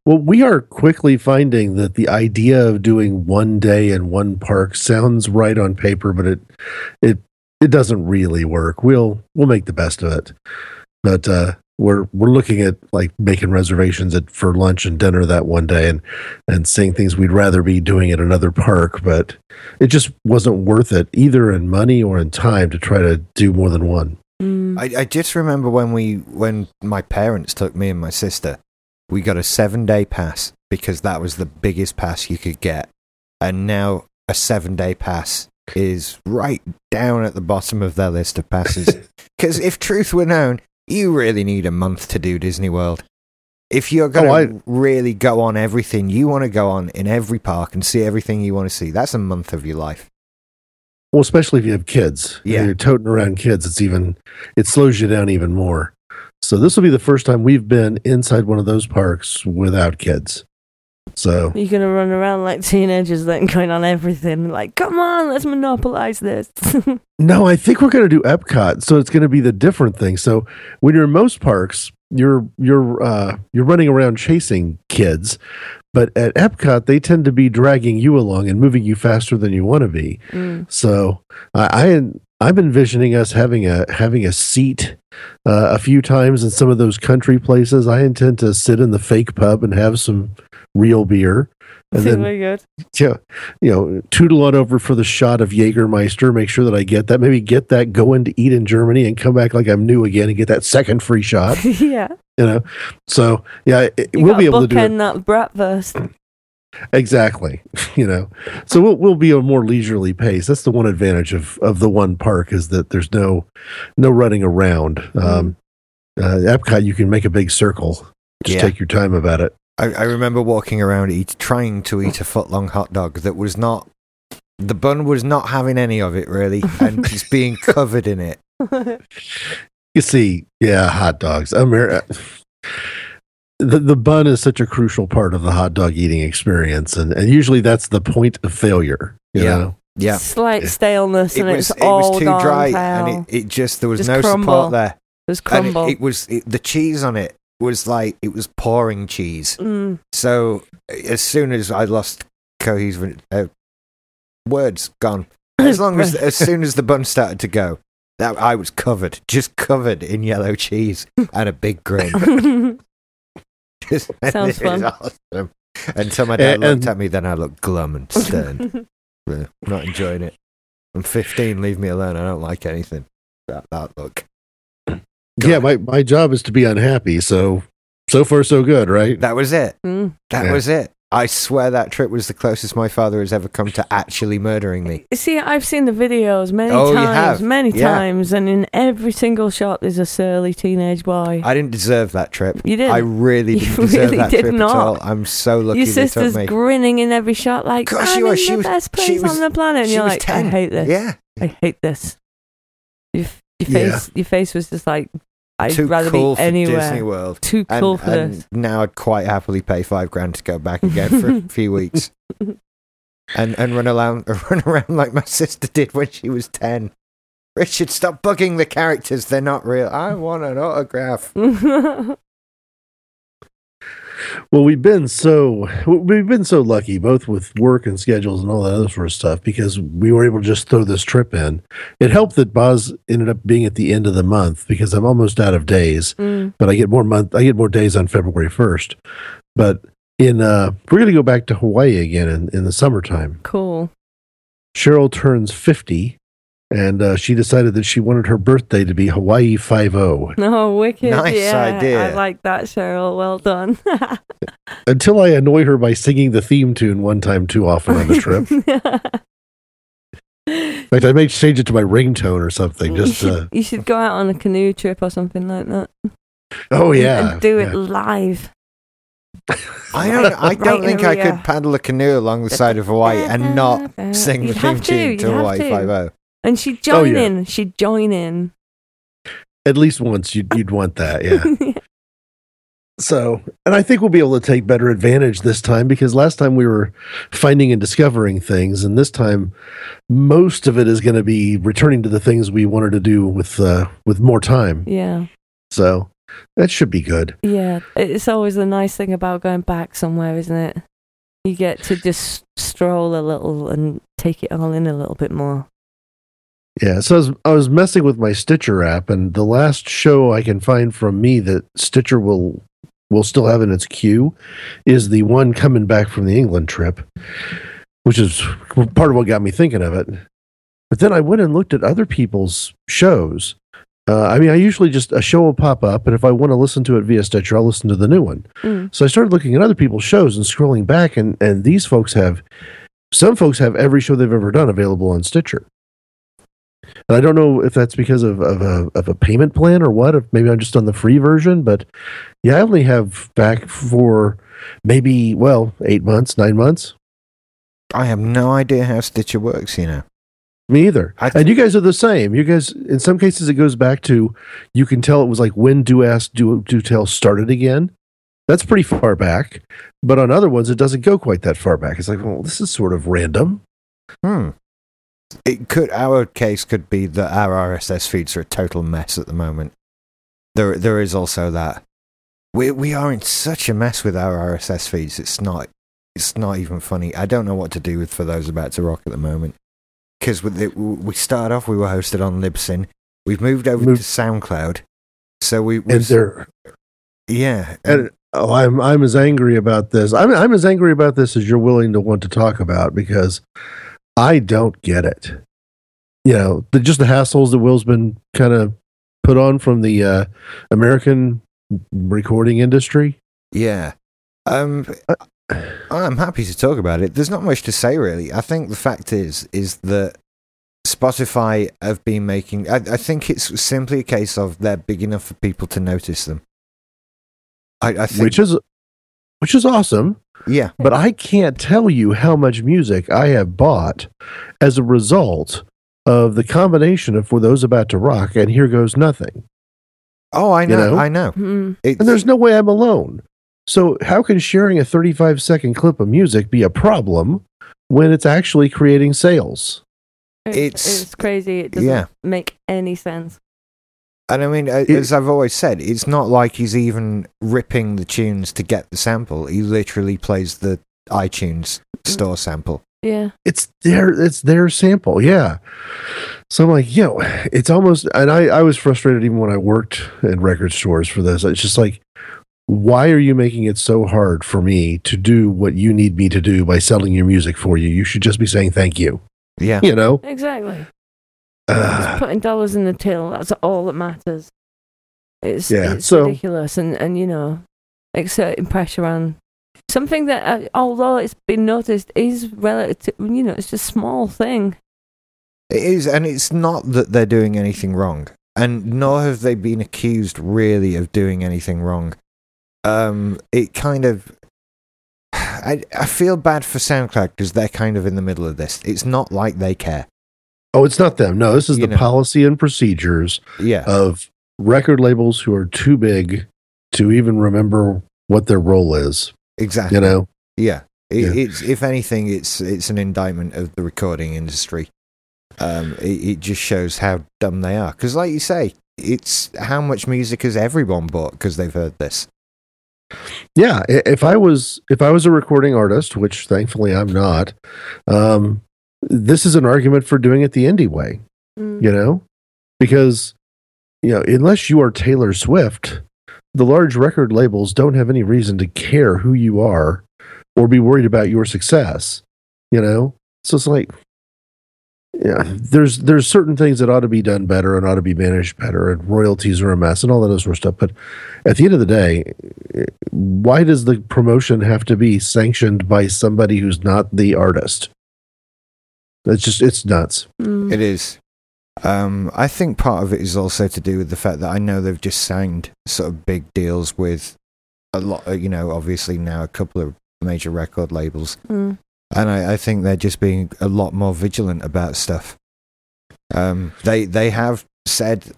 Speaker 4: Well, we are quickly finding that the idea of doing one day in one park sounds right on paper, but it it it doesn't really work. We'll we'll make the best of it, but uh, we're we're looking at like making reservations at for lunch and dinner that one day, and and seeing things we'd rather be doing at another park, but it just wasn't worth it either in money or in time to try to do more than one.
Speaker 2: Mm.
Speaker 1: I, I just remember when we when my parents took me and my sister, we got a seven day pass because that was the biggest pass you could get, and now a seven day pass is right down at the bottom of their list of passes. Because if truth were known, you really need a month to do Disney World. If you're going
Speaker 4: Oh,
Speaker 1: to really go on everything you want to go on in every park and see everything you want to see, that's a month of your life.
Speaker 4: Well, especially if you have kids.
Speaker 1: Yeah.
Speaker 4: If you're toting around kids, it's even it slows you down even more. So this will be the first time we've been inside one of those parks without kids. So
Speaker 2: You're gonna run around like teenagers, then going on everything. Like, come on, let's monopolize this.
Speaker 4: no, I think we're gonna do Epcot. So it's gonna be the different thing. So when you're in most parks, you're you're uh you're running around chasing kids. But at Epcot, they tend to be dragging you along and moving you faster than you want to be.
Speaker 2: Mm.
Speaker 4: So I, I I'm envisioning us having a having a seat uh, a few times in some of those country places. I intend to sit in the fake pub and have some real beer, and
Speaker 2: Super
Speaker 4: then
Speaker 2: good.
Speaker 4: yeah, you know, tootle on over for the shot of Jägermeister. Make sure that I get that. Maybe get that going to eat in Germany and come back like I'm new again and get that second free shot.
Speaker 2: yeah.
Speaker 4: You know, so yeah, it,
Speaker 2: You
Speaker 4: we'll
Speaker 2: gotta
Speaker 4: be able to do it.
Speaker 2: bookend that brat verse.
Speaker 4: Exactly. You know, so we'll, we'll be a more leisurely pace. That's the one advantage of, of the one park is that there's no, no running around.
Speaker 2: Mm-hmm.
Speaker 4: Um, uh, Epcot, you can make a big circle. Just
Speaker 1: Yeah.
Speaker 4: take your time about it.
Speaker 1: I, I remember walking around eat, trying to eat a foot long hot dog that was not. The bun was not having any of it really, and just being covered in it.
Speaker 4: You see, yeah, hot dogs. Amer- the, the bun is such a crucial part of the hot dog eating experience. And, and usually that's the point of failure. You
Speaker 1: Yeah.
Speaker 4: Know?
Speaker 1: Yeah,
Speaker 2: Slight staleness
Speaker 1: it
Speaker 2: and
Speaker 1: was
Speaker 2: it's
Speaker 1: it
Speaker 2: all
Speaker 1: was too
Speaker 2: gone
Speaker 1: dry,
Speaker 2: pale.
Speaker 1: and it, it just there was
Speaker 2: Just
Speaker 1: no
Speaker 2: crumble.
Speaker 1: support there.
Speaker 2: There's
Speaker 1: And it-
Speaker 2: crumble.
Speaker 1: it, was it, the cheese on it was like it was pouring cheese.
Speaker 2: mm.
Speaker 1: So as soon as I lost cohesion, uh, words gone. As long as as soon as the bun started to go, that I was covered, just covered in yellow cheese and a big grin.
Speaker 2: Mm.
Speaker 1: Just-
Speaker 2: Sounds
Speaker 1: it was awesome. Until my dad
Speaker 4: A-
Speaker 1: looked
Speaker 4: Eh, and-
Speaker 1: at me, then I looked glum and stern. Yeah, not enjoying it. I'm 15. Leave me alone. I don't like anything. That that look.
Speaker 4: Yeah. My, my job is to be unhappy. So, so far, so good, right?
Speaker 1: That was it.
Speaker 2: Mm.
Speaker 1: That
Speaker 4: Yeah.
Speaker 1: was it. I swear that trip was the closest my father has ever come to actually murdering me.
Speaker 2: See, I've seen the videos many
Speaker 1: Oh, you
Speaker 2: times,
Speaker 1: have?
Speaker 2: many
Speaker 1: Yeah.
Speaker 2: times, and in every single shot there's a surly teenage boy.
Speaker 1: I didn't deserve that trip.
Speaker 2: you did.
Speaker 1: I really
Speaker 2: You
Speaker 1: didn't deserve
Speaker 2: really
Speaker 1: that
Speaker 2: did
Speaker 1: trip
Speaker 2: not.
Speaker 1: at all. I'm so lucky
Speaker 2: Your
Speaker 1: they took
Speaker 2: sister's
Speaker 1: me.
Speaker 2: grinning in every shot, like
Speaker 1: Gosh,
Speaker 2: I'm
Speaker 1: she was-
Speaker 2: in
Speaker 1: she
Speaker 2: the
Speaker 1: was-
Speaker 2: best
Speaker 1: she
Speaker 2: place
Speaker 1: was-
Speaker 2: on the planet. And
Speaker 1: she
Speaker 2: you're
Speaker 1: was
Speaker 2: like,
Speaker 1: 10.
Speaker 2: I hate this.
Speaker 1: yeah,
Speaker 2: I hate this. Your, f- your
Speaker 4: Yeah.
Speaker 2: face, your face was just like, I'd
Speaker 1: too
Speaker 2: rather
Speaker 1: cool
Speaker 2: be
Speaker 1: for
Speaker 2: anywhere.
Speaker 1: Disney World.
Speaker 2: Too
Speaker 1: And,
Speaker 2: cool for
Speaker 1: and
Speaker 2: this.
Speaker 1: now I'd quite happily pay five grand to go back again for a few weeks, and and run around run around like my sister did when she was ten. Richard, stop bugging the characters. They're not real. I want an autograph.
Speaker 4: Well, we've been so we've been so lucky, both with work and schedules and all that other sort of stuff, because we were able to just throw this trip in. It helped that Boz ended up being at the end of the month because I'm almost out of days,
Speaker 2: Mm.
Speaker 4: but I get more month I get more days on February first. But in uh, we're going to go back to Hawaii again in, in the summertime.
Speaker 2: Cool.
Speaker 4: Cheryl turns fifty, and uh, she decided that she wanted her birthday to be Hawaii Five O.
Speaker 2: No, Oh, wicked.
Speaker 1: Nice
Speaker 2: yeah, I
Speaker 1: idea.
Speaker 2: like that, Cheryl. Well done.
Speaker 4: Until I annoy her by singing the theme tune one time too often on the trip. In fact, I may change it to my ringtone or something.
Speaker 2: you,
Speaker 4: Just
Speaker 2: should,
Speaker 4: uh,
Speaker 2: you should go out on a canoe trip or something like that.
Speaker 4: oh
Speaker 2: And-
Speaker 4: yeah,
Speaker 2: And do it
Speaker 4: yeah.
Speaker 2: live.
Speaker 1: I don't. I
Speaker 2: Right
Speaker 1: don't think I
Speaker 2: area.
Speaker 1: could paddle a canoe along the side of Hawaii and not sing the
Speaker 2: You'd
Speaker 1: theme
Speaker 2: have to,
Speaker 1: tune
Speaker 2: you'd
Speaker 1: to
Speaker 2: have
Speaker 1: Hawaii
Speaker 2: to.
Speaker 1: Five O.
Speaker 2: And she'd join
Speaker 4: Oh, yeah.
Speaker 2: in. She'd join in.
Speaker 4: At least once you'd you'd want that, yeah. so, and I think we'll be able to take better advantage this time because last time we were finding and discovering things, and this time most of it is going to be returning to the things we wanted to do with uh, with more time.
Speaker 2: yeah.
Speaker 4: So that should be good.
Speaker 2: Yeah. It's always the nice thing about going back somewhere, isn't it? You get to just stroll a little and take it all in a little bit more.
Speaker 4: Yeah. So I was, I was messing with my Stitcher app, and the last show I can find from me that Stitcher will will still have in its queue is the one coming back from the England trip, which is part of what got me thinking of it. But then I went and looked at other people's shows. Uh, I mean, I usually just a show will pop up, and if I want to listen to it via Stitcher, I'll listen to the new one.
Speaker 2: Mm.
Speaker 4: So I started looking at other people's shows and scrolling back, and and these folks have some folks have every show they've ever done available on Stitcher. And I don't know if that's because of, of, a, of a payment plan or what. If maybe I'm just on the free version, but yeah, I only have back for maybe well eight months, nine months.
Speaker 1: I have no idea how Stitcher works. You know.
Speaker 4: Me either.
Speaker 1: I-
Speaker 4: and you guys are the same. You guys, in some cases, it goes back to you can tell it was like when do ask do do tell started again. That's pretty far back, but on other ones, it doesn't go quite that far back. It's like, well, this is sort of random.
Speaker 1: Hmm. It could our case could be that our RSS feeds are a total mess at the moment. There there is also that. We we are in such a mess with our RSS feeds. It's not it's not even funny. I don't know what to do with for those about to rock at the moment. because we started off we were hosted on Libsyn. We've moved over
Speaker 4: Moved-
Speaker 1: to SoundCloud, so we
Speaker 4: and
Speaker 1: we've-
Speaker 4: they're
Speaker 1: yeah
Speaker 4: and oh, I'm I'm as angry about this. I'm I'm as angry about this as you're willing to want to talk about because I don't get it. You know, the, just the hassles that Will's been kind of put on from the uh, American recording industry.
Speaker 1: Yeah. Um
Speaker 4: Uh,
Speaker 1: I'm happy to talk about it. There's not much to say really. I think the fact is is that Spotify have been making I, I think it's simply a case of they're big enough for people to notice them. I, I think
Speaker 4: which is which is awesome
Speaker 1: yeah.
Speaker 4: but i can't tell you how much music i have bought as a result of the combination of for those about to rock and here goes nothing
Speaker 1: Oh I
Speaker 4: You
Speaker 1: know,
Speaker 4: know?
Speaker 1: I know.
Speaker 2: Hmm.
Speaker 1: It's,
Speaker 4: and there's no way i'm alone so how can sharing a 35 second clip of music be a problem when it's actually creating sales
Speaker 2: It-
Speaker 1: It's-
Speaker 2: it's, crazy. It doesn't
Speaker 1: yeah.
Speaker 2: make any sense.
Speaker 1: and I mean a- as I've always said, it's not like he's even ripping the tunes to get the sample. He literally plays the iTunes store sample.
Speaker 2: Yeah.
Speaker 4: it's their it's their sample yeah so i'm like you know it's almost and i i was frustrated even when i worked in record stores for this it's just like why are you making it so hard for me to do what you need me to do by selling your music for you you should just be saying thank you
Speaker 1: Yeah.
Speaker 4: you know
Speaker 2: Exactly.
Speaker 4: uh,
Speaker 2: Just putting dollars in the till. That's all that matters. It's,
Speaker 4: Yeah,
Speaker 2: it's
Speaker 4: so-
Speaker 2: ridiculous, and and you know, exerting pressure on something that, uh, although it's been noticed, is relative. You know, it's just a small thing.
Speaker 1: It is, and it's not that they're doing anything wrong, and nor have they been accused really of doing anything wrong. Um, it kind of, I I feel bad for SoundCloud because they're kind of in the middle of this. It's not like they care.
Speaker 4: oh it's not them no this is
Speaker 1: You
Speaker 4: the
Speaker 1: know.
Speaker 4: policy and procedures
Speaker 1: Yeah,
Speaker 4: of record labels who are too big to even remember what their role is
Speaker 1: exactly.
Speaker 4: you know
Speaker 1: Yeah, it,
Speaker 4: Yeah.
Speaker 1: it's if anything, it's it's an indictment of the recording industry. Um, it, it just shows how dumb they are. Because, like you say, it's how much music has everyone bought because they've heard this.
Speaker 4: yeah i- if i was if i was a recording artist which thankfully i'm not um this is an argument for doing it the indie way
Speaker 2: Mm.
Speaker 4: you know because you know unless you are taylor swift the large record labels don't have any reason to care who you are or be worried about your success you know so it's like yeah there's there's certain things that ought to be done better and ought to be managed better and royalties are a mess and all that other sort of stuff but at the end of the day why does the promotion have to be sanctioned by somebody who's not the artist it's just it's nuts
Speaker 2: Mm.
Speaker 1: It is. Um, I think part of it is also to do with the fact that I know they've just signed sort of big deals with a lot, uh, you know, obviously now a couple of major record labels,
Speaker 2: Mm.
Speaker 1: and I, I think they're just being a lot more vigilant about stuff. Um, they they have said,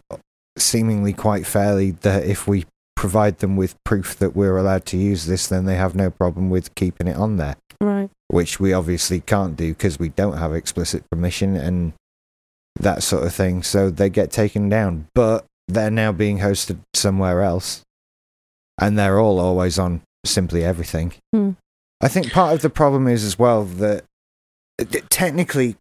Speaker 1: seemingly quite fairly, that if we provide them with proof that we're allowed to use this, then they have no problem with keeping it on there
Speaker 2: Right.
Speaker 1: which we obviously can't do because we don't have explicit permission and that sort of thing. So they get taken down, but they're now being hosted somewhere else, and they're all always on simply everything.
Speaker 2: Hmm.
Speaker 1: I think part of the problem is as well that that technically,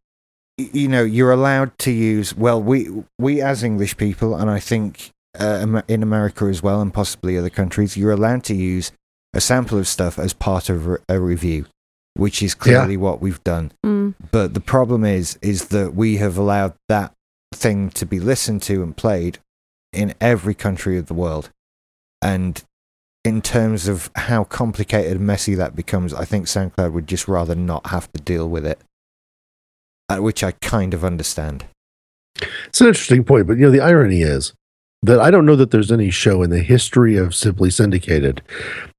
Speaker 1: y- you know, you're allowed to use. Well, we we as English people, and I think uh, Am- in America as well, and possibly other countries, you're allowed to use a sample of stuff as part of re- a review, which is clearly what we've done.
Speaker 2: Mm.
Speaker 1: But the problem is, is that we have allowed that thing to be listened to and played in every country of the world. And in terms of how complicated and messy that becomes, I think SoundCloud would just rather not have to deal with it, uh, which I kind of understand.
Speaker 4: It's an interesting point, but you know the irony is that I don't know that there's any show in the history of Simply Syndicated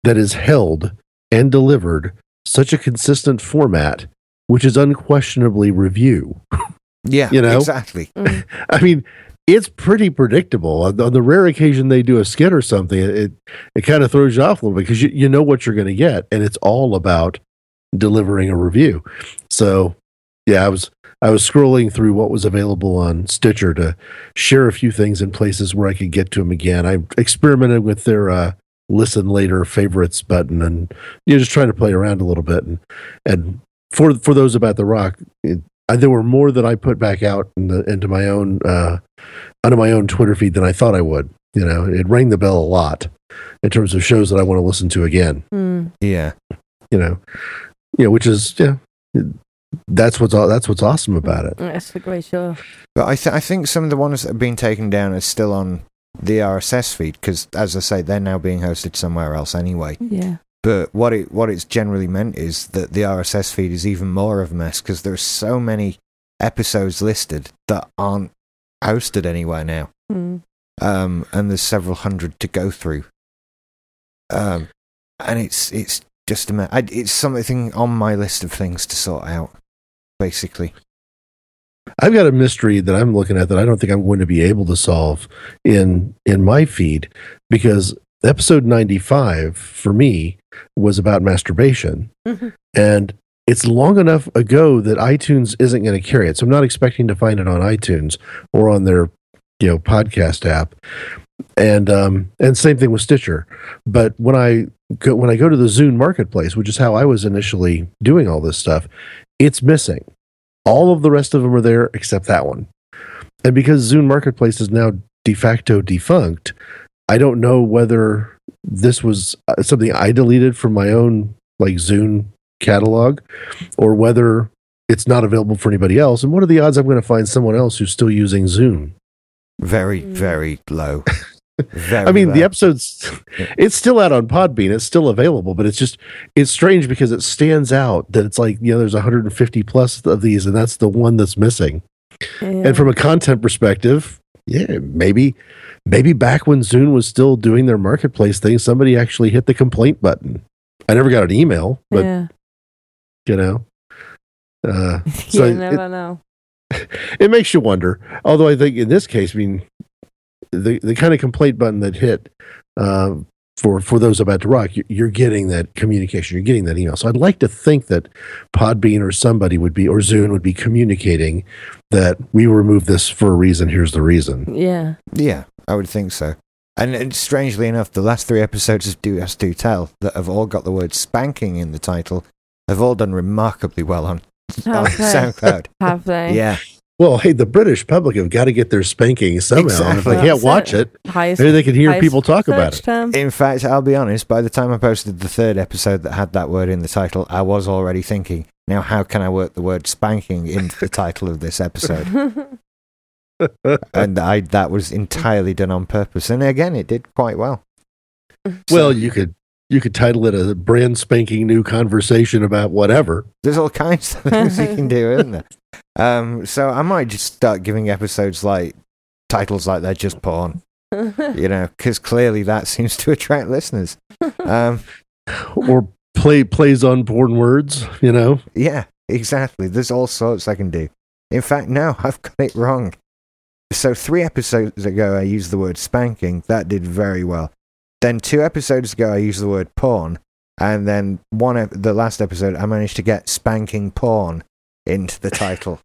Speaker 4: that has held and delivered such a consistent format, which is unquestionably review.
Speaker 1: Yeah,
Speaker 4: You know?
Speaker 1: exactly.
Speaker 2: Mm.
Speaker 4: I mean, it's pretty predictable. On the, on the rare occasion they do a skit or something, it it kind of throws you off a little bit because you you know what you're going to get, and it's all about delivering a review. So, yeah, I was I was scrolling through what was available on Stitcher to share a few things in places where I could get to them again. I experimented with their uh, listen later favorites button, and you're just trying to play around a little bit. And and for for those about the rock, it, I, there were more that I put back out in the, into my own uh, onto my own Twitter feed than I thought I would. You know, it rang the bell a lot in terms of shows that I want to listen to again.
Speaker 2: Hmm.
Speaker 1: Yeah.
Speaker 4: You know, you know, which is yeah, that's what's au- that's what's awesome about it.
Speaker 2: That's a great show.
Speaker 1: But I, th- I think some of the ones that have been taken down are still on the RSS feed because, as I say, they're now being hosted somewhere else anyway.
Speaker 2: Yeah.
Speaker 1: But what it what it's generally meant is that the RSS feed is even more of a mess because there are so many episodes listed that aren't hosted anywhere now,
Speaker 2: Mm.
Speaker 1: um, and there's several hundred to go through. Um, and it's it's just a mess. It's something on my list of things to sort out, basically.
Speaker 4: I've got a mystery that I'm looking at that I don't think I'm going to be able to solve in in my feed because episode 95 for me was about masturbation
Speaker 2: Mhm.
Speaker 4: and it's long enough ago that iTunes isn't going to carry it. So I'm not expecting to find it on iTunes or on their you know podcast app. And um and same thing with Stitcher. But when I go when I go to the Zune marketplace, which is how I was initially doing all this stuff, it's missing. All of the rest of them are there except that one. And because Zune Marketplace is now de facto defunct, I don't know whether this was uh, something I deleted from my own like Zune catalog or whether it's not available for anybody else. And what are the odds I'm going to find someone else who's still using Zune?
Speaker 1: Very
Speaker 2: Mm.
Speaker 1: very low. Very
Speaker 4: I mean,
Speaker 1: low.
Speaker 4: the episode's it's still out on Podbean. It's still available, but it's just it's strange because it stands out that it's like, you know, there's 150 plus of these and that's the one that's missing.
Speaker 2: Yeah.
Speaker 4: And from a content perspective, yeah, maybe maybe back when Zune was still doing their marketplace thing, somebody actually hit the complaint button. I never got an email, but
Speaker 2: yeah.
Speaker 4: you know. Uh,
Speaker 2: you
Speaker 4: so it-
Speaker 2: never know.
Speaker 4: it makes you wonder. Although I think in this case, I mean, the the kind of complaint button that hit uh, for for those about to rock, you- you're getting that communication, you're getting that email. So I'd like to think that Podbean or somebody would be or Zune would be communicating that we removed this for a reason. Here's the reason.
Speaker 2: Yeah.
Speaker 4: Oh,
Speaker 1: Yeah, I would think so. And, and strangely enough, the last three episodes of Do As Do Tell that have all got the word spanking in the title have all done remarkably well on, on
Speaker 2: Have they?
Speaker 1: SoundCloud.
Speaker 2: Have they?
Speaker 1: yeah,
Speaker 4: Well, hey, the British public have got to get their spanking somehow. If
Speaker 1: Exactly.
Speaker 4: they can't
Speaker 2: That's
Speaker 4: watch
Speaker 2: it.
Speaker 4: it,
Speaker 2: Highest.
Speaker 4: maybe they can hear
Speaker 2: highest
Speaker 4: people talk about
Speaker 2: search
Speaker 4: it.
Speaker 2: term.
Speaker 1: in fact, I'll be honest, by the time I posted the third episode that had that word in the title, I was already thinking, now how can I work the word spanking into the title of this episode? And I, that was entirely done on purpose. And again, it did quite well.
Speaker 4: Well, you could you could title it a brand spanking new conversation about whatever.
Speaker 1: There's all kinds of things you can do, isn't there? Um, so I might just start giving episodes like titles like they're just porn, you know, because clearly that seems to attract listeners. Um,
Speaker 4: or play plays on porn words, you know.
Speaker 1: yeah, exactly. There's all sorts I can do. In fact, no, I've got it wrong. So three episodes ago, I used the word spanking. That did very well. Then two episodes ago, I used the word porn, and then one ep- the last episode, I managed to get spanking porn into the title,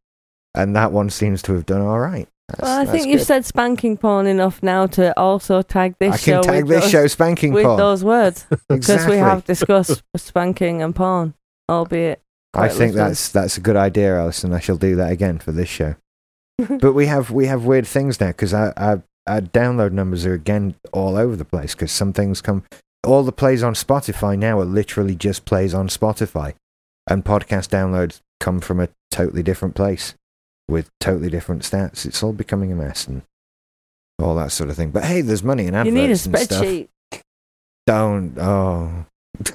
Speaker 1: and that one seems to have done all right. That's-
Speaker 2: well, I
Speaker 1: that's
Speaker 2: think you've
Speaker 1: good.
Speaker 2: said spanking porn enough now to also tag this
Speaker 1: I
Speaker 2: show
Speaker 1: can tag
Speaker 2: with
Speaker 1: this
Speaker 2: those,
Speaker 1: show spanking
Speaker 2: with
Speaker 1: porn
Speaker 2: those words because
Speaker 1: exactly.
Speaker 2: we have discussed spanking and porn, albeit.
Speaker 1: I
Speaker 2: quite
Speaker 1: think
Speaker 2: little.
Speaker 1: that's that's a good idea, Alison. I shall do that again for this show. but we have we have weird things now because our, our our download numbers are again all over the place because some things come. All the plays on Spotify now are literally just plays on Spotify, and podcast downloads come from a totally different place with totally different stats. It's all becoming a mess and all that sort of thing. But hey, there's money in
Speaker 2: you
Speaker 1: adverts
Speaker 2: need a
Speaker 1: and stuff.
Speaker 2: spreadsheet.
Speaker 1: Don't oh.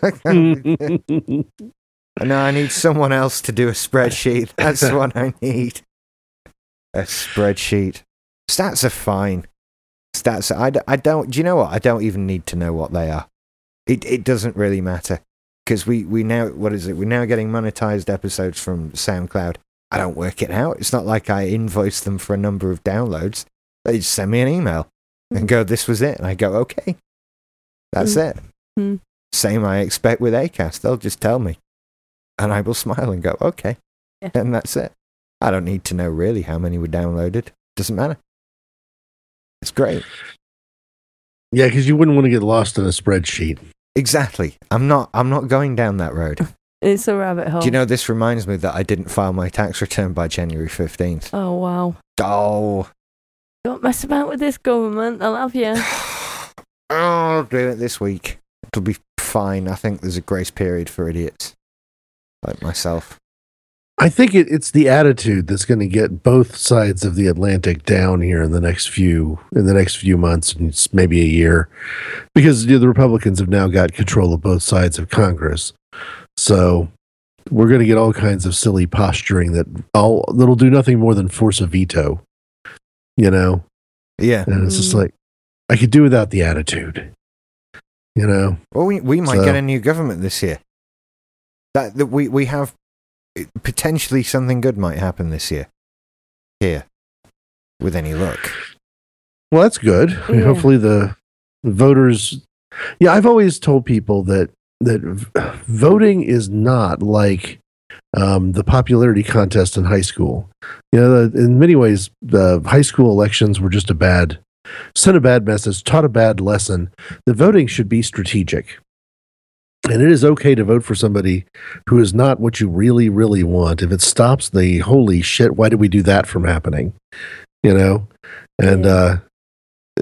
Speaker 4: well,
Speaker 1: No, I need someone else to do a spreadsheet. That's what I need. A spreadsheet. Stats are fine. Stats, I, d- I don't, do you know what? I don't even need to know what they are. It, it doesn't really matter. Because we, we now, what is it? We're now getting monetized episodes from SoundCloud. I don't work it out. It's not like I invoice them for a number of downloads. They just send me an email and go, this was it. And I go, okay. That's
Speaker 2: Mm-hmm. Mm.
Speaker 1: it.
Speaker 2: Mm.
Speaker 1: Same I expect with ACAST. They'll just tell me and I will smile and go, okay.
Speaker 2: Yeah.
Speaker 1: And that's it. I don't need to know really how many were downloaded. Doesn't matter. It's great.
Speaker 4: yeah, because you wouldn't want to get lost in a spreadsheet.
Speaker 1: Exactly. I'm not I'm not going down that road.
Speaker 2: It's a rabbit hole.
Speaker 1: Do you know this reminds me that I didn't file my tax return by January 15th?
Speaker 2: Oh wow!
Speaker 1: Oh.
Speaker 2: Don't mess about with this government. They'll have you.
Speaker 1: I'll do it this week. It'll be fine. I think there's a grace period for idiots like myself.
Speaker 4: I think it, it's the attitude that's going to get both sides of the Atlantic down here in the next few in the next few months, and it's maybe a year, because you know, the Republicans have now got control of both sides of Congress. So we're going to get all kinds of silly posturing that all that'll do nothing more than force a veto. You know,
Speaker 1: Yeah.
Speaker 4: and it's just
Speaker 2: Mm.
Speaker 4: like I could do without the attitude. You know,
Speaker 1: Well, we, we might
Speaker 4: So-
Speaker 1: get a new government this year. That, that we, we have it- potentially something good might happen this year. Here. With any luck.
Speaker 4: Well, that's good. I mean,
Speaker 2: Yeah.
Speaker 4: Hopefully, the, the voters. Yeah, I've always told people that that v- voting is not like um, the popularity contest in high school. You know, the- in many ways, the high school elections were just a bad sent a bad message, taught a bad lesson. The voting should be strategic. And it is okay to vote for somebody who is not what you really, really want. If it stops the holy shit, why did we do that from happening? You know? And
Speaker 2: Yeah.
Speaker 4: uh,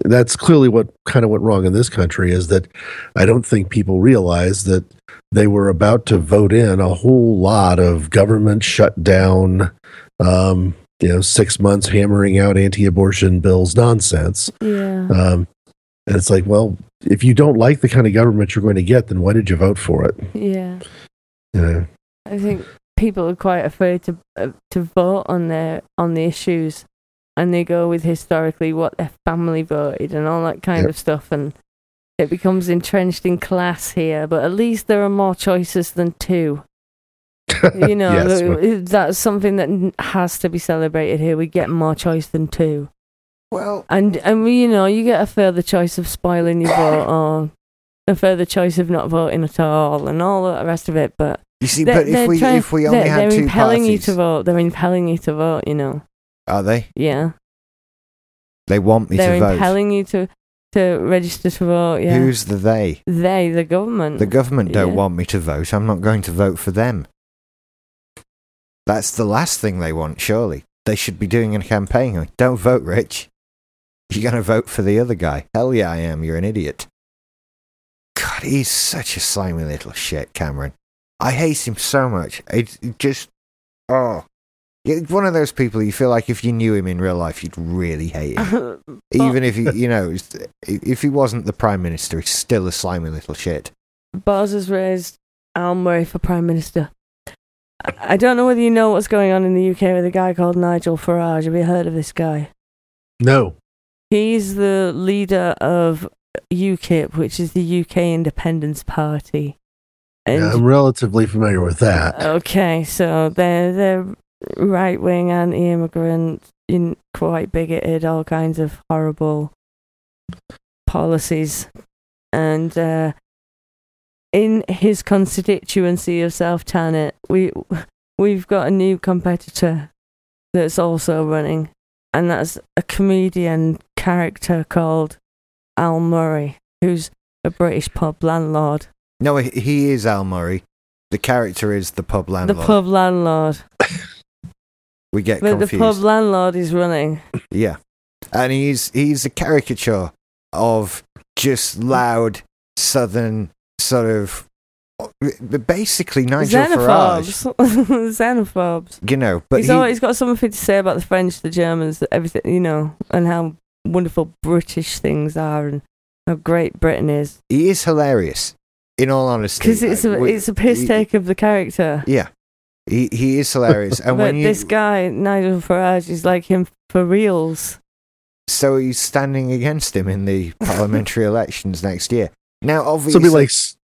Speaker 4: that's clearly what kind of went wrong in this country is that I don't think people realize that they were about to vote in a whole lot of government shutdown, um, you know, six months hammering out anti abortion bills nonsense.
Speaker 2: Yeah.
Speaker 4: Um, and it's like, well, if you don't like the kind of government you're going to get, then why did you vote for it?
Speaker 2: Yeah.
Speaker 4: You know,
Speaker 2: I think people are quite afraid to uh, to vote on their on the issues, and they go with historically what their family voted and all that kind
Speaker 4: Yep.
Speaker 2: of stuff, and it becomes entrenched in class here. But at least there are more choices than two. You know,
Speaker 4: Yes,
Speaker 2: th- that's something that n- has to be celebrated here. We get more choice than two,
Speaker 1: Well,
Speaker 2: and and we, you know, you get a further choice of spoiling your vote or a further choice of not voting at all, and all the rest of it. But
Speaker 1: you see,
Speaker 2: they're-
Speaker 1: but if
Speaker 2: they're
Speaker 1: we,
Speaker 2: trying-
Speaker 1: if we only
Speaker 2: they're,
Speaker 1: had
Speaker 2: they're
Speaker 1: two
Speaker 2: impelling
Speaker 1: parties,
Speaker 2: you to vote. They're impelling you to vote. You know,
Speaker 1: are they?
Speaker 2: yeah.
Speaker 1: They want me
Speaker 2: they're
Speaker 1: to vote.
Speaker 2: impelling you to to register to vote. Yeah,
Speaker 1: Who's the they?
Speaker 2: they, the government.
Speaker 1: The government don't
Speaker 2: Yeah.
Speaker 1: want me to vote. I'm not going to vote for them. That's the last thing they want, surely. They should be doing a campaign. Like, don't vote, Rich. You're going to vote for the other guy. Hell yeah, I am. You're an idiot. God, he's such a slimy little shit, Cameron. I hate him so much. It's it just. Oh. Yeah, One of those people you feel like if you knew him in real life, you'd really hate him even if he, you know, if he wasn't the prime minister, he's still a slimy little shit.
Speaker 2: Bars has raised Al Murray for prime minister. I- I don't know whether you know what's going on in the UK with a guy called Nigel Farage. Have you heard of this guy?
Speaker 4: no.
Speaker 2: He's the leader of UKIP, which is the UK Independence Party. And
Speaker 4: I'm relatively familiar with that.
Speaker 1: Oh,
Speaker 2: Okay, so they're they're right wing, anti immigrant, in quite bigoted, all kinds of horrible policies. And uh, in his constituency of South Tannet, we we've got a new competitor that's also running, and that's a comedian character called Al Murray, who's a British pub landlord.
Speaker 1: No, he- he is Al Murray. The character is the pub landlord.
Speaker 2: The pub landlord.
Speaker 1: we get
Speaker 2: But the
Speaker 1: confused.
Speaker 2: pub landlord is running.
Speaker 1: yeah, and he's he's a caricature of just loud Southern sort of, but basically Nigel Farage.
Speaker 2: Xenophobes. Xenophobes.
Speaker 1: You know, but
Speaker 2: he's,
Speaker 1: he,
Speaker 2: always, he's got something to say about the French, the Germans, everything, you know, and how wonderful British things are and how great Britain is.
Speaker 1: he is hilarious. In all honesty,
Speaker 2: Because it's,
Speaker 1: Like,
Speaker 2: a
Speaker 1: we-
Speaker 2: it's a piss
Speaker 1: he-
Speaker 2: take of the character.
Speaker 1: Yeah, he he is hilarious. And
Speaker 2: But
Speaker 1: when you
Speaker 2: this guy, Nigel Farage, is like him for reals.
Speaker 1: so he's standing against him in the parliamentary elections next year. Now, obviously,
Speaker 4: Somebody like, s-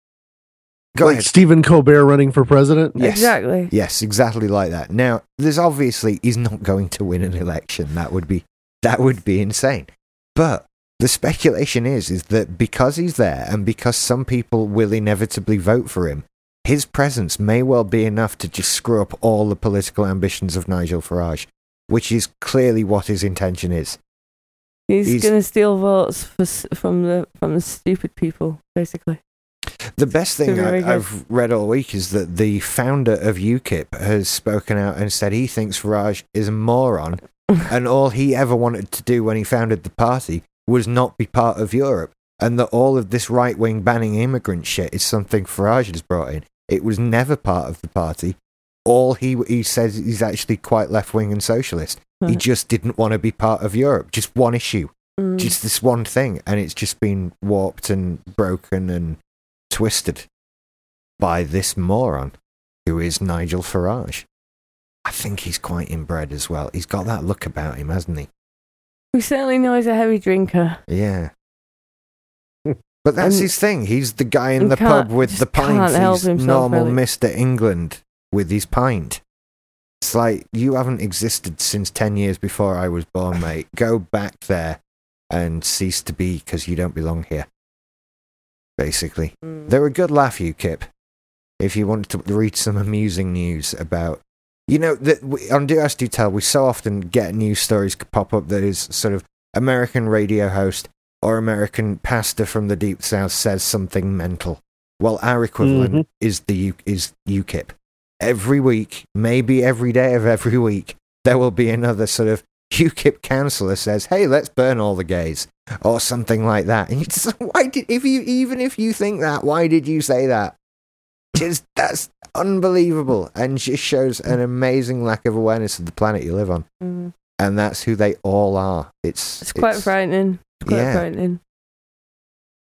Speaker 1: go
Speaker 4: like
Speaker 1: ahead.
Speaker 4: Stephen Colbert running for president.
Speaker 1: Yes.
Speaker 2: Exactly.
Speaker 1: Yes, exactly like that. Now, there's obviously he's not going to win an election. That would be that would be insane. But the speculation is is that because he's there and because some people will inevitably vote for him, his presence may well be enough to just screw up all the political ambitions of Nigel Farage, which is clearly what his intention is.
Speaker 2: He's,
Speaker 1: He's-
Speaker 2: going to steal votes for, s- from, the, from the stupid people, basically.
Speaker 1: The best
Speaker 2: It's
Speaker 1: thing
Speaker 2: gonna be
Speaker 1: I,
Speaker 2: very good.
Speaker 1: I've read all week is that the founder of UKIP has spoken out and said he thinks Farage is a moron, and all he ever wanted to do when he founded the party was not be part of Europe, and that all of this right wing banning immigrant shit is something Farage has brought in. It was never part of the party. All he he says he's actually quite left wing and socialist. He
Speaker 2: Right.
Speaker 1: just didn't want to be part of Europe. Just one issue
Speaker 2: Mm.
Speaker 1: just this one thing, and it's just been warped and broken and twisted by this moron who is Nigel Farage. I think he's quite inbred as well. He's got that look about him, hasn't he?
Speaker 2: We certainly know he's a heavy drinker.
Speaker 1: Yeah. But that's
Speaker 2: And-
Speaker 1: his thing. He's the guy in
Speaker 2: and
Speaker 1: the
Speaker 2: can't-
Speaker 1: pub with the
Speaker 2: just can't
Speaker 1: pint.
Speaker 2: help
Speaker 1: He's
Speaker 2: himself,
Speaker 1: normal
Speaker 2: really.
Speaker 1: Mr. England with his pint. It's like, you haven't existed since 10 years before I was born, mate. Go back there and cease to be because you don't belong here. Basically.
Speaker 2: Mm.
Speaker 1: They're a good laugh, you Kip. If you wanted to read some amusing news about, you know, that we, on Do As Do Tell, we so often get news stories pop up that is sort of American radio host or American pastor from the deep south says something mental. Well, our equivalent
Speaker 4: Mhm.
Speaker 1: is the U- is UKIP. Every week, maybe every day of every week, there will be another sort of UKIP councillor says, "Hey, let's burn all the gays." or something like that. And it's why did if you even if you think that, why did you say that? Just that's unbelievable, and just shows an amazing lack of awareness of the planet you live on,
Speaker 2: Mm.
Speaker 1: and that's who they all are. It's
Speaker 2: It's quite frightening. It's quite
Speaker 1: Yeah.
Speaker 2: frightening.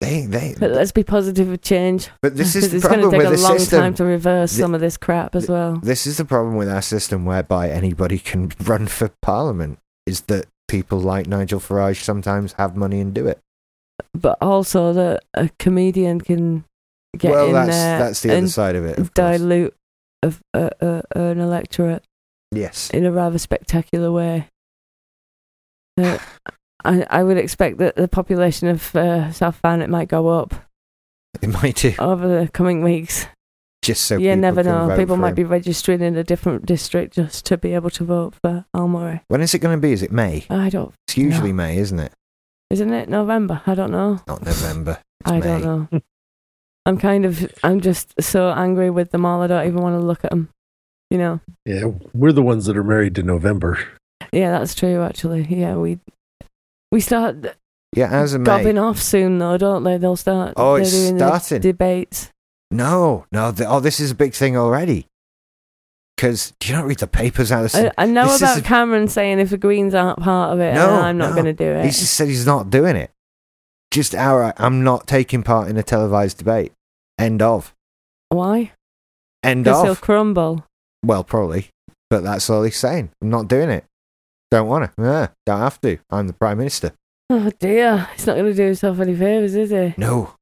Speaker 1: They they.
Speaker 2: But let's be positive of change.
Speaker 1: But this is
Speaker 2: Because
Speaker 1: the
Speaker 2: it's going
Speaker 1: problem
Speaker 2: to take
Speaker 1: with
Speaker 2: a
Speaker 1: the
Speaker 2: long
Speaker 1: system.
Speaker 2: time to reverse
Speaker 1: The-
Speaker 2: some of this crap as well.
Speaker 1: This is the problem with our system, whereby anybody can run for parliament. Is that people like Nigel Farage sometimes have money and do it?
Speaker 2: But also that a comedian can get
Speaker 1: well,
Speaker 2: in
Speaker 1: that's
Speaker 2: there
Speaker 1: that's the other
Speaker 2: and
Speaker 1: side of it. Of course.
Speaker 2: dilute of, uh, uh, an electorate
Speaker 1: Yes.
Speaker 2: in a rather spectacular way. Uh, I, I would expect that the population of uh, South Farnet might go up
Speaker 1: It might do.
Speaker 2: over the coming weeks.
Speaker 1: Just so
Speaker 2: you
Speaker 1: people
Speaker 2: never
Speaker 1: can
Speaker 2: know.
Speaker 1: vote
Speaker 2: People
Speaker 1: for
Speaker 2: might
Speaker 1: him.
Speaker 2: be registering in a different district just to be able to vote for Almory.
Speaker 1: When is it going to be? Is it May?
Speaker 2: I don't.
Speaker 1: It's usually
Speaker 2: No.
Speaker 1: May, isn't it?
Speaker 2: Isn't it November? I don't know.
Speaker 1: Not November. It's
Speaker 2: I
Speaker 1: May.
Speaker 2: don't know. I'm kind of. I'm just so angry with them all. I don't even want to look at them. You know.
Speaker 4: Yeah, we're the ones that are married to November.
Speaker 2: Yeah, that's true. Actually, yeah, we we start
Speaker 1: Yeah, as of May.
Speaker 2: gobbing off soon though, don't they? They'll start.
Speaker 1: Oh,
Speaker 2: they're
Speaker 1: it's
Speaker 2: doing the
Speaker 1: starting.
Speaker 2: debates.
Speaker 1: No, no. Th- oh, this is a big thing already. Because do you not read the papers, Alison?
Speaker 2: I, I know
Speaker 1: this is
Speaker 2: about
Speaker 1: a-
Speaker 2: Cameron saying if the Greens aren't part of it,
Speaker 1: No,
Speaker 2: I'm not
Speaker 1: no.
Speaker 2: going to do it.
Speaker 1: He just said he's not doing it. Just outright, I'm not taking part in a televised debate. End of.
Speaker 2: Why?
Speaker 1: End
Speaker 2: Because he'll
Speaker 1: of.
Speaker 2: crumble.
Speaker 1: Well, probably. But that's all he's saying. I'm not doing it. Don't want to. Yeah, don't have to. I'm the Prime Minister.
Speaker 2: Oh dear, he's not going to do himself any favors, is he?
Speaker 1: No.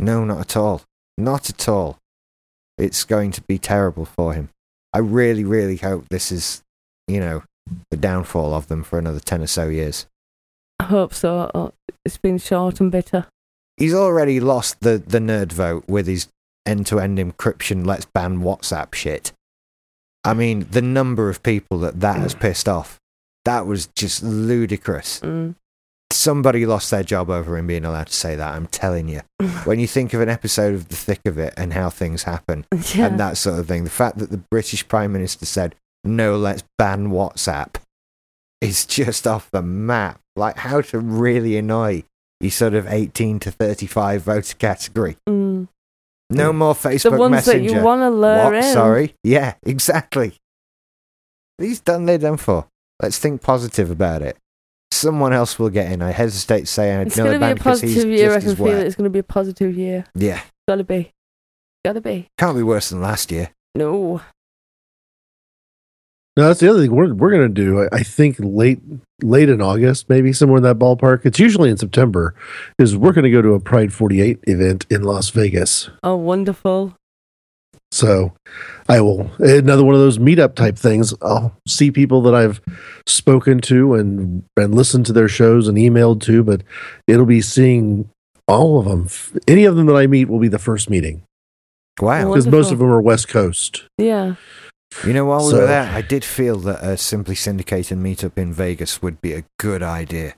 Speaker 1: No, not at all. Not at all. It's going to be terrible for him. I really, really hope this is, you know, the downfall of them for another 10 or so years.
Speaker 2: I hope so. Oh, It's been short and bitter.
Speaker 1: He's already lost the, the nerd vote with his end to end encryption, let's ban WhatsApp shit. I mean, the number of people that that has pissed off. That was just ludicrous.
Speaker 2: Mm.
Speaker 1: somebody lost their job over him being allowed to say that. I'm telling you. when you think of an episode of The Thick of It and how things happen
Speaker 2: Yeah.
Speaker 1: and that sort of thing, the fact that the British Prime Minister said, no, let's ban WhatsApp is just off the map. Like, how to really annoy your sort of 18 to 35 voter category.
Speaker 2: Mm.
Speaker 1: No more Facebook
Speaker 2: The ones
Speaker 1: Messenger.
Speaker 2: that you want to lure
Speaker 1: What?
Speaker 2: in.
Speaker 1: Sorry. Yeah, exactly. He's done. They're done for. Let's think positive about it. Someone else will get in. I hesitate to say I
Speaker 2: It's
Speaker 1: know
Speaker 2: going to be a
Speaker 1: because he's
Speaker 2: positive year. I
Speaker 1: just
Speaker 2: can
Speaker 1: as
Speaker 2: feel it.
Speaker 1: wet.
Speaker 2: It's going to be a positive year.
Speaker 1: Yeah,
Speaker 2: Got to be. Got to be.
Speaker 1: can't be worse than last year.
Speaker 2: No.
Speaker 4: No, that's the other thing we're we're gonna do. I, I think late late in August, maybe somewhere in that ballpark. It's usually in September. Is we're gonna go to a Pride 48 event in Las Vegas.
Speaker 2: Oh, wonderful.
Speaker 4: So I will another one of those meetup type things. I'll see people that I've spoken to and and listened to their shows and emailed to, but it'll be seeing all of them. Any of them that I meet will be the first meeting
Speaker 1: Wow.
Speaker 2: Well,
Speaker 4: because most
Speaker 2: Wonderful.
Speaker 4: of them are West Coast.
Speaker 2: Yeah.
Speaker 1: you know, while we
Speaker 4: So-
Speaker 1: were there, I did uh, feel that a simply syndicated meetup in Vegas would be a good idea.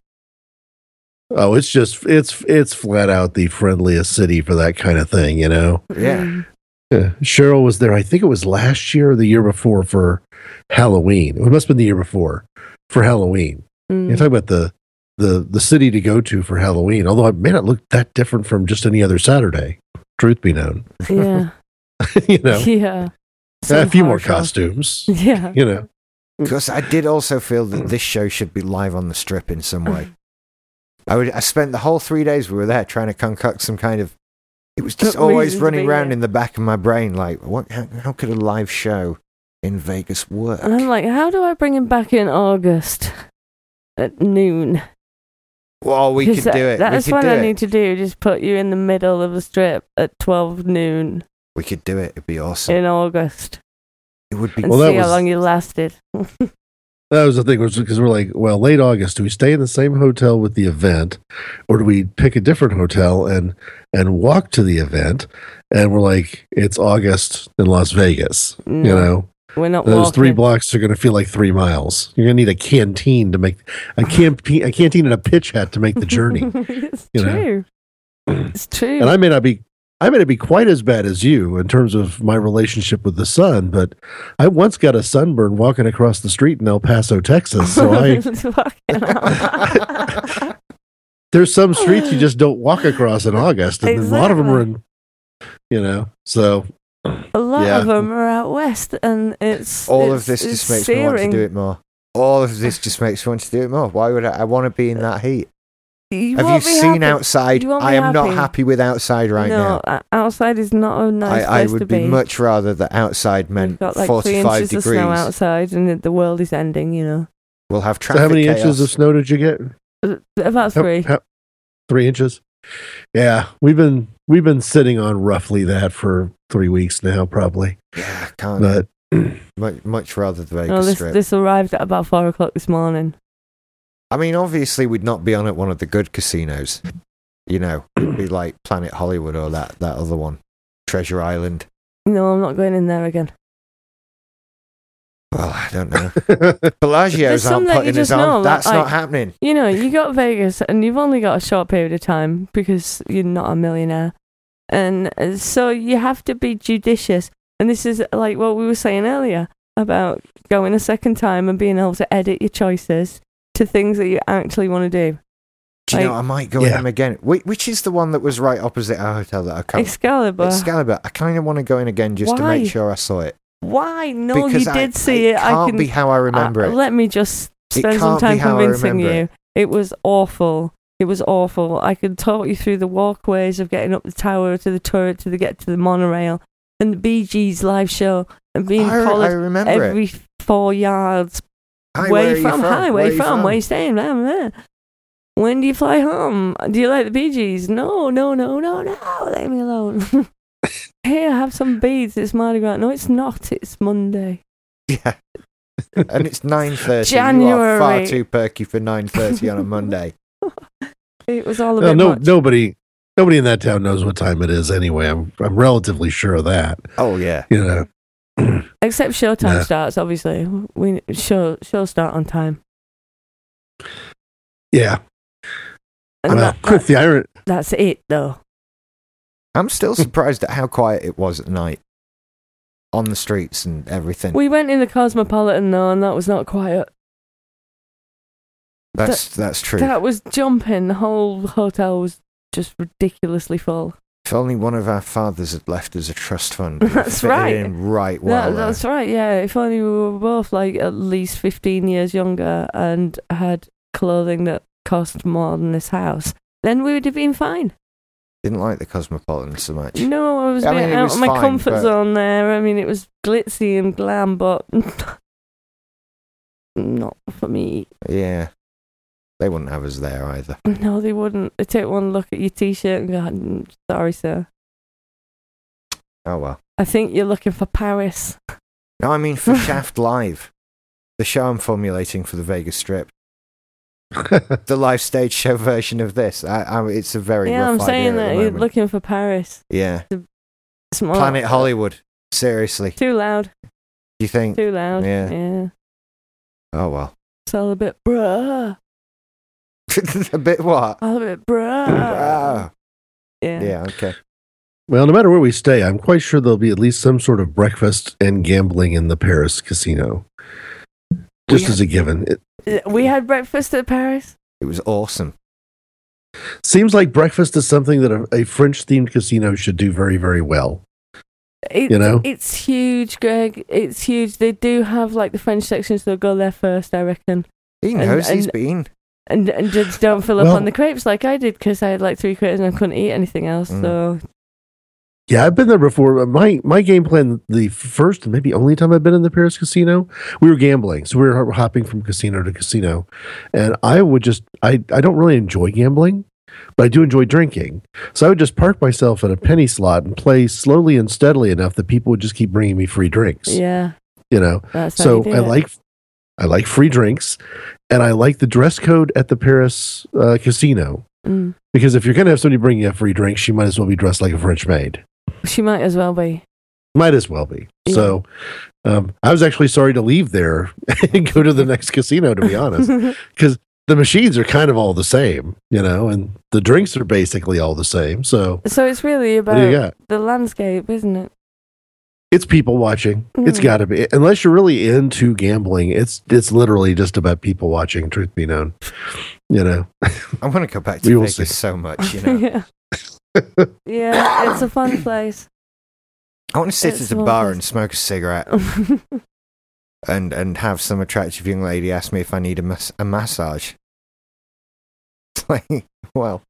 Speaker 4: Oh, it's just it's it's flat out the friendliest city for that kind of thing, you know.
Speaker 1: Yeah.
Speaker 2: Mm.
Speaker 4: Yeah. Cheryl was there. I think it was last year or the year before for Halloween. It must have been the year before for Halloween.
Speaker 2: Mm.
Speaker 4: You talk about the the the city to go to for Halloween. Although it may not look that different from just any other Saturday. Truth be known,
Speaker 2: Yeah.
Speaker 4: you know,
Speaker 2: Yeah.
Speaker 4: a few more
Speaker 2: Somehow,
Speaker 4: costumes.
Speaker 2: Yeah.
Speaker 4: You know,
Speaker 2: Mm.
Speaker 1: Because I did also feel that this show should be live on the strip in some way. I would. I spent the whole three days we were there trying to concoct some kind of. It was just
Speaker 2: Good
Speaker 1: always
Speaker 2: reason to
Speaker 1: running
Speaker 2: be
Speaker 1: around
Speaker 2: there.
Speaker 1: in the back of my brain, like, what? How, how could a live show in Vegas work?
Speaker 2: And I'm like, how do I bring him back in August at noon?
Speaker 1: well, we
Speaker 2: 'Cause
Speaker 1: could
Speaker 2: that-
Speaker 1: do it. We
Speaker 2: That's
Speaker 1: could
Speaker 2: what
Speaker 1: do
Speaker 2: I
Speaker 1: it.
Speaker 2: need to do. Just put you in the middle of the strip at 12 noon
Speaker 1: We could do it. It'd be awesome.
Speaker 2: in August
Speaker 1: It would be.
Speaker 2: and
Speaker 4: Well, that
Speaker 2: see how
Speaker 4: was-
Speaker 2: long you lasted.
Speaker 4: that was the thing was because we're like, well, late August. Do we stay in the same hotel with the event, or do we pick a different hotel and and walk to the event? And we're like, it's August in Las Vegas. You
Speaker 2: No,
Speaker 4: know,
Speaker 2: we're Mm. not
Speaker 4: those three
Speaker 2: walking.
Speaker 4: blocks are going to feel like three miles. You're going to need a canteen to make a canteen, a canteen and a pitch hat to make the journey.
Speaker 2: it's
Speaker 4: you know?
Speaker 2: true. It's true.
Speaker 4: and I may not be I may not be quite as bad as you in terms of my relationship with the sun, but I once got a sunburn walking across the street in El Paso, Texas. So I
Speaker 2: Fucking hell.
Speaker 4: there's some streets you just don't walk across in August, and then a lot of them are in, you know. So
Speaker 2: a lot
Speaker 4: Yeah.
Speaker 2: of them are out west, and it's
Speaker 1: All
Speaker 2: it's,
Speaker 1: of this
Speaker 2: uh, it's
Speaker 1: just makes
Speaker 2: searing.
Speaker 1: me want to do it more. All of this just makes me want to do it more. Why would I, I want to be in that heat?
Speaker 2: Uh, You
Speaker 1: Have you
Speaker 2: won't be
Speaker 1: seen
Speaker 2: happy.
Speaker 1: outside?
Speaker 2: You won't be
Speaker 1: I am not
Speaker 2: happy.
Speaker 1: happy with outside right now.
Speaker 2: no, o- outside is not a nice
Speaker 1: I, I
Speaker 2: place to
Speaker 1: would
Speaker 2: be.
Speaker 1: be, much rather that outside
Speaker 2: We've
Speaker 1: meant
Speaker 2: got like three
Speaker 1: 45
Speaker 2: inches of snow
Speaker 1: degrees.
Speaker 2: outside, and the- the world is ending. You know,
Speaker 1: We'll have
Speaker 4: So
Speaker 1: traffic.
Speaker 4: how many
Speaker 1: chaos.
Speaker 4: inches of snow did you get?
Speaker 2: Uh, about
Speaker 4: How-
Speaker 2: three.
Speaker 4: how- three inches. Yeah, we've been we've been sitting on roughly that for three weeks now, probably.
Speaker 1: Yeah, I can't.
Speaker 4: But
Speaker 1: much, much rather the Vegas
Speaker 2: No, Oh, this
Speaker 1: Strip.
Speaker 2: this arrived at about four o'clock this morning.
Speaker 1: I mean, obviously, we'd not be on at one of the good casinos. You know, it'd be like Planet Hollywood or that, that other one, Treasure Island.
Speaker 2: No, I'm not going in there again.
Speaker 1: Well, I don't know. Pelagio's
Speaker 2: There's some
Speaker 1: aren't
Speaker 2: that you
Speaker 1: putting us
Speaker 2: just
Speaker 1: on.
Speaker 2: know, like-
Speaker 1: That's not
Speaker 2: like-
Speaker 1: happening.
Speaker 2: You know, you got Vegas, and you've only got a short period of time because you're not a millionaire, and uh, so you have to be judicious. And this is like what we were saying earlier about going a second time and being able to edit your choices to things that you actually want to do.
Speaker 1: Do you know,
Speaker 2: Like-
Speaker 1: I might go in
Speaker 4: Yeah.
Speaker 1: them again. Whi- Which is the one that was right opposite our hotel that I can't.
Speaker 2: Excalibur.
Speaker 1: Excalibur. I kind of want to go in again just to
Speaker 2: Why?
Speaker 1: make sure I saw it.
Speaker 2: Why? No,
Speaker 1: because
Speaker 2: you
Speaker 1: I-
Speaker 2: did see it.
Speaker 1: It can't
Speaker 2: I can
Speaker 1: be how I remember
Speaker 2: Uh,
Speaker 1: it.
Speaker 2: Let me just
Speaker 1: It
Speaker 2: spend some
Speaker 1: can't be
Speaker 2: time
Speaker 1: how I
Speaker 2: convincing you.
Speaker 1: remember
Speaker 2: It. was awful. It was awful. I could talk you through the walkways of getting up the tower to the turret to the get to the monorail and the Bee Gees live show and being
Speaker 1: I, I
Speaker 2: collared
Speaker 1: remember it.
Speaker 2: every four yards.
Speaker 1: Hi,
Speaker 2: where,
Speaker 1: are
Speaker 2: you from? Hi, where,
Speaker 1: are
Speaker 2: you from? Where you staying? Blah, blah, blah. When do you fly home? Do you like the Bee Gees? No, no, no, no, no. Leave me alone. Here, have some beads. It's Mardi Gras. No, it's not. It's Monday.
Speaker 1: Yeah. and it's 9.30. You are far
Speaker 2: January.
Speaker 1: too perky for 9.30 on a Monday.
Speaker 2: It was all a
Speaker 4: no,
Speaker 2: bit
Speaker 4: Oh, no-
Speaker 2: much.
Speaker 4: nobody nobody in that town knows what time it is anyway. I'm I'm relatively sure of that.
Speaker 1: Oh, yeah.
Speaker 4: You know.
Speaker 2: Except showtime
Speaker 4: Yeah.
Speaker 2: starts, obviously. We show show start on time.
Speaker 4: Yeah.
Speaker 2: And
Speaker 4: well,
Speaker 2: that-
Speaker 4: quick, the iron
Speaker 2: that's it, though.
Speaker 1: I'm still surprised at how quiet it was at night. On the streets and everything.
Speaker 2: We went in the Cosmopolitan though, and that was not quiet.
Speaker 1: that's that's true.
Speaker 2: That was jumping. The whole hotel was just ridiculously full.
Speaker 1: if only one of our fathers had left us a trust fund. we'd
Speaker 2: That's
Speaker 1: fit it
Speaker 2: right.
Speaker 1: In right
Speaker 2: That-
Speaker 1: well. there.
Speaker 2: that's right. Yeah, if only we were both like at least fifteen years younger and had clothing that cost more than this house, then we would have been fine.
Speaker 1: Didn't like the Cosmopolitan so much.
Speaker 2: No, I was
Speaker 1: I
Speaker 2: a bit
Speaker 1: mean, it
Speaker 2: out
Speaker 1: was
Speaker 2: of my
Speaker 1: fine,
Speaker 2: comfort
Speaker 1: but-
Speaker 2: zone there. I mean, it was glitzy and glam, but not for me.
Speaker 1: Yeah. They wouldn't have us there either.
Speaker 2: No, they wouldn't. They take one look at your t-shirt and go, "Mm, "Sorry, sir.
Speaker 1: Oh well.
Speaker 2: I think you're looking for Paris."
Speaker 1: No, I mean for Shaft Live. The show I'm formulating for the Vegas Strip. The live stage show version of this. I, I, it's a very
Speaker 2: yeah, I'm
Speaker 1: rough idea
Speaker 2: saying
Speaker 1: at the
Speaker 2: that you're
Speaker 1: moment.
Speaker 2: looking for Paris.
Speaker 1: Yeah.
Speaker 2: It's more-
Speaker 1: Planet Hollywood. Seriously. Do
Speaker 2: Too loud.
Speaker 1: you think?
Speaker 2: Too loud.
Speaker 1: Yeah.
Speaker 2: Yeah.
Speaker 1: Oh well.
Speaker 2: It's all a bit bruh.
Speaker 1: a bit what?
Speaker 2: I'll be bruh.
Speaker 1: Ah,
Speaker 2: Uh, Yeah.
Speaker 1: yeah, okay.
Speaker 4: Well, no matter where we stay, I'm quite sure there'll be at least some sort of breakfast and gambling in the Paris casino. Just
Speaker 1: We-
Speaker 4: as a given. It
Speaker 2: We had breakfast at Paris.
Speaker 1: It was awesome.
Speaker 4: seems like breakfast is something that a, a French themed casino should do very, very well.
Speaker 2: It,
Speaker 4: You know?
Speaker 2: It's huge, Greg. It's huge. They do have like the French sections. They'll go there first, I reckon.
Speaker 1: He
Speaker 2: And-
Speaker 1: knows he's
Speaker 2: and-
Speaker 1: been.
Speaker 2: And and just don't fill up
Speaker 4: Well-
Speaker 2: on the crepes like I did because I had like three crepes and I couldn't eat anything else.
Speaker 1: Mm.
Speaker 2: So
Speaker 4: Yeah, I've been there before. but My my game plan, the first and maybe only time I've been in the Paris casino, we were gambling, so we were hopping from casino to casino, and I would just I I don't really enjoy gambling, but I do enjoy drinking, so I would just park myself at a penny slot and play slowly and steadily enough that people would just keep bringing me free drinks.
Speaker 2: yeah,
Speaker 4: You know,
Speaker 2: that's how
Speaker 4: so
Speaker 2: you do
Speaker 4: I
Speaker 2: it.
Speaker 4: like I like free drinks, and I like the dress code at the Paris uh, casino
Speaker 2: Mm.
Speaker 4: because if you're gonna have somebody bring you a free drink, she might as well be dressed like a French maid.
Speaker 2: She might as well be.
Speaker 4: Might as well be.
Speaker 2: Yeah.
Speaker 4: So um, I was actually sorry to leave there and go to the next casino, to be honest, because the machines are kind of all the same, you know, and the drinks are basically all the same. So
Speaker 2: so it's really
Speaker 4: what do you
Speaker 2: about
Speaker 4: got?
Speaker 2: the landscape, isn't it?
Speaker 4: It's people watching. It's
Speaker 2: Mm.
Speaker 4: got to be, unless you're really into gambling. It's it's literally just about people watching. Truth be known, you know.
Speaker 1: I want to go back
Speaker 4: We
Speaker 1: to
Speaker 4: will
Speaker 1: Vegas
Speaker 4: see.
Speaker 1: so much, you know.
Speaker 2: yeah. yeah, it's a fun place.
Speaker 1: I want to sit at
Speaker 2: It's
Speaker 1: a
Speaker 2: one
Speaker 1: bar
Speaker 2: place.
Speaker 1: and smoke a cigarette and, and have some attractive young lady ask me if I need a, mas- a massage. It's like, well,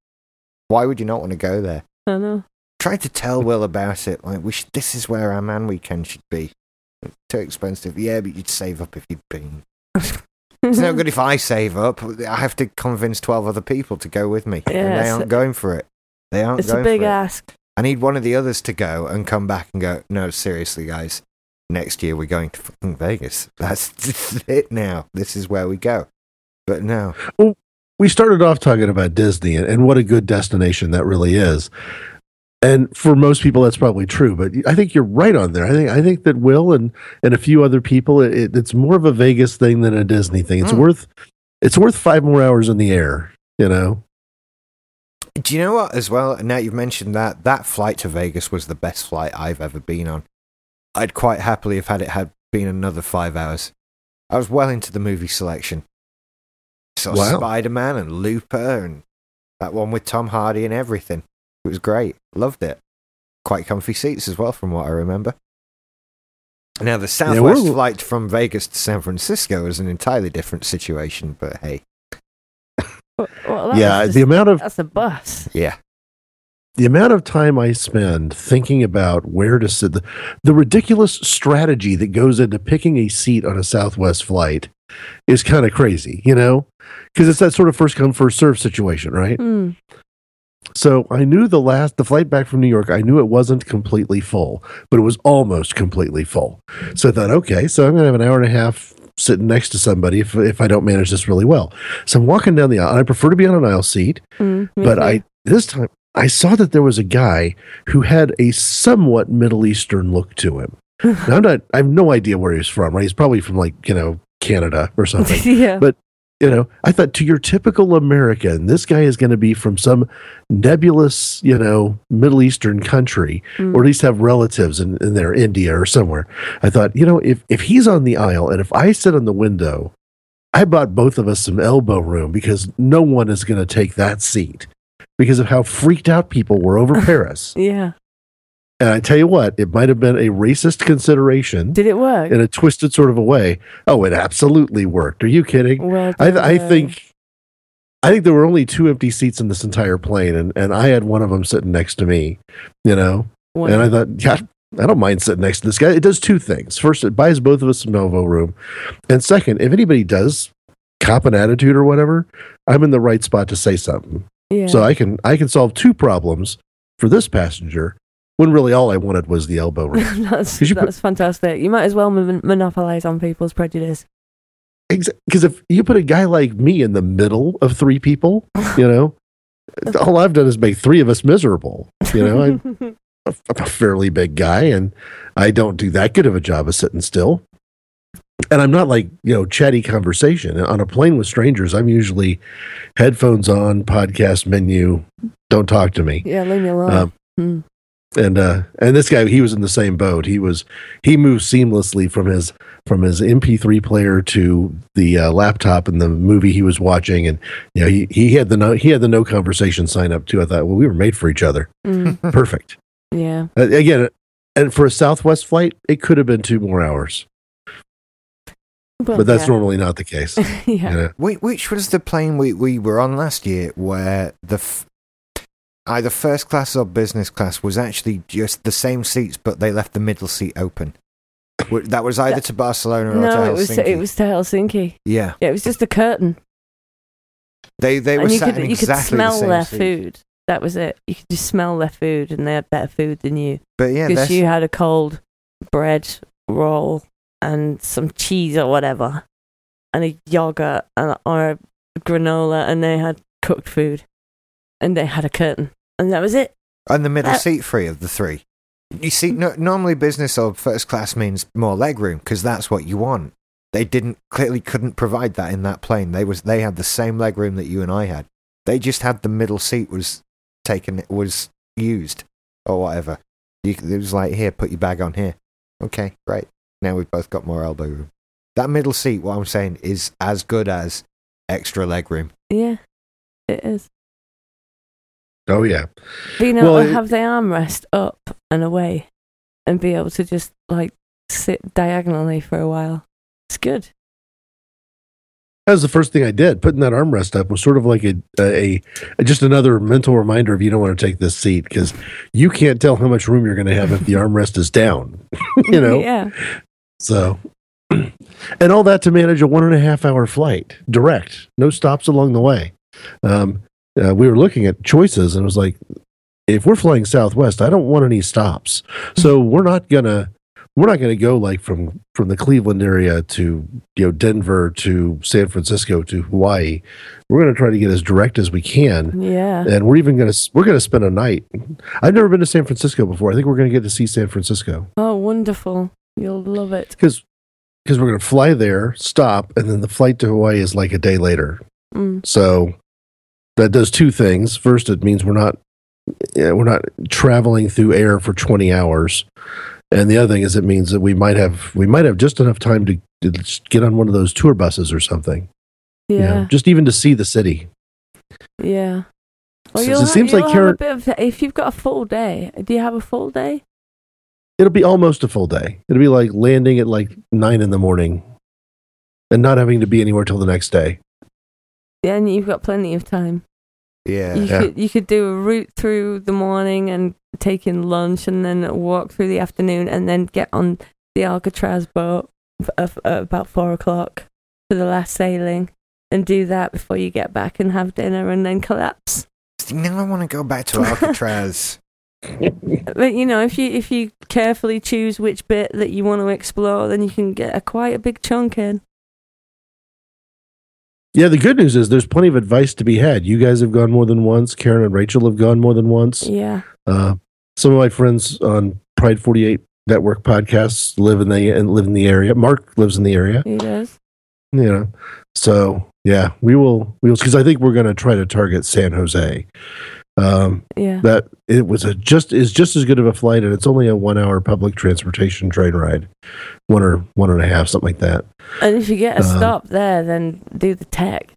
Speaker 1: why would you not want to go there?
Speaker 2: I know.
Speaker 1: Tried to tell Will about it. Like, we should, this is where our man weekend should be. Too expensive. Yeah, but you'd save up if you'd been. It's no good if I save up. I have to convince 12 other people to go with me.
Speaker 2: Yeah,
Speaker 1: and they
Speaker 2: it's-
Speaker 1: aren't going for it. They aren't
Speaker 2: It's
Speaker 1: going
Speaker 2: a big
Speaker 1: for it.
Speaker 2: ask.
Speaker 1: I need one of the others to go and come back and go, no, seriously, guys, next year we're going to fucking Vegas. That's it now. This is where we go. But no,
Speaker 4: we started off talking about Disney and, and what a good destination that really is. And for most people, that's probably true. But I think you're right on there. I think I think that Will and and a few other people, it- it, it's more of a Vegas thing than a Disney thing. It's
Speaker 1: Mm.
Speaker 4: worth it's worth five more hours in the air. You know,
Speaker 1: do you know what, as well? Now you've mentioned that, that flight to Vegas was the best flight I've ever been on. I'd quite happily have had it had been another five hours. I was well into the movie selection. Saw
Speaker 4: Wow.
Speaker 1: Spider Man and Looper and that one with Tom Hardy and everything. It was great. Loved it. Quite comfy seats as well, from what I remember. Now, the Southwest
Speaker 4: we're-
Speaker 1: flight from Vegas to San Francisco is an entirely different situation, but hey,
Speaker 2: Well, well, that's
Speaker 4: yeah.
Speaker 2: just-
Speaker 4: The amount of
Speaker 2: that's a bus.
Speaker 1: yeah.
Speaker 4: the amount of time I spend thinking about where to sit, the, the ridiculous strategy that goes into picking a seat on a Southwest flight is kind of crazy. You know, because it's that sort of first come first serve situation, right?
Speaker 2: Mm.
Speaker 4: So I knew the last the flight back from New York, I knew it wasn't completely full, but it was almost completely full. So I thought, okay, so I'm gonna have an hour and a half sitting next to somebody if if I don't manage this really well. So I'm walking down the aisle. and I prefer to be on an aisle seat,
Speaker 2: Mm, me
Speaker 4: but
Speaker 2: too.
Speaker 4: I this time I saw that there was a guy who had a somewhat Middle Eastern look to him. Now I'm not I have no idea where he's from, right? He's probably from like, you know, Canada or something
Speaker 2: yeah.
Speaker 4: but- you know, I thought to your typical American, this guy is going to be from some nebulous, you know, Middle Eastern country,
Speaker 2: Mm.
Speaker 4: or at least have relatives in, in there, India or somewhere. I thought, you know, if, if he's on the aisle and if I sit on the window, I bought both of us some elbow room because no one is going to take that seat because of how freaked out people were over Paris.
Speaker 2: yeah.
Speaker 4: And I tell you what, it might have been a racist consideration
Speaker 2: Did it work?
Speaker 4: in a twisted sort of a way. Oh, it absolutely worked. Are you kidding?
Speaker 2: well, done,
Speaker 4: I, I
Speaker 2: Greg.
Speaker 4: think I think there were only two empty seats in this entire plane, and, and I had one of them sitting next to me, you know. And I
Speaker 2: Wonderful.
Speaker 4: thought, yeah, I don't mind sitting next to this guy. It does two things. First, it buys both of us some Novo room, and second, if anybody does cop an attitude or whatever, I'm in the right spot to say something,
Speaker 2: yeah.
Speaker 4: so I can I can solve two problems for this passenger when really all I wanted was the elbow room.
Speaker 2: that's
Speaker 4: 'Cause you put-
Speaker 2: that's fantastic. You might as well mon- monopolize on people's prejudice.
Speaker 4: because if you put a guy like me in the middle of three people, you know, all I've done is make three of us miserable. You know, I'm a, I'm a fairly big guy, and I don't do that good of a job of sitting still. and I'm not like, you know, chatty conversation. On a plane with strangers, I'm usually headphones on, podcast menu, don't talk to me.
Speaker 2: Yeah, leave me alone.
Speaker 4: Um,
Speaker 2: Hmm.
Speaker 4: and uh and this guy he was in the same boat he was he moved seamlessly from his from his mp3 player to the uh, laptop and the movie he was watching and you know he, he had the no he had the no conversation sign up too i thought well we were made for each other
Speaker 2: Mm,
Speaker 4: perfect
Speaker 2: yeah.
Speaker 4: uh, again and for a southwest flight it could have been two more hours but that's
Speaker 2: yeah.
Speaker 4: normally not the case
Speaker 2: yeah.
Speaker 4: you know?
Speaker 1: Whi- Which was the plane we, we were on last year where the f- either first class or business class was actually just the same seats, but they left the middle seat open? Wh- That was either to Barcelona or to
Speaker 2: No,
Speaker 1: Helsinki.
Speaker 2: it was to, it was to Helsinki.
Speaker 1: yeah,
Speaker 2: Yeah, it was just a curtain,
Speaker 1: they they were
Speaker 2: and you
Speaker 1: sat in
Speaker 2: could you
Speaker 1: exactly
Speaker 2: could smell
Speaker 1: the same
Speaker 2: their
Speaker 1: seat.
Speaker 2: food. That was it. You could just smell their food, and they had better food than you
Speaker 1: But yeah,
Speaker 2: because
Speaker 1: that's,
Speaker 2: you had a cold bread roll and some cheese or whatever, and a yogurt and, or a granola, and they had cooked food, and they had a curtain, and that was it.
Speaker 1: and the middle
Speaker 2: that-
Speaker 1: seat free of the three. You see, no, normally business or first class means more legroom because that's what you want. They didn't clearly couldn't provide that in that plane. They was they had the same legroom that you and I had. They just had the middle seat was taken was used or whatever. You, it was like here, put your bag on here. Okay, right. Now we've both got more elbow room. That middle seat, what I'm saying, is as good as extra legroom.
Speaker 2: Yeah, it is.
Speaker 4: oh yeah
Speaker 2: being able
Speaker 4: Well,
Speaker 2: to
Speaker 4: it-
Speaker 2: have the armrest up and away and be able to just like sit diagonally for a while. It's good.
Speaker 4: that was the first thing i did putting that armrest up was sort of like a a, a just another mental reminder of you don't want to take this seat because you can't tell how much room you're going to have if the armrest is down you know
Speaker 2: yeah.
Speaker 4: So, and all that to manage a one and a half hour flight direct, no stops along the way. Um, uh, we were looking at choices and it was like, if we're flying Southwest, I don't want any stops. So we're not gonna we're not gonna go like from from the Cleveland area to you know Denver to San Francisco to Hawaii. We're gonna try to get as direct as we can.
Speaker 2: Yeah.
Speaker 4: And we're even gonna s- we're gonna spend a night. I've never been to San Francisco before. I think we're gonna get to see San Francisco
Speaker 2: Oh, wonderful. You'll love it.
Speaker 4: because because we're going to fly there, stop, and then the flight to Hawaii is like a day later.
Speaker 2: Mm.
Speaker 4: So that does two things. First, it means we're not yeah, we're not traveling through air for twenty hours, and the other thing is it means that we might have we might have just enough time to, to just get on one of those tour buses or something. you know,
Speaker 2: Yeah.
Speaker 4: just even to see the city.
Speaker 2: Yeah. Well,
Speaker 4: So-
Speaker 2: you'll
Speaker 4: so it
Speaker 2: ha-
Speaker 4: seems
Speaker 2: you'll
Speaker 4: like
Speaker 2: have
Speaker 4: you're-
Speaker 2: a bit of, if you've got a full day, do you have a full day?
Speaker 4: It'll be almost a full day. It'll be like landing at like nine in the morning, and not having to be anywhere till the next day.
Speaker 2: Then you've got plenty of time.
Speaker 1: Yeah.
Speaker 2: You
Speaker 4: Yeah.
Speaker 2: could you could do a route through the morning and take in lunch, and then walk through the afternoon, and then get on the Alcatraz boat f- at at about four o'clock for the last sailing, and do that before you get back and have dinner, and then collapse.
Speaker 1: See, Now I want to go back to Alcatraz.
Speaker 2: But you know, if you if you carefully choose which bit that you want to explore, then you can get a quite a big chunk in.
Speaker 4: Yeah, the good news is there's plenty of advice to be had. You guys have gone more than once. Karen and Rachel have gone more than once.
Speaker 2: Yeah,
Speaker 4: Uh, some of my friends on Pride 48 Network podcasts live in the and live in the area. Mark lives in the area.
Speaker 2: he does.
Speaker 4: You know, so yeah, we will we will because I think we're going to try to target San Jose. Um,
Speaker 2: Yeah,
Speaker 4: that it was a just is just as good of a flight, and it's only a one hour public transportation train ride, one or one and a half, something like that.
Speaker 2: and if you get a
Speaker 1: Uh-huh.
Speaker 4: Um,
Speaker 2: stop there, then do the tech.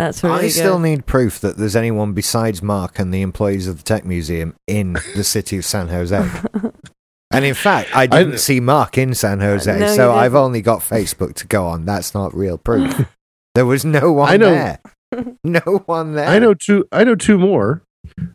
Speaker 2: That's really
Speaker 1: I
Speaker 2: good.
Speaker 1: still need proof that there's anyone besides Mark and the employees of the Tech Museum in the city of San Jose. And in fact, I didn't see Mark in San Jose,
Speaker 2: No, you
Speaker 1: so I've
Speaker 2: didn't.
Speaker 1: only got Facebook to go on. That's not real proof. there was no one
Speaker 4: I know-
Speaker 1: there. No one there.
Speaker 4: I know two. I know two more,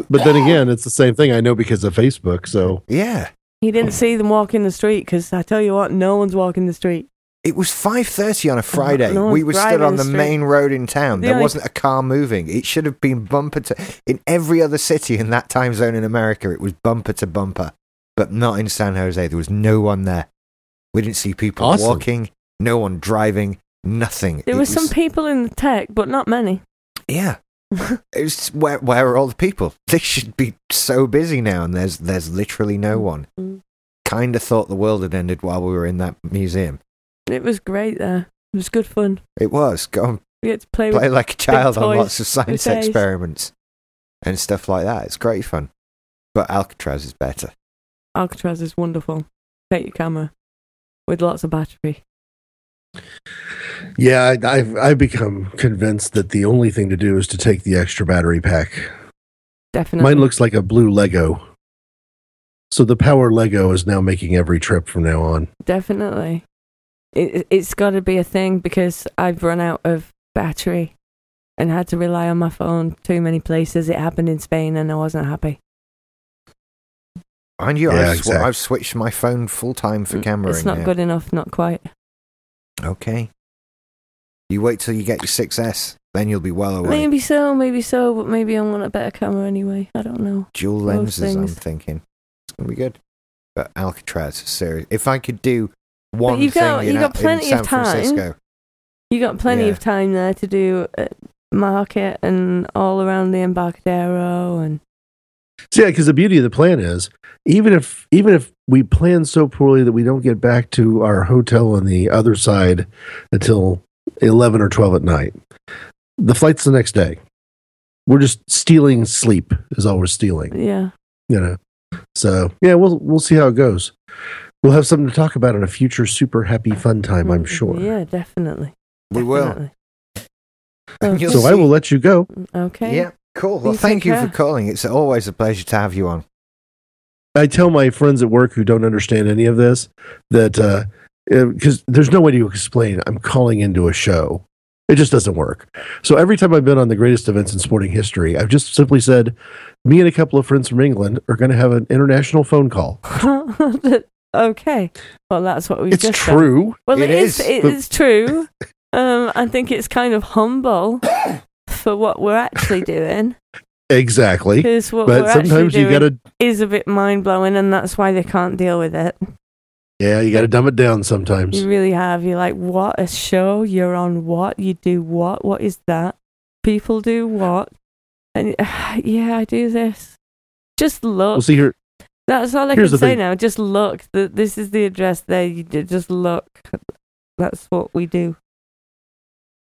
Speaker 4: but then again, it's the same thing. I know because of Facebook. So
Speaker 1: Yeah.
Speaker 2: He didn't see them walking the street because I tell you what, no one's walking the street.
Speaker 1: It was 5.30 on a Friday.
Speaker 2: no
Speaker 1: we
Speaker 2: one's
Speaker 1: were stood
Speaker 2: driving
Speaker 1: on
Speaker 2: the
Speaker 1: the
Speaker 2: street.
Speaker 1: main road in town.
Speaker 2: The
Speaker 1: there
Speaker 2: only-
Speaker 1: wasn't a car moving. It should have been bumper to... In every other city in that time zone in America, it was bumper to bumper. But not in San Jose. There was no one there. We didn't see people
Speaker 4: Awesome.
Speaker 1: walking, no one driving, nothing.
Speaker 2: There
Speaker 1: It
Speaker 2: were some
Speaker 1: was-
Speaker 2: people in the tech, but not many.
Speaker 1: Yeah. it's where where are all the people? They should be so busy now and there's there's literally no one.
Speaker 2: Mm.
Speaker 1: Kinda thought the world had ended while we were in that museum.
Speaker 2: It was great there. It was good fun.
Speaker 1: It was. Go and
Speaker 2: We had to play with
Speaker 1: play like a child on
Speaker 2: toys
Speaker 1: lots of science
Speaker 2: toys.
Speaker 1: experiments and stuff like that. It's great fun. But Alcatraz is better.
Speaker 2: Alcatraz is wonderful. Take your camera with lots of battery.
Speaker 4: Yeah, I, I've I've become convinced that the only thing to do is to take the extra battery pack.
Speaker 2: Definitely.
Speaker 4: Mine looks like a blue Lego. So the power Lego is now making every trip from now on.
Speaker 2: Definitely. It, it's got to be a thing because I've run out of battery and had to rely on my phone too many places. It happened in Spain and I wasn't happy.
Speaker 1: I knew
Speaker 4: Yeah,
Speaker 1: I've, sw-
Speaker 4: exactly.
Speaker 1: I've switched my phone full time for camera.
Speaker 2: Mm, It's not
Speaker 1: now.
Speaker 2: good enough, not quite.
Speaker 1: Okay. You wait till you get your 6S, then you'll be well away.
Speaker 2: Maybe so, maybe so, but maybe I want a better camera anyway. I don't know.
Speaker 1: Dual
Speaker 2: those
Speaker 1: lenses, I'm
Speaker 2: things.
Speaker 1: thinking. It's going to be good. But Alcatraz, serious. If I could do one
Speaker 2: you've
Speaker 1: thing
Speaker 2: got-
Speaker 1: in,
Speaker 2: you've
Speaker 1: Al-
Speaker 2: got plenty
Speaker 1: in San
Speaker 2: of time.
Speaker 1: Francisco.
Speaker 2: You got plenty
Speaker 1: Yeah.
Speaker 2: of time there to do uh, market and all around the Embarcadero and
Speaker 4: So yeah, because the beauty of the plan is even if even if we plan so poorly that we don't get back to our hotel on the other side until eleven or twelve at night, the flight's the next day. We're just stealing sleep is all we're stealing,
Speaker 2: yeah.
Speaker 4: you know. So yeah, we'll we'll see how it goes. We'll have something to talk about in a future super happy fun time, I'm sure.
Speaker 2: Mm, Yeah, definitely.
Speaker 1: We will.
Speaker 2: definitely.
Speaker 1: And you'll
Speaker 4: So I
Speaker 1: see.
Speaker 4: will let you go.
Speaker 2: Okay.
Speaker 1: Yeah, cool. Well,
Speaker 2: You
Speaker 1: thank
Speaker 2: take
Speaker 1: you
Speaker 2: care.
Speaker 1: for calling. It's always a pleasure to have you on.
Speaker 4: I tell my friends at work who don't understand any of this that because there's no way to explain I'm calling into a show. It just doesn't work. So every time I've been on the greatest events in sporting history, I've just simply said, "Me and a couple of friends from England are going to have an international phone call."
Speaker 2: okay. Well, that's what we've
Speaker 4: It's
Speaker 2: just done.
Speaker 4: true.
Speaker 2: Well,
Speaker 1: It
Speaker 2: it is.
Speaker 1: is.
Speaker 2: It
Speaker 4: But-
Speaker 2: is true. Um, I think it's kind of humble for what we're actually doing
Speaker 4: Exactly.
Speaker 2: because what
Speaker 4: But
Speaker 2: we're actually
Speaker 4: sometimes you
Speaker 2: doing
Speaker 4: got to
Speaker 2: is a bit mind blowing, and that's why they can't deal with it.
Speaker 4: yeah, you got to dumb it down sometimes.
Speaker 2: You really have. You're like, what a show! You're on what? You do what? What is that? People do what? And yeah, I do this. Just look.
Speaker 4: We'll see here.
Speaker 2: That's all I
Speaker 4: Here's
Speaker 2: can
Speaker 4: the
Speaker 2: say
Speaker 4: thing.
Speaker 2: now. Just look. Th- This is the address there. You d- just look. That's what we do.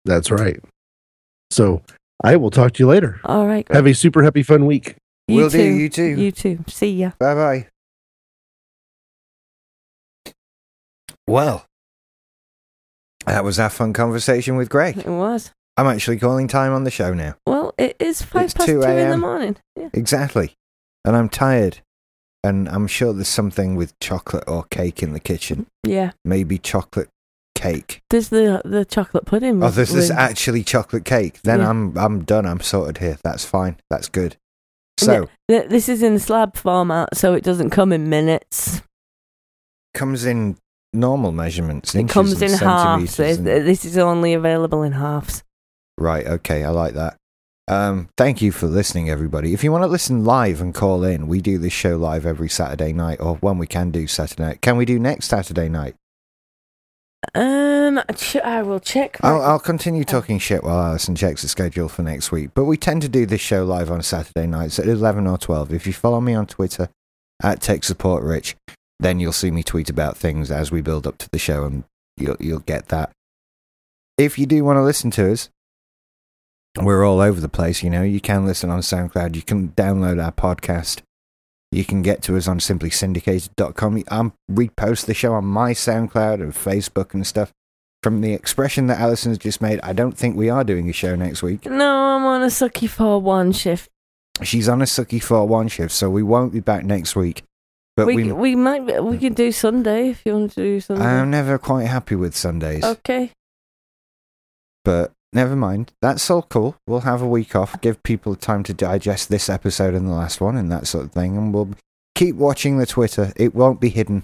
Speaker 4: That's right. So I will talk to you later.
Speaker 2: All right.
Speaker 4: Have a super happy fun week.
Speaker 2: You
Speaker 1: will
Speaker 2: too.
Speaker 1: do. You too.
Speaker 2: You too. See ya.
Speaker 1: Bye bye. Well, that was our fun conversation with Greg.
Speaker 2: It was.
Speaker 1: I'm actually calling time on the show now.
Speaker 2: Well, it is five
Speaker 1: It's
Speaker 2: past
Speaker 1: 2
Speaker 2: two in the
Speaker 1: a.m..
Speaker 2: morning. Yeah.
Speaker 1: Exactly. And I'm tired. And I'm sure there's something with chocolate or cake in the kitchen.
Speaker 2: yeah.
Speaker 1: Maybe chocolate cake.
Speaker 2: There's the the chocolate pudding.
Speaker 1: Oh,
Speaker 2: with-
Speaker 1: this is
Speaker 2: with-
Speaker 1: actually chocolate cake. Then
Speaker 2: Mm, Yeah.
Speaker 1: I'm I'm done. I'm sorted here. That's fine. That's good.
Speaker 2: And
Speaker 1: So
Speaker 2: it- th- this is in slab format, so it doesn't come in minutes.
Speaker 1: comes in normal measurements.
Speaker 2: It
Speaker 1: inches
Speaker 2: comes
Speaker 1: and
Speaker 2: in halves.
Speaker 1: centimeters
Speaker 2: This,
Speaker 1: and-
Speaker 2: this is only available in halves.
Speaker 1: Right. Okay. I like that. Um, thank you for listening, everybody. If you want to listen live and call in, we do this show live every Saturday night, or when we can do Saturday night. Can we do next Saturday night?
Speaker 2: Um, ch- I will check. my-
Speaker 1: I'll, I'll continue talking shit while Alison checks the schedule for next week. But we tend to do this show live on Saturday nights at 11 or 12. If you follow me on Twitter at Tech Support Rich, then you'll see me tweet about things as we build up to the show and you'll, you'll get that. If you do want to listen to us, we're all over the place, you know. You can listen on SoundCloud, you can download our podcast. You can get to us on simplysyndicated.com. I repost the show on my SoundCloud and Facebook and stuff from the expression that Alison's just made, I don't think we are doing a show next week.
Speaker 2: no, I'm on a sucky for one shift.
Speaker 1: She's on a sucky 4 1 shift, so we won't be back next week. But
Speaker 2: we
Speaker 1: we,
Speaker 2: we, might be, we can do Sunday if you want to do Sunday.
Speaker 1: I'm never quite happy with Sundays.
Speaker 2: okay.
Speaker 1: But never mind. That's all cool. We'll have a week off, give people time to digest this episode and the last one and that sort of thing. And we'll keep watching the Twitter. It won't be hidden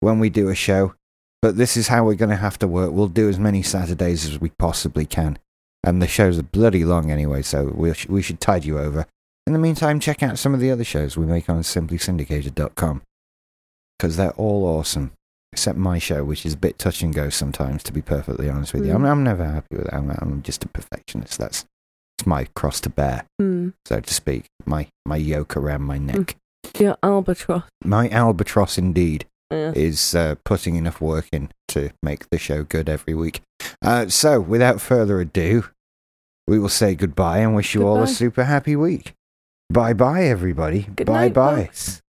Speaker 1: when we do a show. But this is how we're going to have to work. We'll do as many Saturdays as we possibly can. And the shows are bloody long anyway, so we, sh- we should tide you over. In the meantime, check out some of the other shows we make on simplysyndicated.com because they're all awesome except my show, which is a bit touch and go sometimes. To be perfectly honest with you, I'm,
Speaker 2: Mm.
Speaker 1: I'm never happy with that. I'm, I'm just a perfectionist. That's it's my cross to bear,
Speaker 2: Hmm.
Speaker 1: so to speak. My my yoke around my neck,
Speaker 2: Your albatross.
Speaker 1: my albatross indeed.
Speaker 2: Yeah.
Speaker 1: is uh, putting enough work in to make the show good every week. Uh, so, without further ado, we will say goodbye and wish you all a
Speaker 2: Goodbye.
Speaker 1: super happy week. Bye bye, everybody.
Speaker 2: Good
Speaker 1: bye
Speaker 2: night,
Speaker 1: bye.
Speaker 2: folks.